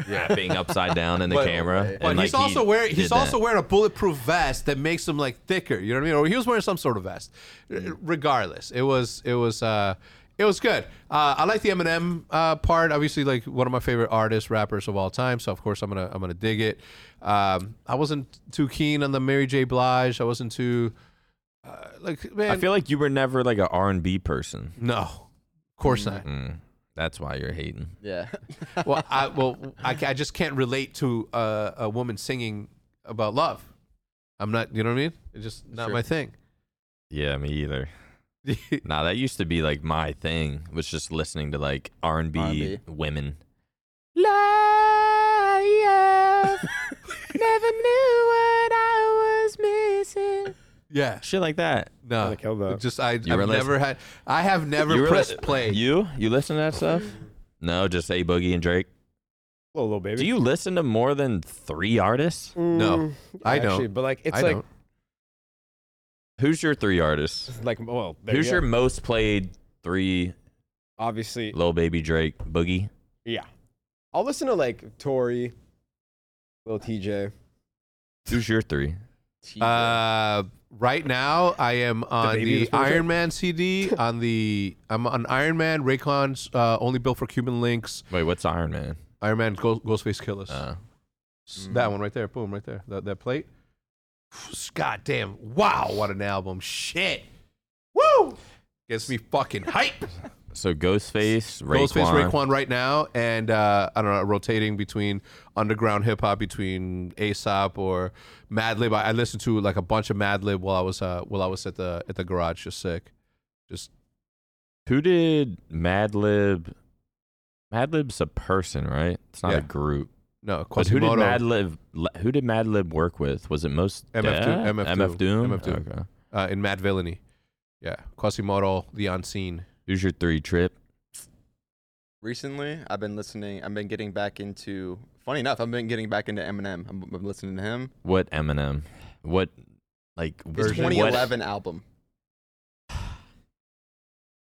Speaker 2: rapping upside down in the
Speaker 1: But-
Speaker 2: camera. and,
Speaker 1: But
Speaker 2: like,
Speaker 1: he's
Speaker 2: he
Speaker 1: also wearing
Speaker 2: did
Speaker 1: he's
Speaker 2: that.
Speaker 1: also wearing a bulletproof vest that makes him like thicker. You know what I mean? Or he was wearing some sort of vest. R-
Speaker 2: Mm.
Speaker 1: Regardless, it was it was uh it was good. Uh, I like the Eminem uh, part. Obviously, like one of my favorite artists, rappers of all time. So of course I'm gonna I'm gonna dig it. Um, I wasn't too keen on the Mary J. Blige. I wasn't too uh, like man.
Speaker 2: I feel like you were never like a R and B person.
Speaker 1: no, of course not.
Speaker 2: Mm, that's why you're hating.
Speaker 4: yeah,
Speaker 1: well, I well, I, ca- I just can't relate to uh, a woman singing about love. I'm not, you know what I mean? It's just not
Speaker 4: Sure.
Speaker 1: my thing.
Speaker 2: Yeah, me either. Nah, that used to be like my thing. Was just listening to like R and B
Speaker 4: R&B.
Speaker 2: women.
Speaker 1: yeah,
Speaker 2: Shit like that.
Speaker 1: no,
Speaker 5: Like, hell no.
Speaker 1: just I, I've
Speaker 2: You were listening-
Speaker 1: never had. I have never
Speaker 2: were
Speaker 1: pressed
Speaker 2: li-
Speaker 1: play.
Speaker 2: You you listen to that stuff? No, just A Boogie and Drake.
Speaker 5: Hello, little baby. Mm,
Speaker 2: Do you listen to more than three artists?
Speaker 1: No, I don't.
Speaker 5: Actually, but like it's
Speaker 1: I
Speaker 5: like
Speaker 1: don't.
Speaker 2: Who's your three artists?
Speaker 5: like well, there
Speaker 2: Who's
Speaker 5: you
Speaker 2: your
Speaker 5: go.
Speaker 2: most played three?
Speaker 5: obviously
Speaker 2: Lil Baby Drake, Boogie.
Speaker 5: yeah. I'll listen to like Tori, Lil TJ.
Speaker 2: Who's your three?
Speaker 1: Uh, right now, I am on
Speaker 5: baby
Speaker 1: the,
Speaker 5: is perfect.
Speaker 1: Iron Man CD. on the I'm on Iron Man, Raycon's uh, only built for Cuban links.
Speaker 2: Wait, what's Iron Man?
Speaker 1: Iron Man, Ghost, Ghostface Killers.
Speaker 2: Uh,
Speaker 1: S- That one right there. Boom, right there. That, that plate. God damn. Wow, what an album. Shit. Gets me fucking hype.
Speaker 2: So Ghostface, Raekwon.
Speaker 1: Ghostface Raekwon right now, and uh, I don't know, rotating between underground hip hop, between Aesop or Madlib. I, I listened to like a bunch of Madlib while I was uh, while I was at the at the garage, just sick. Just
Speaker 2: Who did Madlib? Madlib's a person, right? It's not
Speaker 1: Yeah.
Speaker 2: a group.
Speaker 1: no.
Speaker 2: But who did
Speaker 1: Quasimodo.
Speaker 2: Madlib? Who did Madlib work with? Was it most
Speaker 1: MF Doom,
Speaker 2: Def?
Speaker 1: MF Doom,
Speaker 2: MF Doom.
Speaker 1: MF Doom.
Speaker 2: Okay.
Speaker 1: uh, in Mad Villainy. Yeah, Quasimodo, the unseen.
Speaker 2: Who's your three trip?
Speaker 4: Recently, I've been listening. I've been getting back into. Funny enough, I've been getting back into Eminem. I'm, I'm listening to him.
Speaker 2: What Eminem? What like
Speaker 4: His
Speaker 1: Version-
Speaker 2: what-
Speaker 4: 2011 album.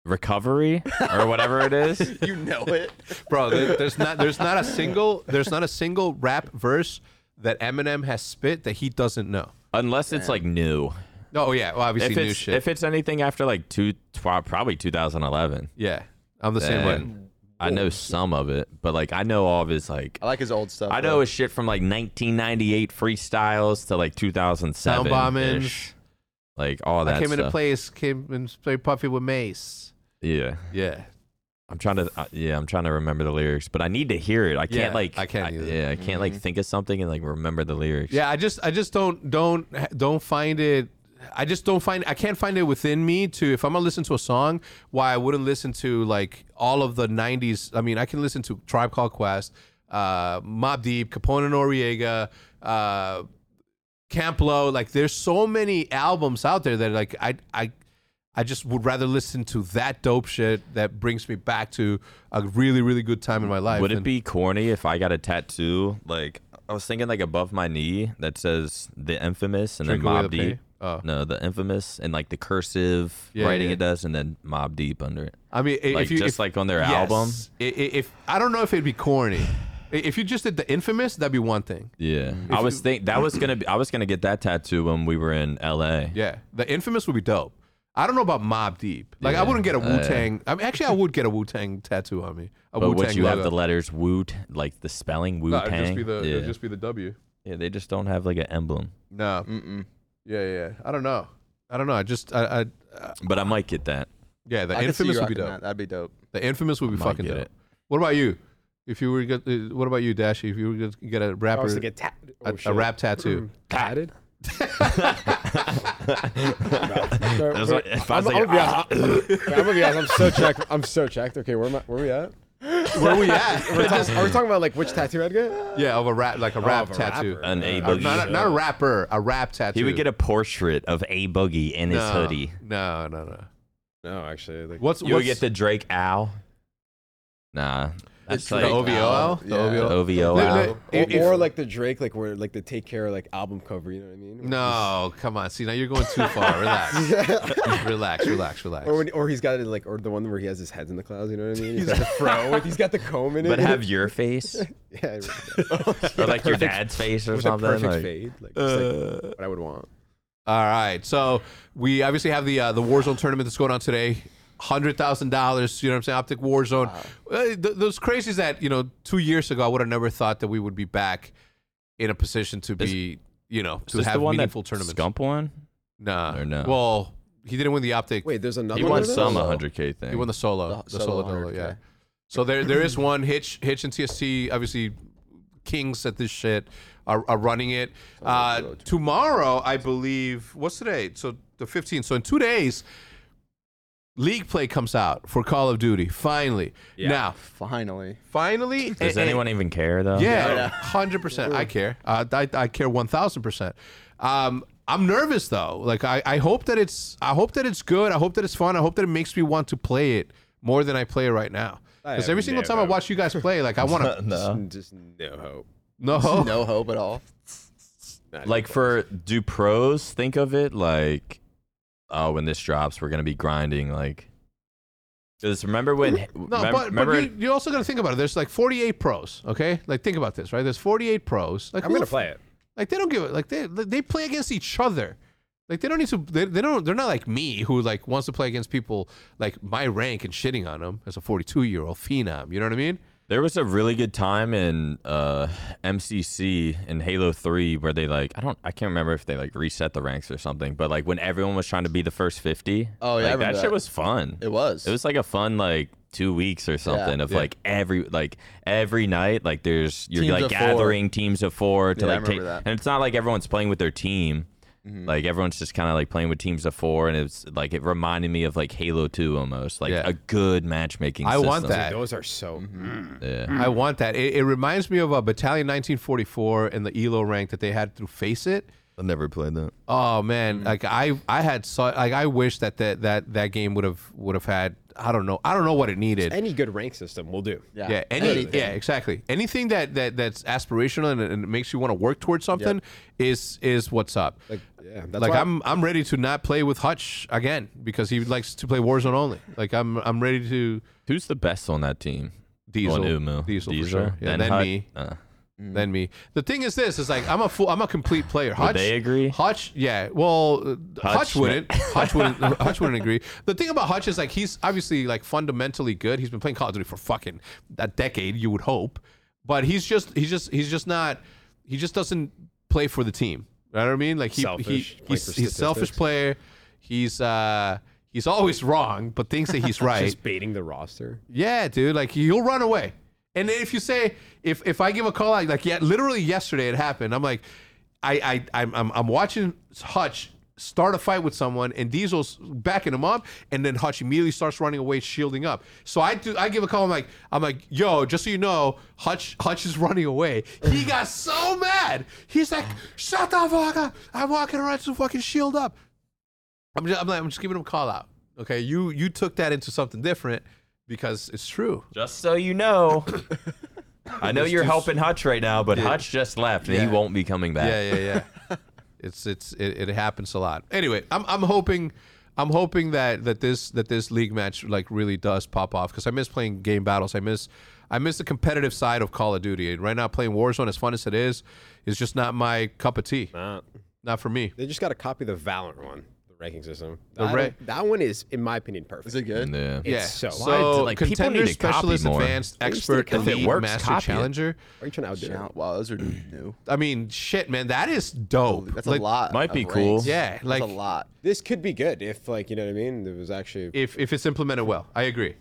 Speaker 2: recovery or whatever it is?
Speaker 4: You know it.
Speaker 1: Bro, there, there's not there's not a single there's not a single rap verse that Eminem has spit that he doesn't know.
Speaker 2: Unless it's like new.
Speaker 1: Oh yeah, well, obviously
Speaker 2: If
Speaker 1: new
Speaker 2: it's
Speaker 1: shit.
Speaker 2: if it's anything after like two tw- probably 2011,
Speaker 1: yeah, I'm the same
Speaker 2: then
Speaker 1: way.
Speaker 2: I know some of it, but like I know all of his like
Speaker 4: I like his old stuff.
Speaker 2: I
Speaker 4: though.
Speaker 2: know his shit from like 1998 freestyles to like 2007
Speaker 1: Soundbombings.
Speaker 2: like all that
Speaker 1: I came
Speaker 2: stuff.
Speaker 1: into place, came and played Puffy with Mace.
Speaker 2: Yeah,
Speaker 1: Yeah,
Speaker 2: I'm trying to. Uh, yeah, I'm trying to remember the lyrics, but I need to hear it. I can't
Speaker 1: Yeah,
Speaker 2: like.
Speaker 1: I can't either. Mm-hmm.
Speaker 2: yeah, I can't like think of something and like remember the lyrics.
Speaker 1: yeah. I just I just don't don't don't find it. I just don't find I can't find it within me to if I'm gonna listen to a song. Why I wouldn't listen to like all of the '90s. I mean, I can listen to Tribe Called Quest, uh, Mob Deep, Capone and Noriega. Uh, Camp Low, like there's so many albums out there that like I I I just would rather listen to that dope shit that brings me back to a really really good time in my life.
Speaker 2: Would it
Speaker 1: And-
Speaker 2: be corny if I got a tattoo like I was thinking like above my knee that says the infamous and
Speaker 1: Drink
Speaker 2: then
Speaker 1: away
Speaker 2: Mob
Speaker 1: the
Speaker 2: Deep?
Speaker 1: pain? Oh.
Speaker 2: No, the infamous and like the cursive
Speaker 1: Yeah,
Speaker 2: writing
Speaker 1: yeah.
Speaker 2: it does, and then Mob Deep under it.
Speaker 1: I mean, i- if
Speaker 2: Like,
Speaker 1: you
Speaker 2: just
Speaker 1: if,
Speaker 2: like on their album?
Speaker 1: I- i- If I don't know if it'd be corny, I- if you just did the infamous, that'd be one thing.
Speaker 2: Yeah,
Speaker 1: Mm.
Speaker 2: I was think that was gonna be I was gonna get that tattoo when we were in L.A.
Speaker 1: Yeah, the infamous would be dope. I don't know about Mob Deep. Like I wouldn't get a Wu Tang. I mean, actually, I would get a Wu Tang tattoo on me. A
Speaker 2: Uh, But
Speaker 1: Wu
Speaker 2: would
Speaker 1: Tang
Speaker 2: you have
Speaker 1: logo.
Speaker 2: the letters Wu, t- like the spelling Wu
Speaker 1: No,
Speaker 2: Tang?
Speaker 1: it'd just be the
Speaker 2: yeah.
Speaker 1: it'd just be the W.
Speaker 2: yeah, they just don't have like an emblem.
Speaker 1: No.
Speaker 4: Mm-mm.
Speaker 1: Yeah, yeah. yeah. I don't know. I don't know. I just I, I
Speaker 2: But I might get that.
Speaker 1: yeah. The
Speaker 4: I could see you
Speaker 1: infamous would be
Speaker 4: rocking
Speaker 1: dope.
Speaker 4: That. That'd be dope.
Speaker 1: The infamous would be
Speaker 2: might
Speaker 1: fucking
Speaker 2: get
Speaker 1: dope.
Speaker 2: it.
Speaker 1: What about you? If you were get, uh, what about you, Dash? If you were to get a
Speaker 5: I
Speaker 1: rapper,
Speaker 5: was to get tat- oh,
Speaker 1: a, a
Speaker 5: shit.
Speaker 1: rap tattoo.
Speaker 5: tatted.
Speaker 2: That's what- if I was
Speaker 5: I'm,
Speaker 2: like, "Ah."
Speaker 5: I'm, gonna be honest, I'm gonna be honest. I'm so checked. I'm so checked. Okay, where am I? Where we at?
Speaker 1: Where we at?
Speaker 5: We're talking, are we talking about like which tattoo I'd get?
Speaker 1: yeah, of a rap, like a rap
Speaker 5: of a
Speaker 1: tattoo.
Speaker 5: rapper.
Speaker 2: an A
Speaker 1: Uh,
Speaker 2: boogie.
Speaker 1: not, a, not a rapper, a rap tattoo.
Speaker 2: he would get a portrait of A Boogie in
Speaker 1: no,
Speaker 2: his hoodie.
Speaker 1: No, no, no.
Speaker 5: No, actually, like
Speaker 1: What's
Speaker 2: You would
Speaker 1: what's
Speaker 2: get the Drake Owl. Nah, that's
Speaker 1: the
Speaker 2: like
Speaker 1: OVO? out? The
Speaker 4: yeah.
Speaker 2: the
Speaker 1: OVO?
Speaker 2: OVO
Speaker 1: Li-
Speaker 2: owl.
Speaker 1: li-
Speaker 5: or,
Speaker 1: if-
Speaker 5: or like the Drake, like where like the take care like album cover. You know what I mean?
Speaker 1: No, come on. See, now you're going too far. Relax, relax, relax, relax.
Speaker 5: Or when, or he's got it like or the one where he has his heads in the clouds. You know what I mean? He's
Speaker 1: He's-
Speaker 5: got the fro. with- He's got the comb in it.
Speaker 2: But have your face
Speaker 5: yeah, with
Speaker 2: or like your dad's face or
Speaker 5: with a
Speaker 2: something.
Speaker 5: perfect
Speaker 2: like-
Speaker 5: fade. Like, just, like what I would want.
Speaker 1: All right. So we obviously have the uh, the Warzone tournament that's going on today. Hundred thousand dollars, you know what I'm saying? Optic Warzone. Uh, th- those crazies that you know, two years ago, I would have never thought that we would be back in a position to be, you know,
Speaker 2: Is
Speaker 1: to
Speaker 2: this
Speaker 1: have
Speaker 2: the one
Speaker 1: meaningful
Speaker 2: that
Speaker 1: tournaments.
Speaker 2: Scump won?
Speaker 1: Nah,
Speaker 2: Or no?
Speaker 1: Well, he didn't win the Optic.
Speaker 5: Wait, there's another
Speaker 2: He
Speaker 5: one.
Speaker 2: won
Speaker 5: of those?
Speaker 2: some 100k thing.
Speaker 1: he won the solo,
Speaker 4: The-
Speaker 1: the, solo,
Speaker 4: solo
Speaker 1: solo
Speaker 4: 100K.
Speaker 1: yeah. So there, there is one Hitch, Hitch and TSC, obviously kings at this shit, are, are running it. Uh, tomorrow, I believe, what's today? So the 15th. So in two days, league play comes out for Call of Duty. Finally, now,
Speaker 4: Finally.
Speaker 1: finally,
Speaker 2: Does
Speaker 1: and- and-
Speaker 2: anyone even care though?
Speaker 1: yeah, hundred percent. I care. Uh, I, I care one thousand percent. Um, I'm nervous though. Like I, I hope that it's I hope that it's good. I hope that it's fun. I hope that it makes me want to play it more than I play it right now. Because
Speaker 5: have
Speaker 1: every single
Speaker 5: no
Speaker 1: time I
Speaker 5: hope.
Speaker 1: watch you guys play, like I want to
Speaker 2: No.
Speaker 5: Just no hope.
Speaker 1: no hope.
Speaker 4: No hope at all.
Speaker 2: Like for do pros think of it like, oh, when this drops, we're gonna be grinding like. Because remember when?
Speaker 1: No,
Speaker 2: remem-
Speaker 1: but,
Speaker 2: remember
Speaker 1: but you, you also got to think about it. There's like 48 pros, okay? Like think about this, right? There's 48 pros. Like
Speaker 5: I'm
Speaker 1: who
Speaker 5: gonna
Speaker 1: the
Speaker 5: play it.
Speaker 1: Like they don't give it. Like they they play against each other. Like they don't need to. They, they don't. They're not like me who like wants to play against people like my rank and shitting on them as a 42 year old phenom. You know what I mean?
Speaker 2: There was a really good time in uh, MCC in Halo 3 where they like I don't I can't remember if they like reset the ranks or something, but like when everyone was trying to be the first 50.
Speaker 4: Oh, yeah, I
Speaker 2: like,
Speaker 4: remember
Speaker 2: that,
Speaker 4: that.
Speaker 2: shit was fun.
Speaker 4: It was.
Speaker 2: It was like a fun like 2 weeks or something of
Speaker 1: Yeah.
Speaker 2: like every like every night like there's you're
Speaker 4: Teams
Speaker 2: like
Speaker 4: of four.
Speaker 2: gathering teams of 4 to
Speaker 4: Yeah, I
Speaker 2: like take
Speaker 4: remember that. Mm-hmm.
Speaker 2: and it's not like everyone's playing with their team. Like everyone's just kind of like playing with teams of 4 and it's like it reminded me of like Halo 2 almost, like
Speaker 1: Yeah.
Speaker 2: a good matchmaking
Speaker 1: I want
Speaker 2: system.
Speaker 1: that.
Speaker 5: Those are so. mm.
Speaker 2: Yeah.
Speaker 1: I want that. It, it reminds me of a Battalion 1944 and the ELO rank that they had through Face It.
Speaker 2: I never played that.
Speaker 1: Oh man, like I I had so like I wish that that that, that game would have would have had I don't know I don't know what it needed.
Speaker 5: Any good rank system will do.
Speaker 4: Yeah.
Speaker 1: yeah, any,
Speaker 4: anything.
Speaker 1: yeah, exactly. Anything that, that that's aspirational and, and makes you want to work towards something is is what's up. Like,
Speaker 5: Yeah, that's
Speaker 1: like
Speaker 5: why
Speaker 1: I'm I'm ready to not play with Hutch again because he likes to play Warzone only. Like I'm I'm ready to
Speaker 2: Who's the best on that team?
Speaker 1: Diesel,
Speaker 2: on Umu.
Speaker 1: Diesel, for sure. Yeah,
Speaker 2: Then,
Speaker 1: then,
Speaker 2: Hut-
Speaker 1: me,
Speaker 2: Uh,
Speaker 1: then me. The thing is, this is like I'm a full, I'm a complete player. Hutch,
Speaker 2: they agree?
Speaker 1: Hutch, yeah. Well, uh, Hutch,
Speaker 2: Hutch-
Speaker 1: wouldn't. Hutch wouldn't. Hutch wouldn't agree. The thing about Hutch is like he's obviously like fundamentally good. He's been playing Call of Duty for fucking a decade, you would hope, but he's just he's just he's just not. He just doesn't play for the team. You know what I mean? Like he
Speaker 5: Selfish,
Speaker 1: he
Speaker 5: play
Speaker 1: he's,
Speaker 5: for
Speaker 1: he's a selfish
Speaker 5: statistics.
Speaker 1: player. He's uh he's always wrong, but thinks that he's right.
Speaker 5: just baiting the roster.
Speaker 1: Yeah, dude. Like you'll run away. And then if you say if if I give a call out, like yeah, literally yesterday it happened. I'm like, I I I'm I'm, I'm watching Hutch start a fight with someone and Diesel's backing him up and then Hutch immediately starts running away shielding up. So I do I give a call I'm like I'm like yo just so you know Hutch Hutch is running away. He got so mad. He's like shut the fuck up. I'm walking around to fucking shield up. I'm just, I'm like, I'm just giving him a call out. Okay, you you took that into something different because it's true.
Speaker 2: just so you know, I know you're helping Hutch right now, but Hutch just left and he won't be coming back.
Speaker 1: Yeah, yeah, yeah. it's it's it, it happens a lot. Anyway, I'm I'm hoping I'm hoping that that this that this league match like really does pop off because I miss playing game battles. I miss I miss the competitive side of Call of Duty. Right now, playing Warzone, as fun as it is, is just not my cup of tea. Not for me.
Speaker 5: They just got to copy the Valorant one, the ranking system.
Speaker 1: The
Speaker 5: I
Speaker 1: ra-
Speaker 5: don't- that one is, in my opinion, perfect.
Speaker 4: Is it good?
Speaker 2: Yeah.
Speaker 1: Yeah.
Speaker 2: Why
Speaker 5: so-
Speaker 2: do-
Speaker 1: so
Speaker 2: like, people need
Speaker 1: contender,
Speaker 2: to copy
Speaker 1: specialist,
Speaker 2: more.
Speaker 1: advanced,
Speaker 4: They used to
Speaker 1: expert,
Speaker 4: copy it. If it
Speaker 1: elite,
Speaker 2: works,
Speaker 1: master,
Speaker 2: copy it.
Speaker 1: challenger.
Speaker 5: Are you trying to outdo?
Speaker 4: Shout-
Speaker 5: it?
Speaker 4: Wow, those are new.
Speaker 1: I mean, shit, man, that is dope.
Speaker 4: That's
Speaker 1: Like,
Speaker 4: a lot.
Speaker 2: Might
Speaker 4: of
Speaker 2: be
Speaker 4: ranks.
Speaker 2: cool.
Speaker 1: Yeah,
Speaker 4: That's
Speaker 1: like
Speaker 4: a lot.
Speaker 5: This could be good if, like, you know what I mean. There was actually
Speaker 1: if if it's implemented well. I agree.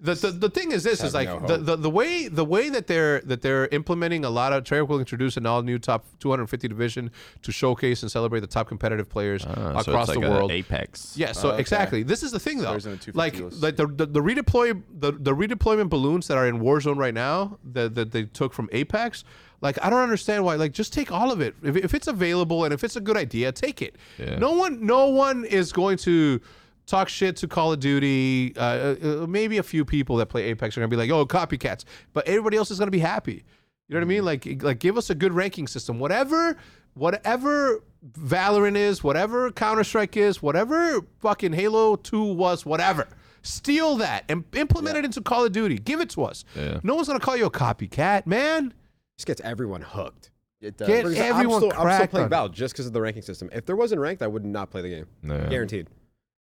Speaker 1: The, the, the thing is this is
Speaker 5: Have
Speaker 1: like
Speaker 5: no
Speaker 1: the,
Speaker 5: hope.
Speaker 1: the, the way the way that they're that they're implementing a lot of Treyarch will introduce an all new top 250 division to showcase and celebrate the top competitive players
Speaker 2: Uh,
Speaker 1: across
Speaker 2: so it's like
Speaker 1: the
Speaker 2: a
Speaker 1: world.
Speaker 2: Apex.
Speaker 1: Yeah, so
Speaker 4: okay.
Speaker 1: exactly. This is the thing though.
Speaker 4: Players in the 250
Speaker 1: Like
Speaker 4: list.
Speaker 1: like the, the the redeploy the, the redeployment balloons that are in Warzone right now that that they took from Apex. Like I don't understand why. Like just take all of it if, if it's available and if it's a good idea, take it. No one no one is going to talk shit to Call of Duty. Uh, uh, uh, maybe a few people that play Apex are gonna be like, oh copycats, but everybody else is gonna be happy. You know what I mean? Like
Speaker 2: Mm-hmm.
Speaker 1: like give us a good ranking system. Whatever whatever Valorant is, whatever Counter Strike is, whatever fucking Halo 2 was, whatever. Steal that and implement it into Call of Duty. Give it to us. No one's gonna call you a copycat, man.
Speaker 5: just gets everyone hooked.
Speaker 4: It does.
Speaker 1: Get
Speaker 5: For example,
Speaker 1: everyone
Speaker 5: I'm still, I'm still
Speaker 1: cracked
Speaker 5: playing
Speaker 1: on it.
Speaker 5: Val just because of the ranking system. If there wasn't ranked, I would not play the game,
Speaker 2: Yeah.
Speaker 5: guaranteed.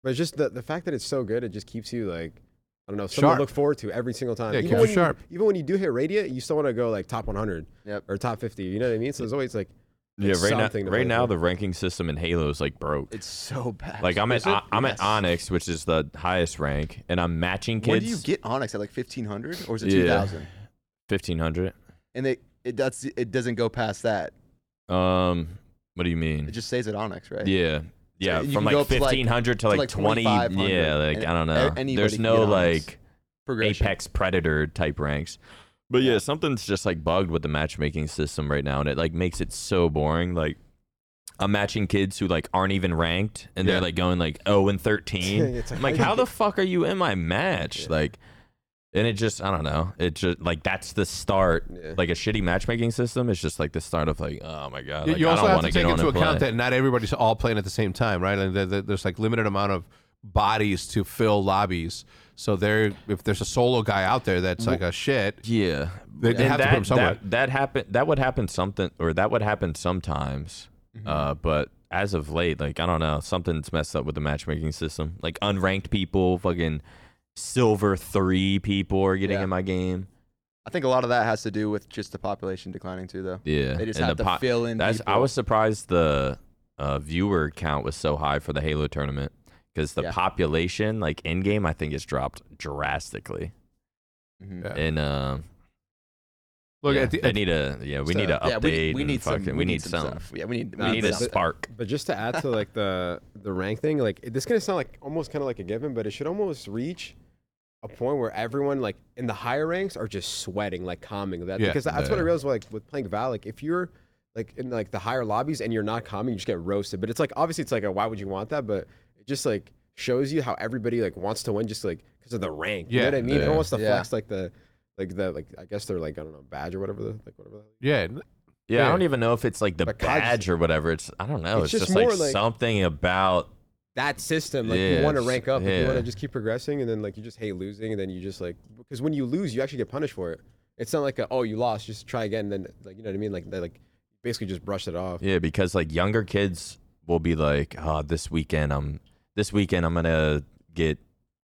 Speaker 5: But it's just the, the fact that it's so good, it just keeps you like I don't know, something
Speaker 1: Sharp.
Speaker 5: to look forward to every single time.
Speaker 1: Yeah, keep
Speaker 5: even
Speaker 1: you
Speaker 5: when you,
Speaker 1: sharp.
Speaker 5: Even when you do hit radiant, you still want to go like top 100
Speaker 4: Yep.
Speaker 5: or top 50. You know what I mean? So there's always like
Speaker 2: Yeah, right
Speaker 5: something
Speaker 2: now,
Speaker 5: to
Speaker 2: right
Speaker 5: play
Speaker 2: now
Speaker 5: for.
Speaker 2: the ranking system in Halo is like broke.
Speaker 4: It's so bad.
Speaker 2: Like I'm at
Speaker 4: Is it?
Speaker 2: I, am
Speaker 4: Yes.
Speaker 2: at Onyx, which is the highest rank, and I'm matching kids.
Speaker 4: When do you get Onyx at like fifteen hundred or is it
Speaker 2: Yeah.
Speaker 4: two thousand?
Speaker 2: Fifteen hundred.
Speaker 4: And they it that's it doesn't go past that.
Speaker 2: Um, what do you mean?
Speaker 4: It just stays at Onyx, right?
Speaker 2: Yeah. Yeah,
Speaker 4: you
Speaker 2: from
Speaker 4: can go
Speaker 2: like
Speaker 4: up to, like-
Speaker 2: 1500 to
Speaker 4: to,
Speaker 2: like,
Speaker 4: like,
Speaker 2: 20 yeah,
Speaker 4: 2500,
Speaker 2: like
Speaker 4: and
Speaker 2: I don't know.
Speaker 4: a- anybody
Speaker 2: There's
Speaker 4: can
Speaker 2: no
Speaker 4: get on this
Speaker 2: like
Speaker 4: Progression.
Speaker 2: apex predator type ranks. But yeah, something's just like bugged with the matchmaking system right now and it like makes it so boring like I'm matching kids who like aren't even ranked and
Speaker 1: Yeah.
Speaker 2: they're like going like 0 and 13.
Speaker 5: It's
Speaker 2: I'm like how the fuck are you in my match? Like and it just I don't know. It just like that's the start.
Speaker 5: Yeah.
Speaker 2: Like a shitty matchmaking system is just like the start of like oh my god.
Speaker 1: You-
Speaker 2: like,
Speaker 1: you
Speaker 2: I
Speaker 1: also
Speaker 2: don't
Speaker 1: have
Speaker 2: wanna
Speaker 1: to
Speaker 2: get
Speaker 1: take
Speaker 2: on
Speaker 1: into
Speaker 2: and
Speaker 1: account
Speaker 2: play.
Speaker 1: that not everybody's all playing at the same time, right? And there- there- there's like limited amount of bodies to fill lobbies. So there, if there's a solo guy out there that's like a shit,
Speaker 2: Yeah,
Speaker 1: They- they
Speaker 2: And
Speaker 1: have to put them somewhere.
Speaker 2: That, that happened. That would happen something, or that would happen sometimes.
Speaker 1: Mm-hmm.
Speaker 2: Uh, but as of late, like I don't know, something's messed up with the matchmaking system. Like unranked people, fucking silver three people are getting
Speaker 4: Yeah.
Speaker 2: in my game.
Speaker 4: I think a lot of that has to do with just the population declining too, though.
Speaker 2: Yeah,
Speaker 4: they just
Speaker 2: and
Speaker 4: have
Speaker 2: the
Speaker 4: to
Speaker 2: po-
Speaker 4: fill in.
Speaker 2: That's, I
Speaker 4: people.
Speaker 2: was surprised the uh, viewer count was so high for the Halo tournament because the
Speaker 4: Yeah.
Speaker 2: population, like in game, I think has dropped drastically.
Speaker 4: Mhm.
Speaker 1: Yeah.
Speaker 2: And um,
Speaker 1: Look
Speaker 2: yeah,
Speaker 1: at the,
Speaker 2: they need a yeah, we need an update.
Speaker 4: Yeah, we, we
Speaker 2: and
Speaker 4: need some.
Speaker 2: fucking- we need
Speaker 4: some.
Speaker 2: something.
Speaker 4: Stuff. Yeah, we need.
Speaker 2: We need a
Speaker 4: something.
Speaker 2: spark.
Speaker 5: But just to add to like the the rank thing, like this is gonna sound like almost kind of like a given, but it should almost reach a point where everyone like in the higher ranks are just sweating, like calming that
Speaker 1: Yeah.
Speaker 5: because that's what I
Speaker 2: Yeah.
Speaker 5: realized like with playing Val, like if you're like in like the higher lobbies and you're not calming, you just get roasted. But it's like obviously it's like a why would you want that? But it just like shows you how everybody like wants to win just like because of the rank. You
Speaker 1: Yeah.
Speaker 5: know what I mean?
Speaker 2: Yeah.
Speaker 5: Everyone wants to
Speaker 4: Yeah.
Speaker 5: flex like the like the like I guess they're like I don't know badge or whatever the like whatever. The,
Speaker 1: yeah, n-
Speaker 2: Yeah,
Speaker 1: Yeah.
Speaker 2: I don't even know if it's like the
Speaker 5: But Cod's-
Speaker 2: badge or whatever. It's I don't know.
Speaker 5: It's
Speaker 2: It's,
Speaker 5: just
Speaker 2: just, like,
Speaker 5: more like-
Speaker 2: something about
Speaker 5: that system. Like
Speaker 2: Yeah,
Speaker 5: you want to
Speaker 2: it's-
Speaker 5: rank up, if you want to
Speaker 2: yeah.
Speaker 5: just keep progressing, and then like you just hate losing, and then you just like because when you lose, you actually get punished for it. It's not like a, oh you lost, just try again. Then like you know what I mean? Like they like basically just brush it off.
Speaker 2: yeah, because like younger kids will be like, oh, this weekend I'm this weekend I'm gonna get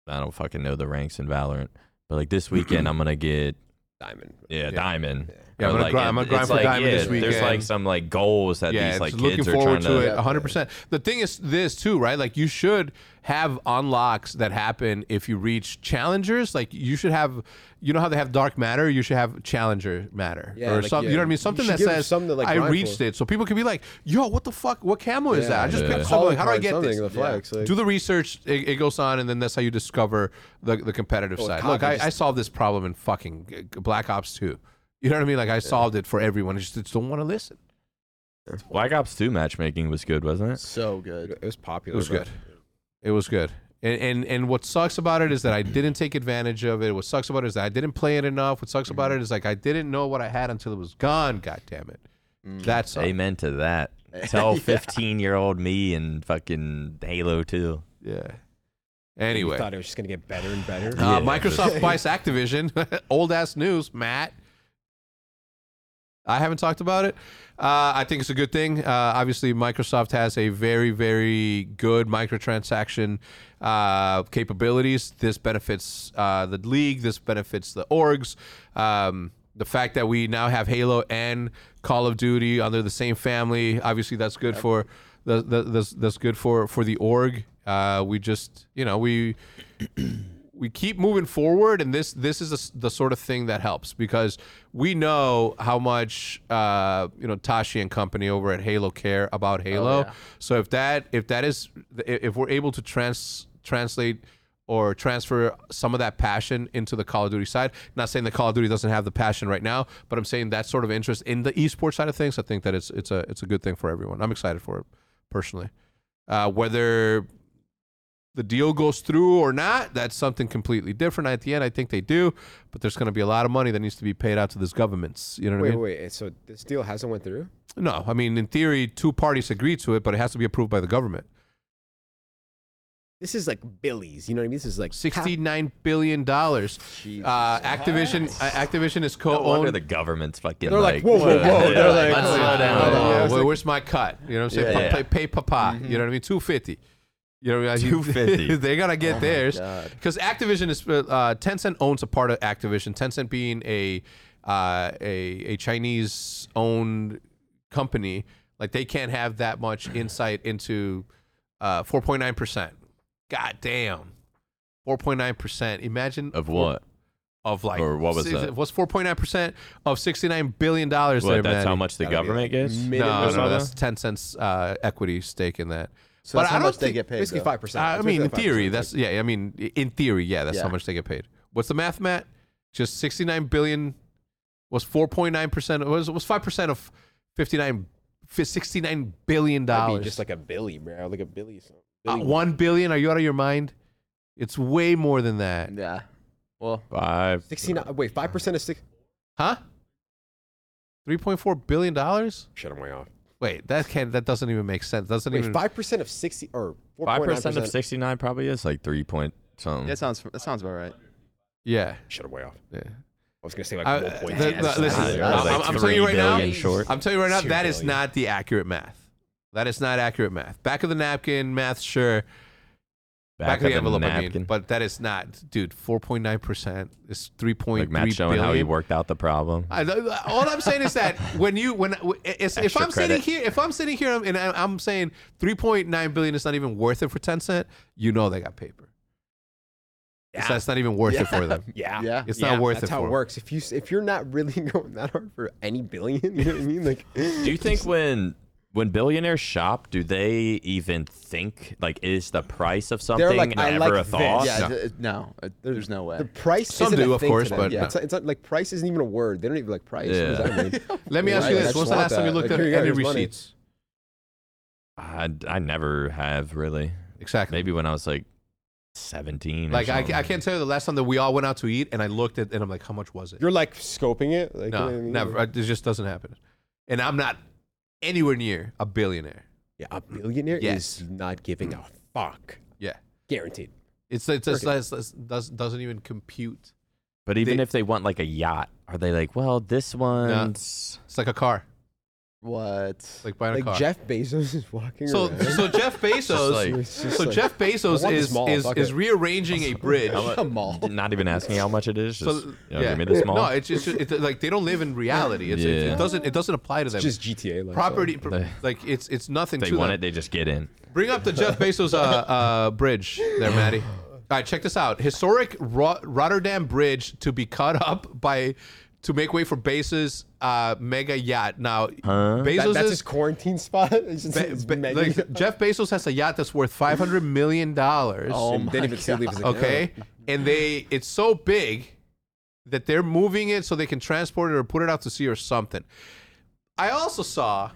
Speaker 2: I don't fucking know the ranks in Valorant, but like this weekend I'm gonna get
Speaker 5: Diamond.
Speaker 2: yeah, diamond.
Speaker 1: Yeah, I'm
Speaker 2: Or,
Speaker 1: gonna grind- I'm gonna
Speaker 2: it-
Speaker 1: grind
Speaker 2: it's
Speaker 1: for
Speaker 2: like,
Speaker 1: diamond
Speaker 2: yeah,
Speaker 1: this
Speaker 2: There's like
Speaker 1: weekend.
Speaker 2: some like goals that
Speaker 1: yeah,
Speaker 2: these
Speaker 1: it's
Speaker 2: like kids
Speaker 1: looking
Speaker 2: are
Speaker 1: forward
Speaker 2: trying
Speaker 1: to
Speaker 2: to.
Speaker 1: it 100%. The thing is this too, right? Like you should have unlocks that happen if you reach challengers. Like you should have you know how they have dark matter, you should have challenger matter
Speaker 5: Yeah,
Speaker 1: or
Speaker 5: like,
Speaker 1: something. You
Speaker 5: yeah,
Speaker 1: know what I
Speaker 5: you
Speaker 1: mean? Something
Speaker 5: should
Speaker 1: that
Speaker 5: give
Speaker 1: says
Speaker 5: something to, like,
Speaker 1: I
Speaker 5: grind for."
Speaker 1: reached it. So people can be like, "Yo, what the fuck? What camo is that? I just
Speaker 2: Yeah.
Speaker 1: picked
Speaker 5: Color
Speaker 1: something. How do I
Speaker 5: card,
Speaker 1: get
Speaker 5: something,
Speaker 1: this?"
Speaker 5: The flags, like,
Speaker 1: do the research. It, it goes on, and then that's how you discover the, the competitive
Speaker 5: Oh,
Speaker 1: side. Look, I,
Speaker 5: copies.
Speaker 1: I solved this problem in fucking G- G- Black Ops 2. You know what I mean? Like I solved it for everyone. I just, just don't want to listen.
Speaker 2: Black Ops 2 matchmatching was good, wasn't it?
Speaker 4: So good.
Speaker 5: it was popular.
Speaker 1: It was
Speaker 5: bro.
Speaker 1: good. It was good. And, and and what sucks about it is that I didn't take advantage of it. What sucks about it is that I didn't play it enough. What sucks about it is like I didn't know what I had until it was gone. God damn it. That's
Speaker 2: Amen to that. Tell 15 year old me and fucking Halo 2.
Speaker 1: yeah.
Speaker 5: You
Speaker 1: Anyway,
Speaker 5: thought it was just gonna get better and better.
Speaker 1: uh,
Speaker 2: Yeah,
Speaker 1: Microsoft buys Activision. Old ass news, Matt. I haven't talked about it. Uh, I think it's a good thing. Uh, obviously, Microsoft has a very, very good microtransaction uh, capabilities. This benefits uh, the league. This benefits the orgs. Um, the fact that we now have Halo and Call of Duty under the same family, obviously, that's good for the, the, that's, that's good for for the org. Uh, we just, you know, we we keep moving forward, and this this is a s the sort of thing that helps because we know how much uh, you know Tashi and company over at Halo care about Halo. So if that if that is if we're able to trans translate or transfer some of that passion into the Call of Duty side, not saying that Call of Duty doesn't have the passion right now, but I'm saying that sort of interest in the esports side of things. I think that it's it's a it's a good thing for everyone. I'm excited for it personally. Uh, whether the deal goes through or not, that's something completely different. At the end, I think they do, but there's going to be a lot of money that needs to be paid out to these governments. You know what
Speaker 5: Wait,
Speaker 1: I mean?
Speaker 5: wait. wait, So this deal hasn't went through.
Speaker 1: No, I mean in theory, two parties agree to it, but it has to be approved by the government.
Speaker 5: This is like Billy's. You know what I mean? This is like
Speaker 1: Sixty-nine billion dollars. Uh, Activision, uh, Activision is
Speaker 2: No wonder
Speaker 1: co-owned.
Speaker 2: Oh, the government's fucking
Speaker 5: They're like,
Speaker 2: like,
Speaker 5: whoa, whoa, whoa. They're like,
Speaker 2: let's slow
Speaker 1: Oh,
Speaker 2: down.
Speaker 5: Yeah, it's
Speaker 1: where-
Speaker 5: like-
Speaker 1: where's my cut? You know what I'm saying?
Speaker 2: Yeah,
Speaker 1: Pa-
Speaker 2: yeah. Mm-hmm.
Speaker 1: Pay, pay papa. You know what I mean? Two fifty. You know what I mean?
Speaker 2: 250.
Speaker 1: they gotta
Speaker 2: Oh,
Speaker 1: get theirs
Speaker 4: God.
Speaker 1: because Activision is uh, Tencent owns a part of Activision. Tencent being a uh, a a Chinese owned company, like they can't have that much insight into uh, 4.9 percent. God damn, 4.9 percent. Imagine
Speaker 2: Of what?
Speaker 1: of like
Speaker 2: Or what was
Speaker 1: six-
Speaker 2: that?
Speaker 1: What's 4.9 percent of 69 billion dollars?
Speaker 2: What, that's how much the government gets?
Speaker 1: No,
Speaker 2: or
Speaker 1: no, that's
Speaker 2: something?
Speaker 1: Tencent's uh, equity stake in that.
Speaker 4: So that's how much they get paid.
Speaker 5: basically
Speaker 4: though.
Speaker 5: five percent.
Speaker 1: I mean, in theory, that's yeah. I mean, i- in theory, yeah, that's how
Speaker 4: Yeah.
Speaker 1: much they get paid. What's the math, Matt? Just sixty nine billion was four point nine percent. Was was five percent of 59, fi- 69 billion
Speaker 5: That'd be
Speaker 1: dollars.
Speaker 5: just like a Billy, bro. Like a Billy. or something.
Speaker 1: Uh,
Speaker 5: Billy.
Speaker 1: one billion? Are you out of your mind? It's way more than that,
Speaker 4: Yeah. Well,
Speaker 2: Five.
Speaker 5: Sixty-nine. Wait, five percent is six.
Speaker 1: huh? Three point four billion dollars.
Speaker 5: Shut him way off.
Speaker 1: Wait, that can't. That doesn't even make sense. Doesn't
Speaker 5: Wait,
Speaker 1: even.
Speaker 5: five percent of sixty or four
Speaker 2: Five
Speaker 5: point nine
Speaker 2: percent of sixty-nine probably is like three point something.
Speaker 4: that sounds that sounds about right.
Speaker 1: Yeah.
Speaker 5: Shut him way off.
Speaker 1: Yeah.
Speaker 5: I was gonna say like
Speaker 1: I-
Speaker 5: one point.
Speaker 1: the- the- Uh, listen,
Speaker 2: Like
Speaker 1: I'm- I'm- I'm telling you right
Speaker 2: three
Speaker 1: now.
Speaker 2: billion short.
Speaker 1: I'm telling you right now,
Speaker 5: Two
Speaker 1: that is
Speaker 5: billion.
Speaker 1: not the accurate math. That is not accurate math. Back of the napkin math, sure. back of the envelope. I
Speaker 2: napkin.
Speaker 1: mean, but that is not, dude. Four point nine percent is three point
Speaker 2: like
Speaker 1: three
Speaker 2: Matt
Speaker 1: billion.
Speaker 2: showing how he worked out the problem.
Speaker 1: I, I- all I'm saying is that when you when it's, if
Speaker 2: Extra
Speaker 1: I'm sitting
Speaker 2: credit.
Speaker 1: here if I'm sitting here and I- I'm saying 3.9 billion is not even worth it for Tencent, you know they got paper. So that's not even worth it for them.
Speaker 3: Yeah.
Speaker 4: Yeah.
Speaker 1: It's not worth
Speaker 5: That's
Speaker 1: it
Speaker 5: how
Speaker 1: for
Speaker 5: it
Speaker 1: 'em.
Speaker 5: works. If you s- if you're not really going that hard for any billion, you know what I mean? Like,
Speaker 2: Do you think when when billionaires shop, do they even think like is the price of something
Speaker 5: like, "I
Speaker 2: ever
Speaker 5: like
Speaker 2: a
Speaker 5: this."
Speaker 2: thought?
Speaker 4: Yeah,
Speaker 1: No.
Speaker 4: th- it- no, it- there's no way.
Speaker 5: the price?
Speaker 1: Some
Speaker 5: isn't a
Speaker 1: do, of
Speaker 5: thing
Speaker 1: course,
Speaker 5: to them.
Speaker 1: but
Speaker 5: yeah,
Speaker 1: no.
Speaker 5: it's, not, it's not like price isn't even a word. They don't even like price.
Speaker 2: Yeah.
Speaker 5: What does that mean?
Speaker 1: Let me ask
Speaker 5: Right,
Speaker 1: you
Speaker 5: I
Speaker 1: this:
Speaker 5: just
Speaker 1: What's the
Speaker 5: want
Speaker 1: last time you
Speaker 5: that.
Speaker 1: looked
Speaker 5: Like,
Speaker 1: at
Speaker 5: here you go,
Speaker 1: any
Speaker 5: here's money.
Speaker 1: receipts?
Speaker 2: I, I never have really.
Speaker 1: Exactly.
Speaker 2: Maybe when I was like seventeen. or
Speaker 1: Like I,
Speaker 2: something.
Speaker 1: I can't tell you the last time that we all went out to eat and I looked at and I'm like, how much was it?
Speaker 5: You're like scoping it. Like,
Speaker 1: No,
Speaker 5: you know what I mean?
Speaker 1: never. I- It just doesn't happen. And I'm not anywhere near a billionaire.
Speaker 5: Yeah, a billionaire
Speaker 1: Yes.
Speaker 5: is not giving a fuck.
Speaker 1: Yeah,
Speaker 5: Guaranteed.
Speaker 1: it's it's, it's, it's, it's does, doesn't even compute.
Speaker 2: But even
Speaker 1: They-
Speaker 2: if they want like a yacht, are they like, well, this one's
Speaker 1: It's like a car,
Speaker 4: what?
Speaker 1: It's like buying a
Speaker 5: Like
Speaker 1: car.
Speaker 5: Jeff Bezos is walking
Speaker 1: so
Speaker 5: around.
Speaker 1: so Jeff Bezos.
Speaker 2: like-
Speaker 5: It's just
Speaker 1: so
Speaker 5: like,
Speaker 1: Jeff
Speaker 5: I
Speaker 1: Bezos
Speaker 5: want the
Speaker 1: is
Speaker 5: small,
Speaker 1: is,
Speaker 5: fuck
Speaker 1: is
Speaker 5: it.
Speaker 1: rearranging a bridge.
Speaker 4: Come on.
Speaker 2: not even asking how much it is. Just
Speaker 1: So-
Speaker 2: you know, give me this small.
Speaker 1: No, it's just it's like they don't live in reality. It's, it,
Speaker 2: Yeah.
Speaker 1: it doesn't it doesn't apply to them.
Speaker 5: just GTA. Like
Speaker 1: property, pr-
Speaker 2: They-
Speaker 1: like it's it's nothing
Speaker 2: If they
Speaker 1: to
Speaker 2: want
Speaker 1: them.
Speaker 2: it, they just get in.
Speaker 1: Bring up the Jeff Bezos uh, uh, bridge there, Maddie. All right, check this out. Historic Ro- Rotterdam Bridge to be cut up by to make way for Bezos' uh, mega yacht. Now,
Speaker 5: That-
Speaker 1: Bezos
Speaker 5: that's his
Speaker 1: is.
Speaker 5: quarantine spot. It's just, it's
Speaker 1: Be-
Speaker 5: mega-
Speaker 1: like, Jeff Bezos has a yacht that's worth five hundred million dollars.
Speaker 4: Oh my
Speaker 5: didn't even see leave his account.
Speaker 1: okay, and they it's so big that they're moving it so they can transport it or put it out to sea or something. I also saw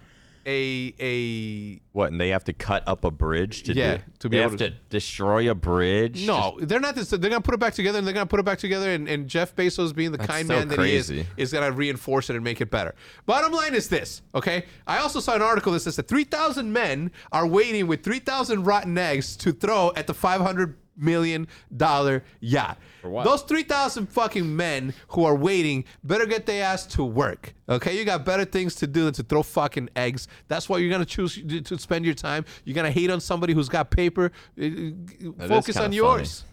Speaker 1: a a
Speaker 2: What? And they have to cut up a bridge to
Speaker 1: Yeah,
Speaker 2: do,
Speaker 1: to be
Speaker 2: they
Speaker 1: able
Speaker 2: have
Speaker 1: to-
Speaker 2: to, destroy a bridge.
Speaker 1: No, they're not. This, they're gonna put it back together, and they're gonna put it back together. And, and Jeff Bezos, being the kind
Speaker 2: so
Speaker 1: man that he is,
Speaker 2: crazy.
Speaker 1: is gonna reinforce it and make it better. Bottom line is this. Okay, I also saw an article that says that three thousand men are waiting with three thousand rotten eggs to throw at the five hundred million dollar yacht. Those three thousand fucking men who are waiting better get their ass to work. Okay, you got better things to do than to throw fucking eggs. That's why you're gonna choose to- to spend your time. You're gonna hate on somebody who's got paper. Uh,
Speaker 2: That is
Speaker 1: focus
Speaker 2: kinda
Speaker 1: on
Speaker 2: funny.
Speaker 1: yours.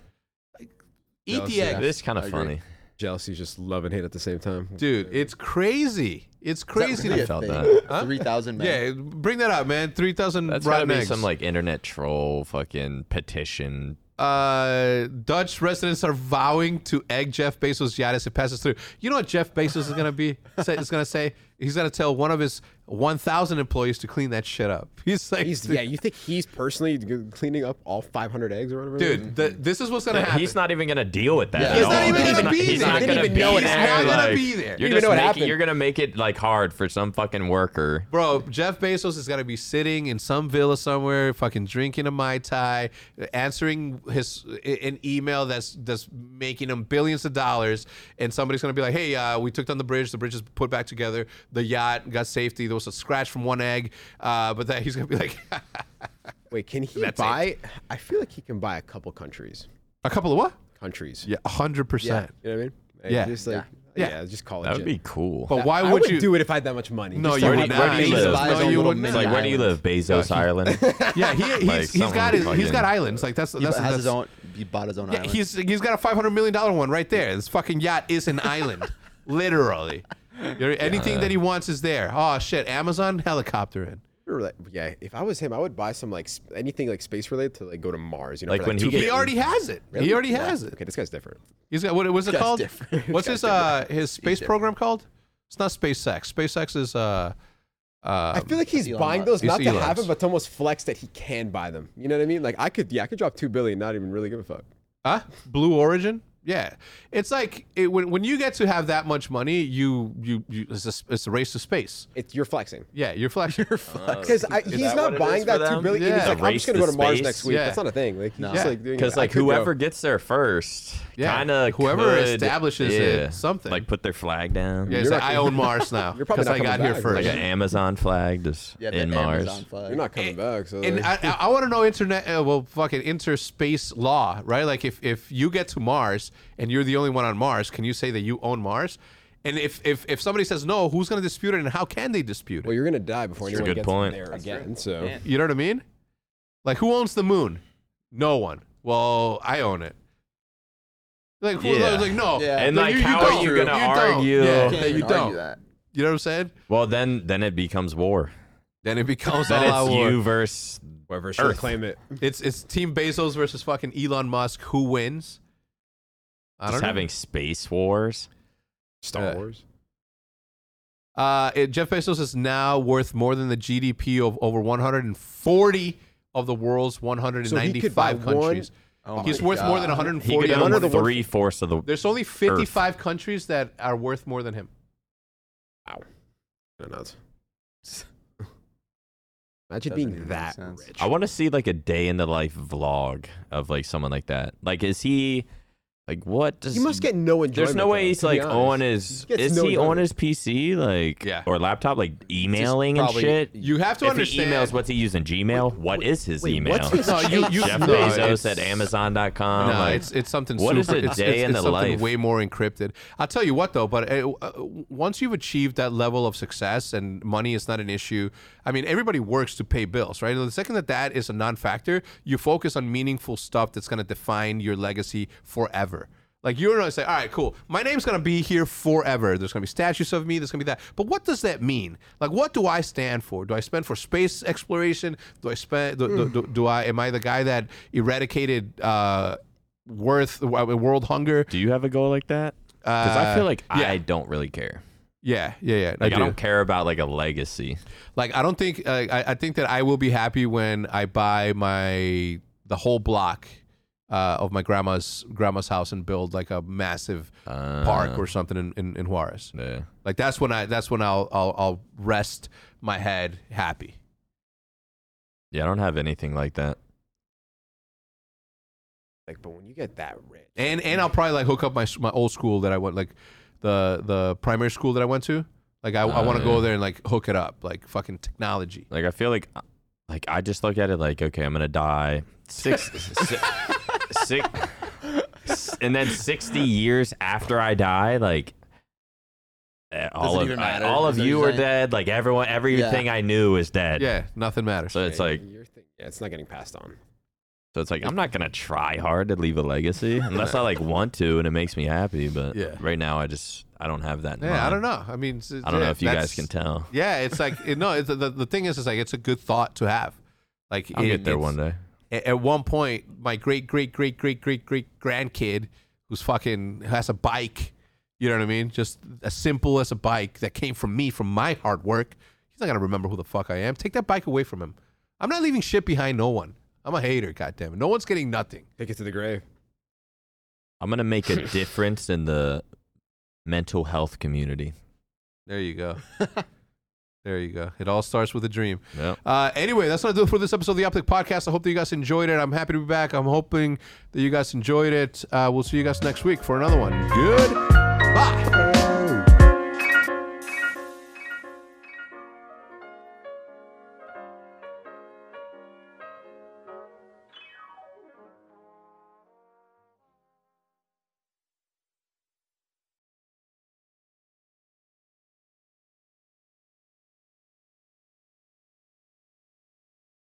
Speaker 1: Eat the egg,
Speaker 2: This kind of funny.
Speaker 5: Jealousy's just love and hate at the same time.
Speaker 1: dude. It's crazy. It's crazy.
Speaker 4: Really
Speaker 1: to-
Speaker 4: a
Speaker 2: felt
Speaker 4: thing?
Speaker 2: that.
Speaker 4: Three thousand men.
Speaker 1: yeah, bring that up, man. Three thousand
Speaker 2: That's gotta
Speaker 1: rotten
Speaker 2: be
Speaker 1: eggs.
Speaker 2: some like internet troll fucking petition.
Speaker 1: uh, Dutch residents are vowing to egg Jeff Bezos' yacht as it passes through. You know what Jeff Bezos is gonna be? Say- Is gonna say he's gonna tell one of his one thousand employees to clean that shit up. He's like,
Speaker 5: He's, yeah, you think he's personally g- cleaning up all 500 eggs or whatever?
Speaker 1: dude, th- this is what's gonna happen.
Speaker 2: He's not even gonna deal with that.
Speaker 4: Yeah.
Speaker 2: at
Speaker 4: He's not
Speaker 2: all.
Speaker 4: even gonna
Speaker 2: not-
Speaker 1: be
Speaker 2: he's
Speaker 1: there.
Speaker 2: not
Speaker 1: He didn't
Speaker 2: gonna
Speaker 1: even know
Speaker 2: be
Speaker 1: it
Speaker 2: there.
Speaker 1: happened. He's not gonna
Speaker 2: Like,
Speaker 1: be there.
Speaker 2: You're
Speaker 5: He didn't even
Speaker 2: just
Speaker 5: know it
Speaker 2: making,
Speaker 5: happened.
Speaker 2: you're gonna make it like hard for some fucking worker.
Speaker 1: Bro, Jeff Bezos is gonna be sitting in some villa somewhere, fucking drinking a mai tai, answering his an email that's that's making him billions of dollars, and somebody's gonna be like, "Hey, uh, we took down the bridge. The bridge is put back together. The yacht got safety. There was a scratch from one egg, uh, but that he's gonna be like,
Speaker 5: Wait, can he
Speaker 1: That's
Speaker 5: buy? I feel like he can buy a couple countries.
Speaker 1: a couple of what?
Speaker 5: Countries.
Speaker 1: Yeah, hundred percent.
Speaker 5: You know what I mean? Like,
Speaker 1: Yeah.
Speaker 5: Just like,
Speaker 1: Yeah.
Speaker 5: yeah. just call it.
Speaker 2: That would
Speaker 5: Jeff.
Speaker 2: be cool.
Speaker 1: But why
Speaker 5: I
Speaker 1: would you
Speaker 5: do it if I had that much money?
Speaker 1: No,
Speaker 5: Just
Speaker 1: you
Speaker 5: to
Speaker 2: where,
Speaker 1: already
Speaker 5: have
Speaker 2: do,
Speaker 1: would
Speaker 2: where
Speaker 5: that
Speaker 1: not.
Speaker 2: do you
Speaker 4: He just
Speaker 2: live?
Speaker 4: buys
Speaker 1: No,
Speaker 4: a
Speaker 1: you
Speaker 4: little
Speaker 1: wouldn't.
Speaker 4: mini
Speaker 2: It's like, where do you live?
Speaker 4: island.
Speaker 2: Bezos Island.
Speaker 1: Yeah, he, he's,
Speaker 2: Like,
Speaker 1: he's got his,
Speaker 2: someone
Speaker 1: he's got
Speaker 2: fucking-
Speaker 1: islands. Like that's
Speaker 4: He
Speaker 1: that's,
Speaker 4: has
Speaker 1: that's
Speaker 4: his own. He bought his own
Speaker 1: Yeah,
Speaker 4: island.
Speaker 1: he's he's got a five hundred million dollar one right there. This fucking yacht is an island, literally. You're- anything that he wants is there. Oh shit! Amazon helicopter in.
Speaker 5: Or, like, yeah, if I was him, I would buy some like sp- anything like space related to like go to Mars. You know,
Speaker 2: Like
Speaker 5: for,
Speaker 2: when he
Speaker 5: two
Speaker 2: gets-
Speaker 1: He
Speaker 5: billion-
Speaker 1: already has it. He already
Speaker 5: Yeah.
Speaker 1: has it.
Speaker 5: Okay, this guy's different.
Speaker 1: He's got what? What's it
Speaker 4: Guy's
Speaker 1: called?
Speaker 4: different.
Speaker 1: What's
Speaker 4: Guy's
Speaker 1: his uh his space program called? It's not SpaceX. SpaceX is uh
Speaker 5: I
Speaker 1: uh
Speaker 5: feel like he's
Speaker 4: Elon
Speaker 5: buying
Speaker 4: Musk.
Speaker 5: those
Speaker 1: He's
Speaker 5: not to
Speaker 1: Elon's.
Speaker 5: have them, but to almost flex that he can buy them. You know what I mean? Like I could, yeah, I could drop two billion, not even really give a fuck.
Speaker 1: huh? Blue Origin. Yeah, it's like it, when when you get to have that much money, you you, you it's, a, it's a race to space.
Speaker 5: It's you're flexing
Speaker 1: Yeah, you're flexing.
Speaker 5: because he's
Speaker 2: that what it
Speaker 5: not
Speaker 2: is
Speaker 5: buying
Speaker 2: for
Speaker 5: that two
Speaker 2: them?
Speaker 5: billion.
Speaker 1: Yeah.
Speaker 5: He's like,
Speaker 2: A
Speaker 5: I'm
Speaker 2: race
Speaker 5: just gonna
Speaker 2: to
Speaker 5: go to Mars
Speaker 2: space?
Speaker 5: next week.
Speaker 1: Yeah.
Speaker 5: That's not a thing. Like he's
Speaker 1: Yeah.
Speaker 5: just like doing it.
Speaker 2: Because
Speaker 5: I
Speaker 2: like
Speaker 5: could go-
Speaker 2: whoever gets there first,
Speaker 1: Yeah.
Speaker 2: kind of
Speaker 1: Whoever establishes it,
Speaker 2: yeah,
Speaker 1: something.
Speaker 2: like put their flag down,
Speaker 1: Yeah,
Speaker 2: yeah,
Speaker 1: it's
Speaker 5: You're
Speaker 1: like,
Speaker 5: not
Speaker 1: I
Speaker 5: gonna-
Speaker 1: own Mars now
Speaker 5: You're probably
Speaker 1: because
Speaker 5: not
Speaker 1: I got
Speaker 5: coming
Speaker 1: here
Speaker 5: back,
Speaker 1: first.
Speaker 2: like an Amazon flag just
Speaker 4: yeah, the
Speaker 2: in Mars.
Speaker 4: Amazon flag.
Speaker 5: you're not
Speaker 2: Eh,
Speaker 5: coming back. So
Speaker 1: And
Speaker 5: like-
Speaker 1: I, I- I want to know internet, uh, well, fucking interspace law, right? Like if, if you get to Mars and you're the only one on Mars, can you say that you own Mars? And if, if, if somebody says no, who's going to dispute it and how can they dispute
Speaker 5: well,
Speaker 1: it?
Speaker 5: you're gonna die before
Speaker 2: That's a
Speaker 5: anyone
Speaker 2: good
Speaker 5: gets
Speaker 2: point.
Speaker 5: there again. So
Speaker 1: You know what I mean? Like who owns the moon? No one. well, I own it. Like, well,
Speaker 2: Yeah.
Speaker 1: like no,
Speaker 4: Yeah.
Speaker 2: And
Speaker 1: No,
Speaker 2: like,
Speaker 1: you- you
Speaker 2: how are
Speaker 1: don't.
Speaker 2: you gonna
Speaker 1: You don't.
Speaker 2: argue?
Speaker 1: Yeah.
Speaker 4: Can't
Speaker 1: that you
Speaker 4: even argue
Speaker 1: don't.
Speaker 4: That.
Speaker 1: you know what I'm saying?
Speaker 2: Well, then then it becomes war.
Speaker 1: Then it becomes all
Speaker 2: Then
Speaker 1: I
Speaker 2: it's
Speaker 1: want.
Speaker 2: you versus
Speaker 5: Whoever should
Speaker 2: Earth.
Speaker 5: claim it.
Speaker 1: It's it's Team Bezos versus fucking Elon Musk. Who wins? I don't
Speaker 2: just
Speaker 1: know.
Speaker 2: having space wars.
Speaker 5: Star
Speaker 1: Yeah.
Speaker 5: Wars.
Speaker 1: Uh, it, Jeff Bezos is now worth more than the GDP of over 140 of the world's
Speaker 5: So he
Speaker 1: 195
Speaker 5: could buy
Speaker 1: countries.
Speaker 4: Oh
Speaker 1: He's
Speaker 4: my
Speaker 1: worth more than
Speaker 4: God.
Speaker 1: 140.
Speaker 2: He could
Speaker 1: of the
Speaker 2: own
Speaker 1: world's-
Speaker 2: three fourths of the.
Speaker 1: There's only 55 countries that are worth more than him.
Speaker 5: No, no, it's- Imagine
Speaker 4: Doesn't even
Speaker 5: being
Speaker 4: make
Speaker 5: that
Speaker 4: sense.
Speaker 5: rich.
Speaker 2: I want to see like a day in the life vlog of like someone like that. Like, is he like what does
Speaker 5: You must get no enjoyment.
Speaker 2: There's no way
Speaker 5: though,
Speaker 2: he's
Speaker 5: to be
Speaker 2: like
Speaker 5: honest.
Speaker 2: on his.
Speaker 5: He gets
Speaker 2: Is
Speaker 5: no
Speaker 2: he on
Speaker 5: enjoyment.
Speaker 2: his PC like
Speaker 1: Yeah.
Speaker 2: or laptop like
Speaker 4: Just
Speaker 2: emailing and
Speaker 4: probably-
Speaker 2: shit?
Speaker 1: You have to
Speaker 2: if
Speaker 1: understand.
Speaker 2: he emails, what's he using? Gmail? What is his
Speaker 5: wait,
Speaker 2: email?
Speaker 5: what's his-
Speaker 1: no, you, you,
Speaker 2: Jeff
Speaker 1: no,
Speaker 2: Bezos
Speaker 1: it's-
Speaker 2: at Amazon.com.
Speaker 1: No,
Speaker 2: like,
Speaker 1: it's it's something.
Speaker 2: Oh what
Speaker 1: super,
Speaker 2: is a
Speaker 1: it's,
Speaker 2: day
Speaker 1: it's,
Speaker 2: in
Speaker 1: it's
Speaker 2: the
Speaker 1: something
Speaker 2: life?
Speaker 1: Way more encrypted. I'll tell you what though, but uh, uh, once you've achieved that level of success and money is not an issue, I mean everybody works to pay bills, right? The second that that is a non-factor, you focus on meaningful stuff that's going to define your legacy forever. Like you're gonna say, all right, cool. My name's gonna be here forever. There's gonna be statues of me. There's gonna be that. But what does that mean? Like, what do I stand for? Do I spend for space exploration? Do I spend? Do, do, do, do I? Am I the guy that eradicated uh, worth uh, world hunger?
Speaker 2: do you have a goal like that? Because I feel like I don't really care.
Speaker 1: Yeah, yeah, yeah.
Speaker 2: Like I,
Speaker 1: Uh, do.
Speaker 2: don't care about like a legacy.
Speaker 1: Like I don't think. Uh, I, I think that I will be happy when I buy my the whole block uh, of my grandma's grandma's house and build like a massive
Speaker 2: Uh,
Speaker 1: park or something in, in, in Juarez.
Speaker 2: Yeah.
Speaker 1: Like that's when I that's when I'll I'll, I'll rest my head happy.
Speaker 2: Yeah, I don't have anything like that.
Speaker 5: Like, but when you get that rich,
Speaker 1: And and I'll probably like hook up my s- my old school that I went like the the primary school that I went to. Like I, I
Speaker 2: Oh,
Speaker 1: want to go
Speaker 2: yeah.
Speaker 1: there and like hook it up like fucking technology.
Speaker 2: Like I feel like, uh, like I just look at it like, okay, I'm gonna die six, six, six and then sixty years after I die, like eh, all
Speaker 4: Doesn't
Speaker 2: of
Speaker 4: even
Speaker 2: I-
Speaker 4: matter,
Speaker 2: all
Speaker 4: is
Speaker 2: of
Speaker 4: what
Speaker 2: you
Speaker 4: you're
Speaker 2: are
Speaker 4: saying?
Speaker 2: dead. Like everyone, everything I knew is dead.
Speaker 1: Yeah, nothing matters.
Speaker 2: So it's
Speaker 5: yeah,
Speaker 2: like,
Speaker 5: your thing, yeah, it's not getting passed on.
Speaker 2: so it's like, I'm not gonna try hard to leave a legacy unless I like want to and it makes me happy. But
Speaker 1: Yeah.
Speaker 2: right now, I just I don't have that. In
Speaker 1: Yeah, I
Speaker 2: mind.
Speaker 1: don't know. I mean, it's-
Speaker 2: uh-huh. I don't
Speaker 1: yeah,
Speaker 2: know if you
Speaker 1: that's-
Speaker 2: guys can tell.
Speaker 1: Yeah, it's like it, no. It's, the the thing is, it's like it's a good thought to have. Like
Speaker 2: I'll
Speaker 1: it-
Speaker 2: get there
Speaker 1: it's-
Speaker 2: one day.
Speaker 1: a- at one point, my great great great great great great grandkid, who's fucking has a bike, you know what I mean? Just as simple as a bike that came from me, from my hard work. He's not gonna remember who the fuck I am. Take that bike away from him. I'm not leaving shit behind. No one. I'm a hater. Goddamn it. No one's getting nothing.
Speaker 5: Take it to the grave.
Speaker 2: I'm gonna make a difference in the mental health community.
Speaker 1: There you go. there you go. It all starts with a dream.
Speaker 2: Yep.
Speaker 1: Uh, anyway, that's going to do it for this episode of the Optic Podcast. I hope that you guys enjoyed it. I'm happy to be back. I'm hoping that you guys enjoyed it. Uh, we'll see you guys next week for another one. Good. Bye.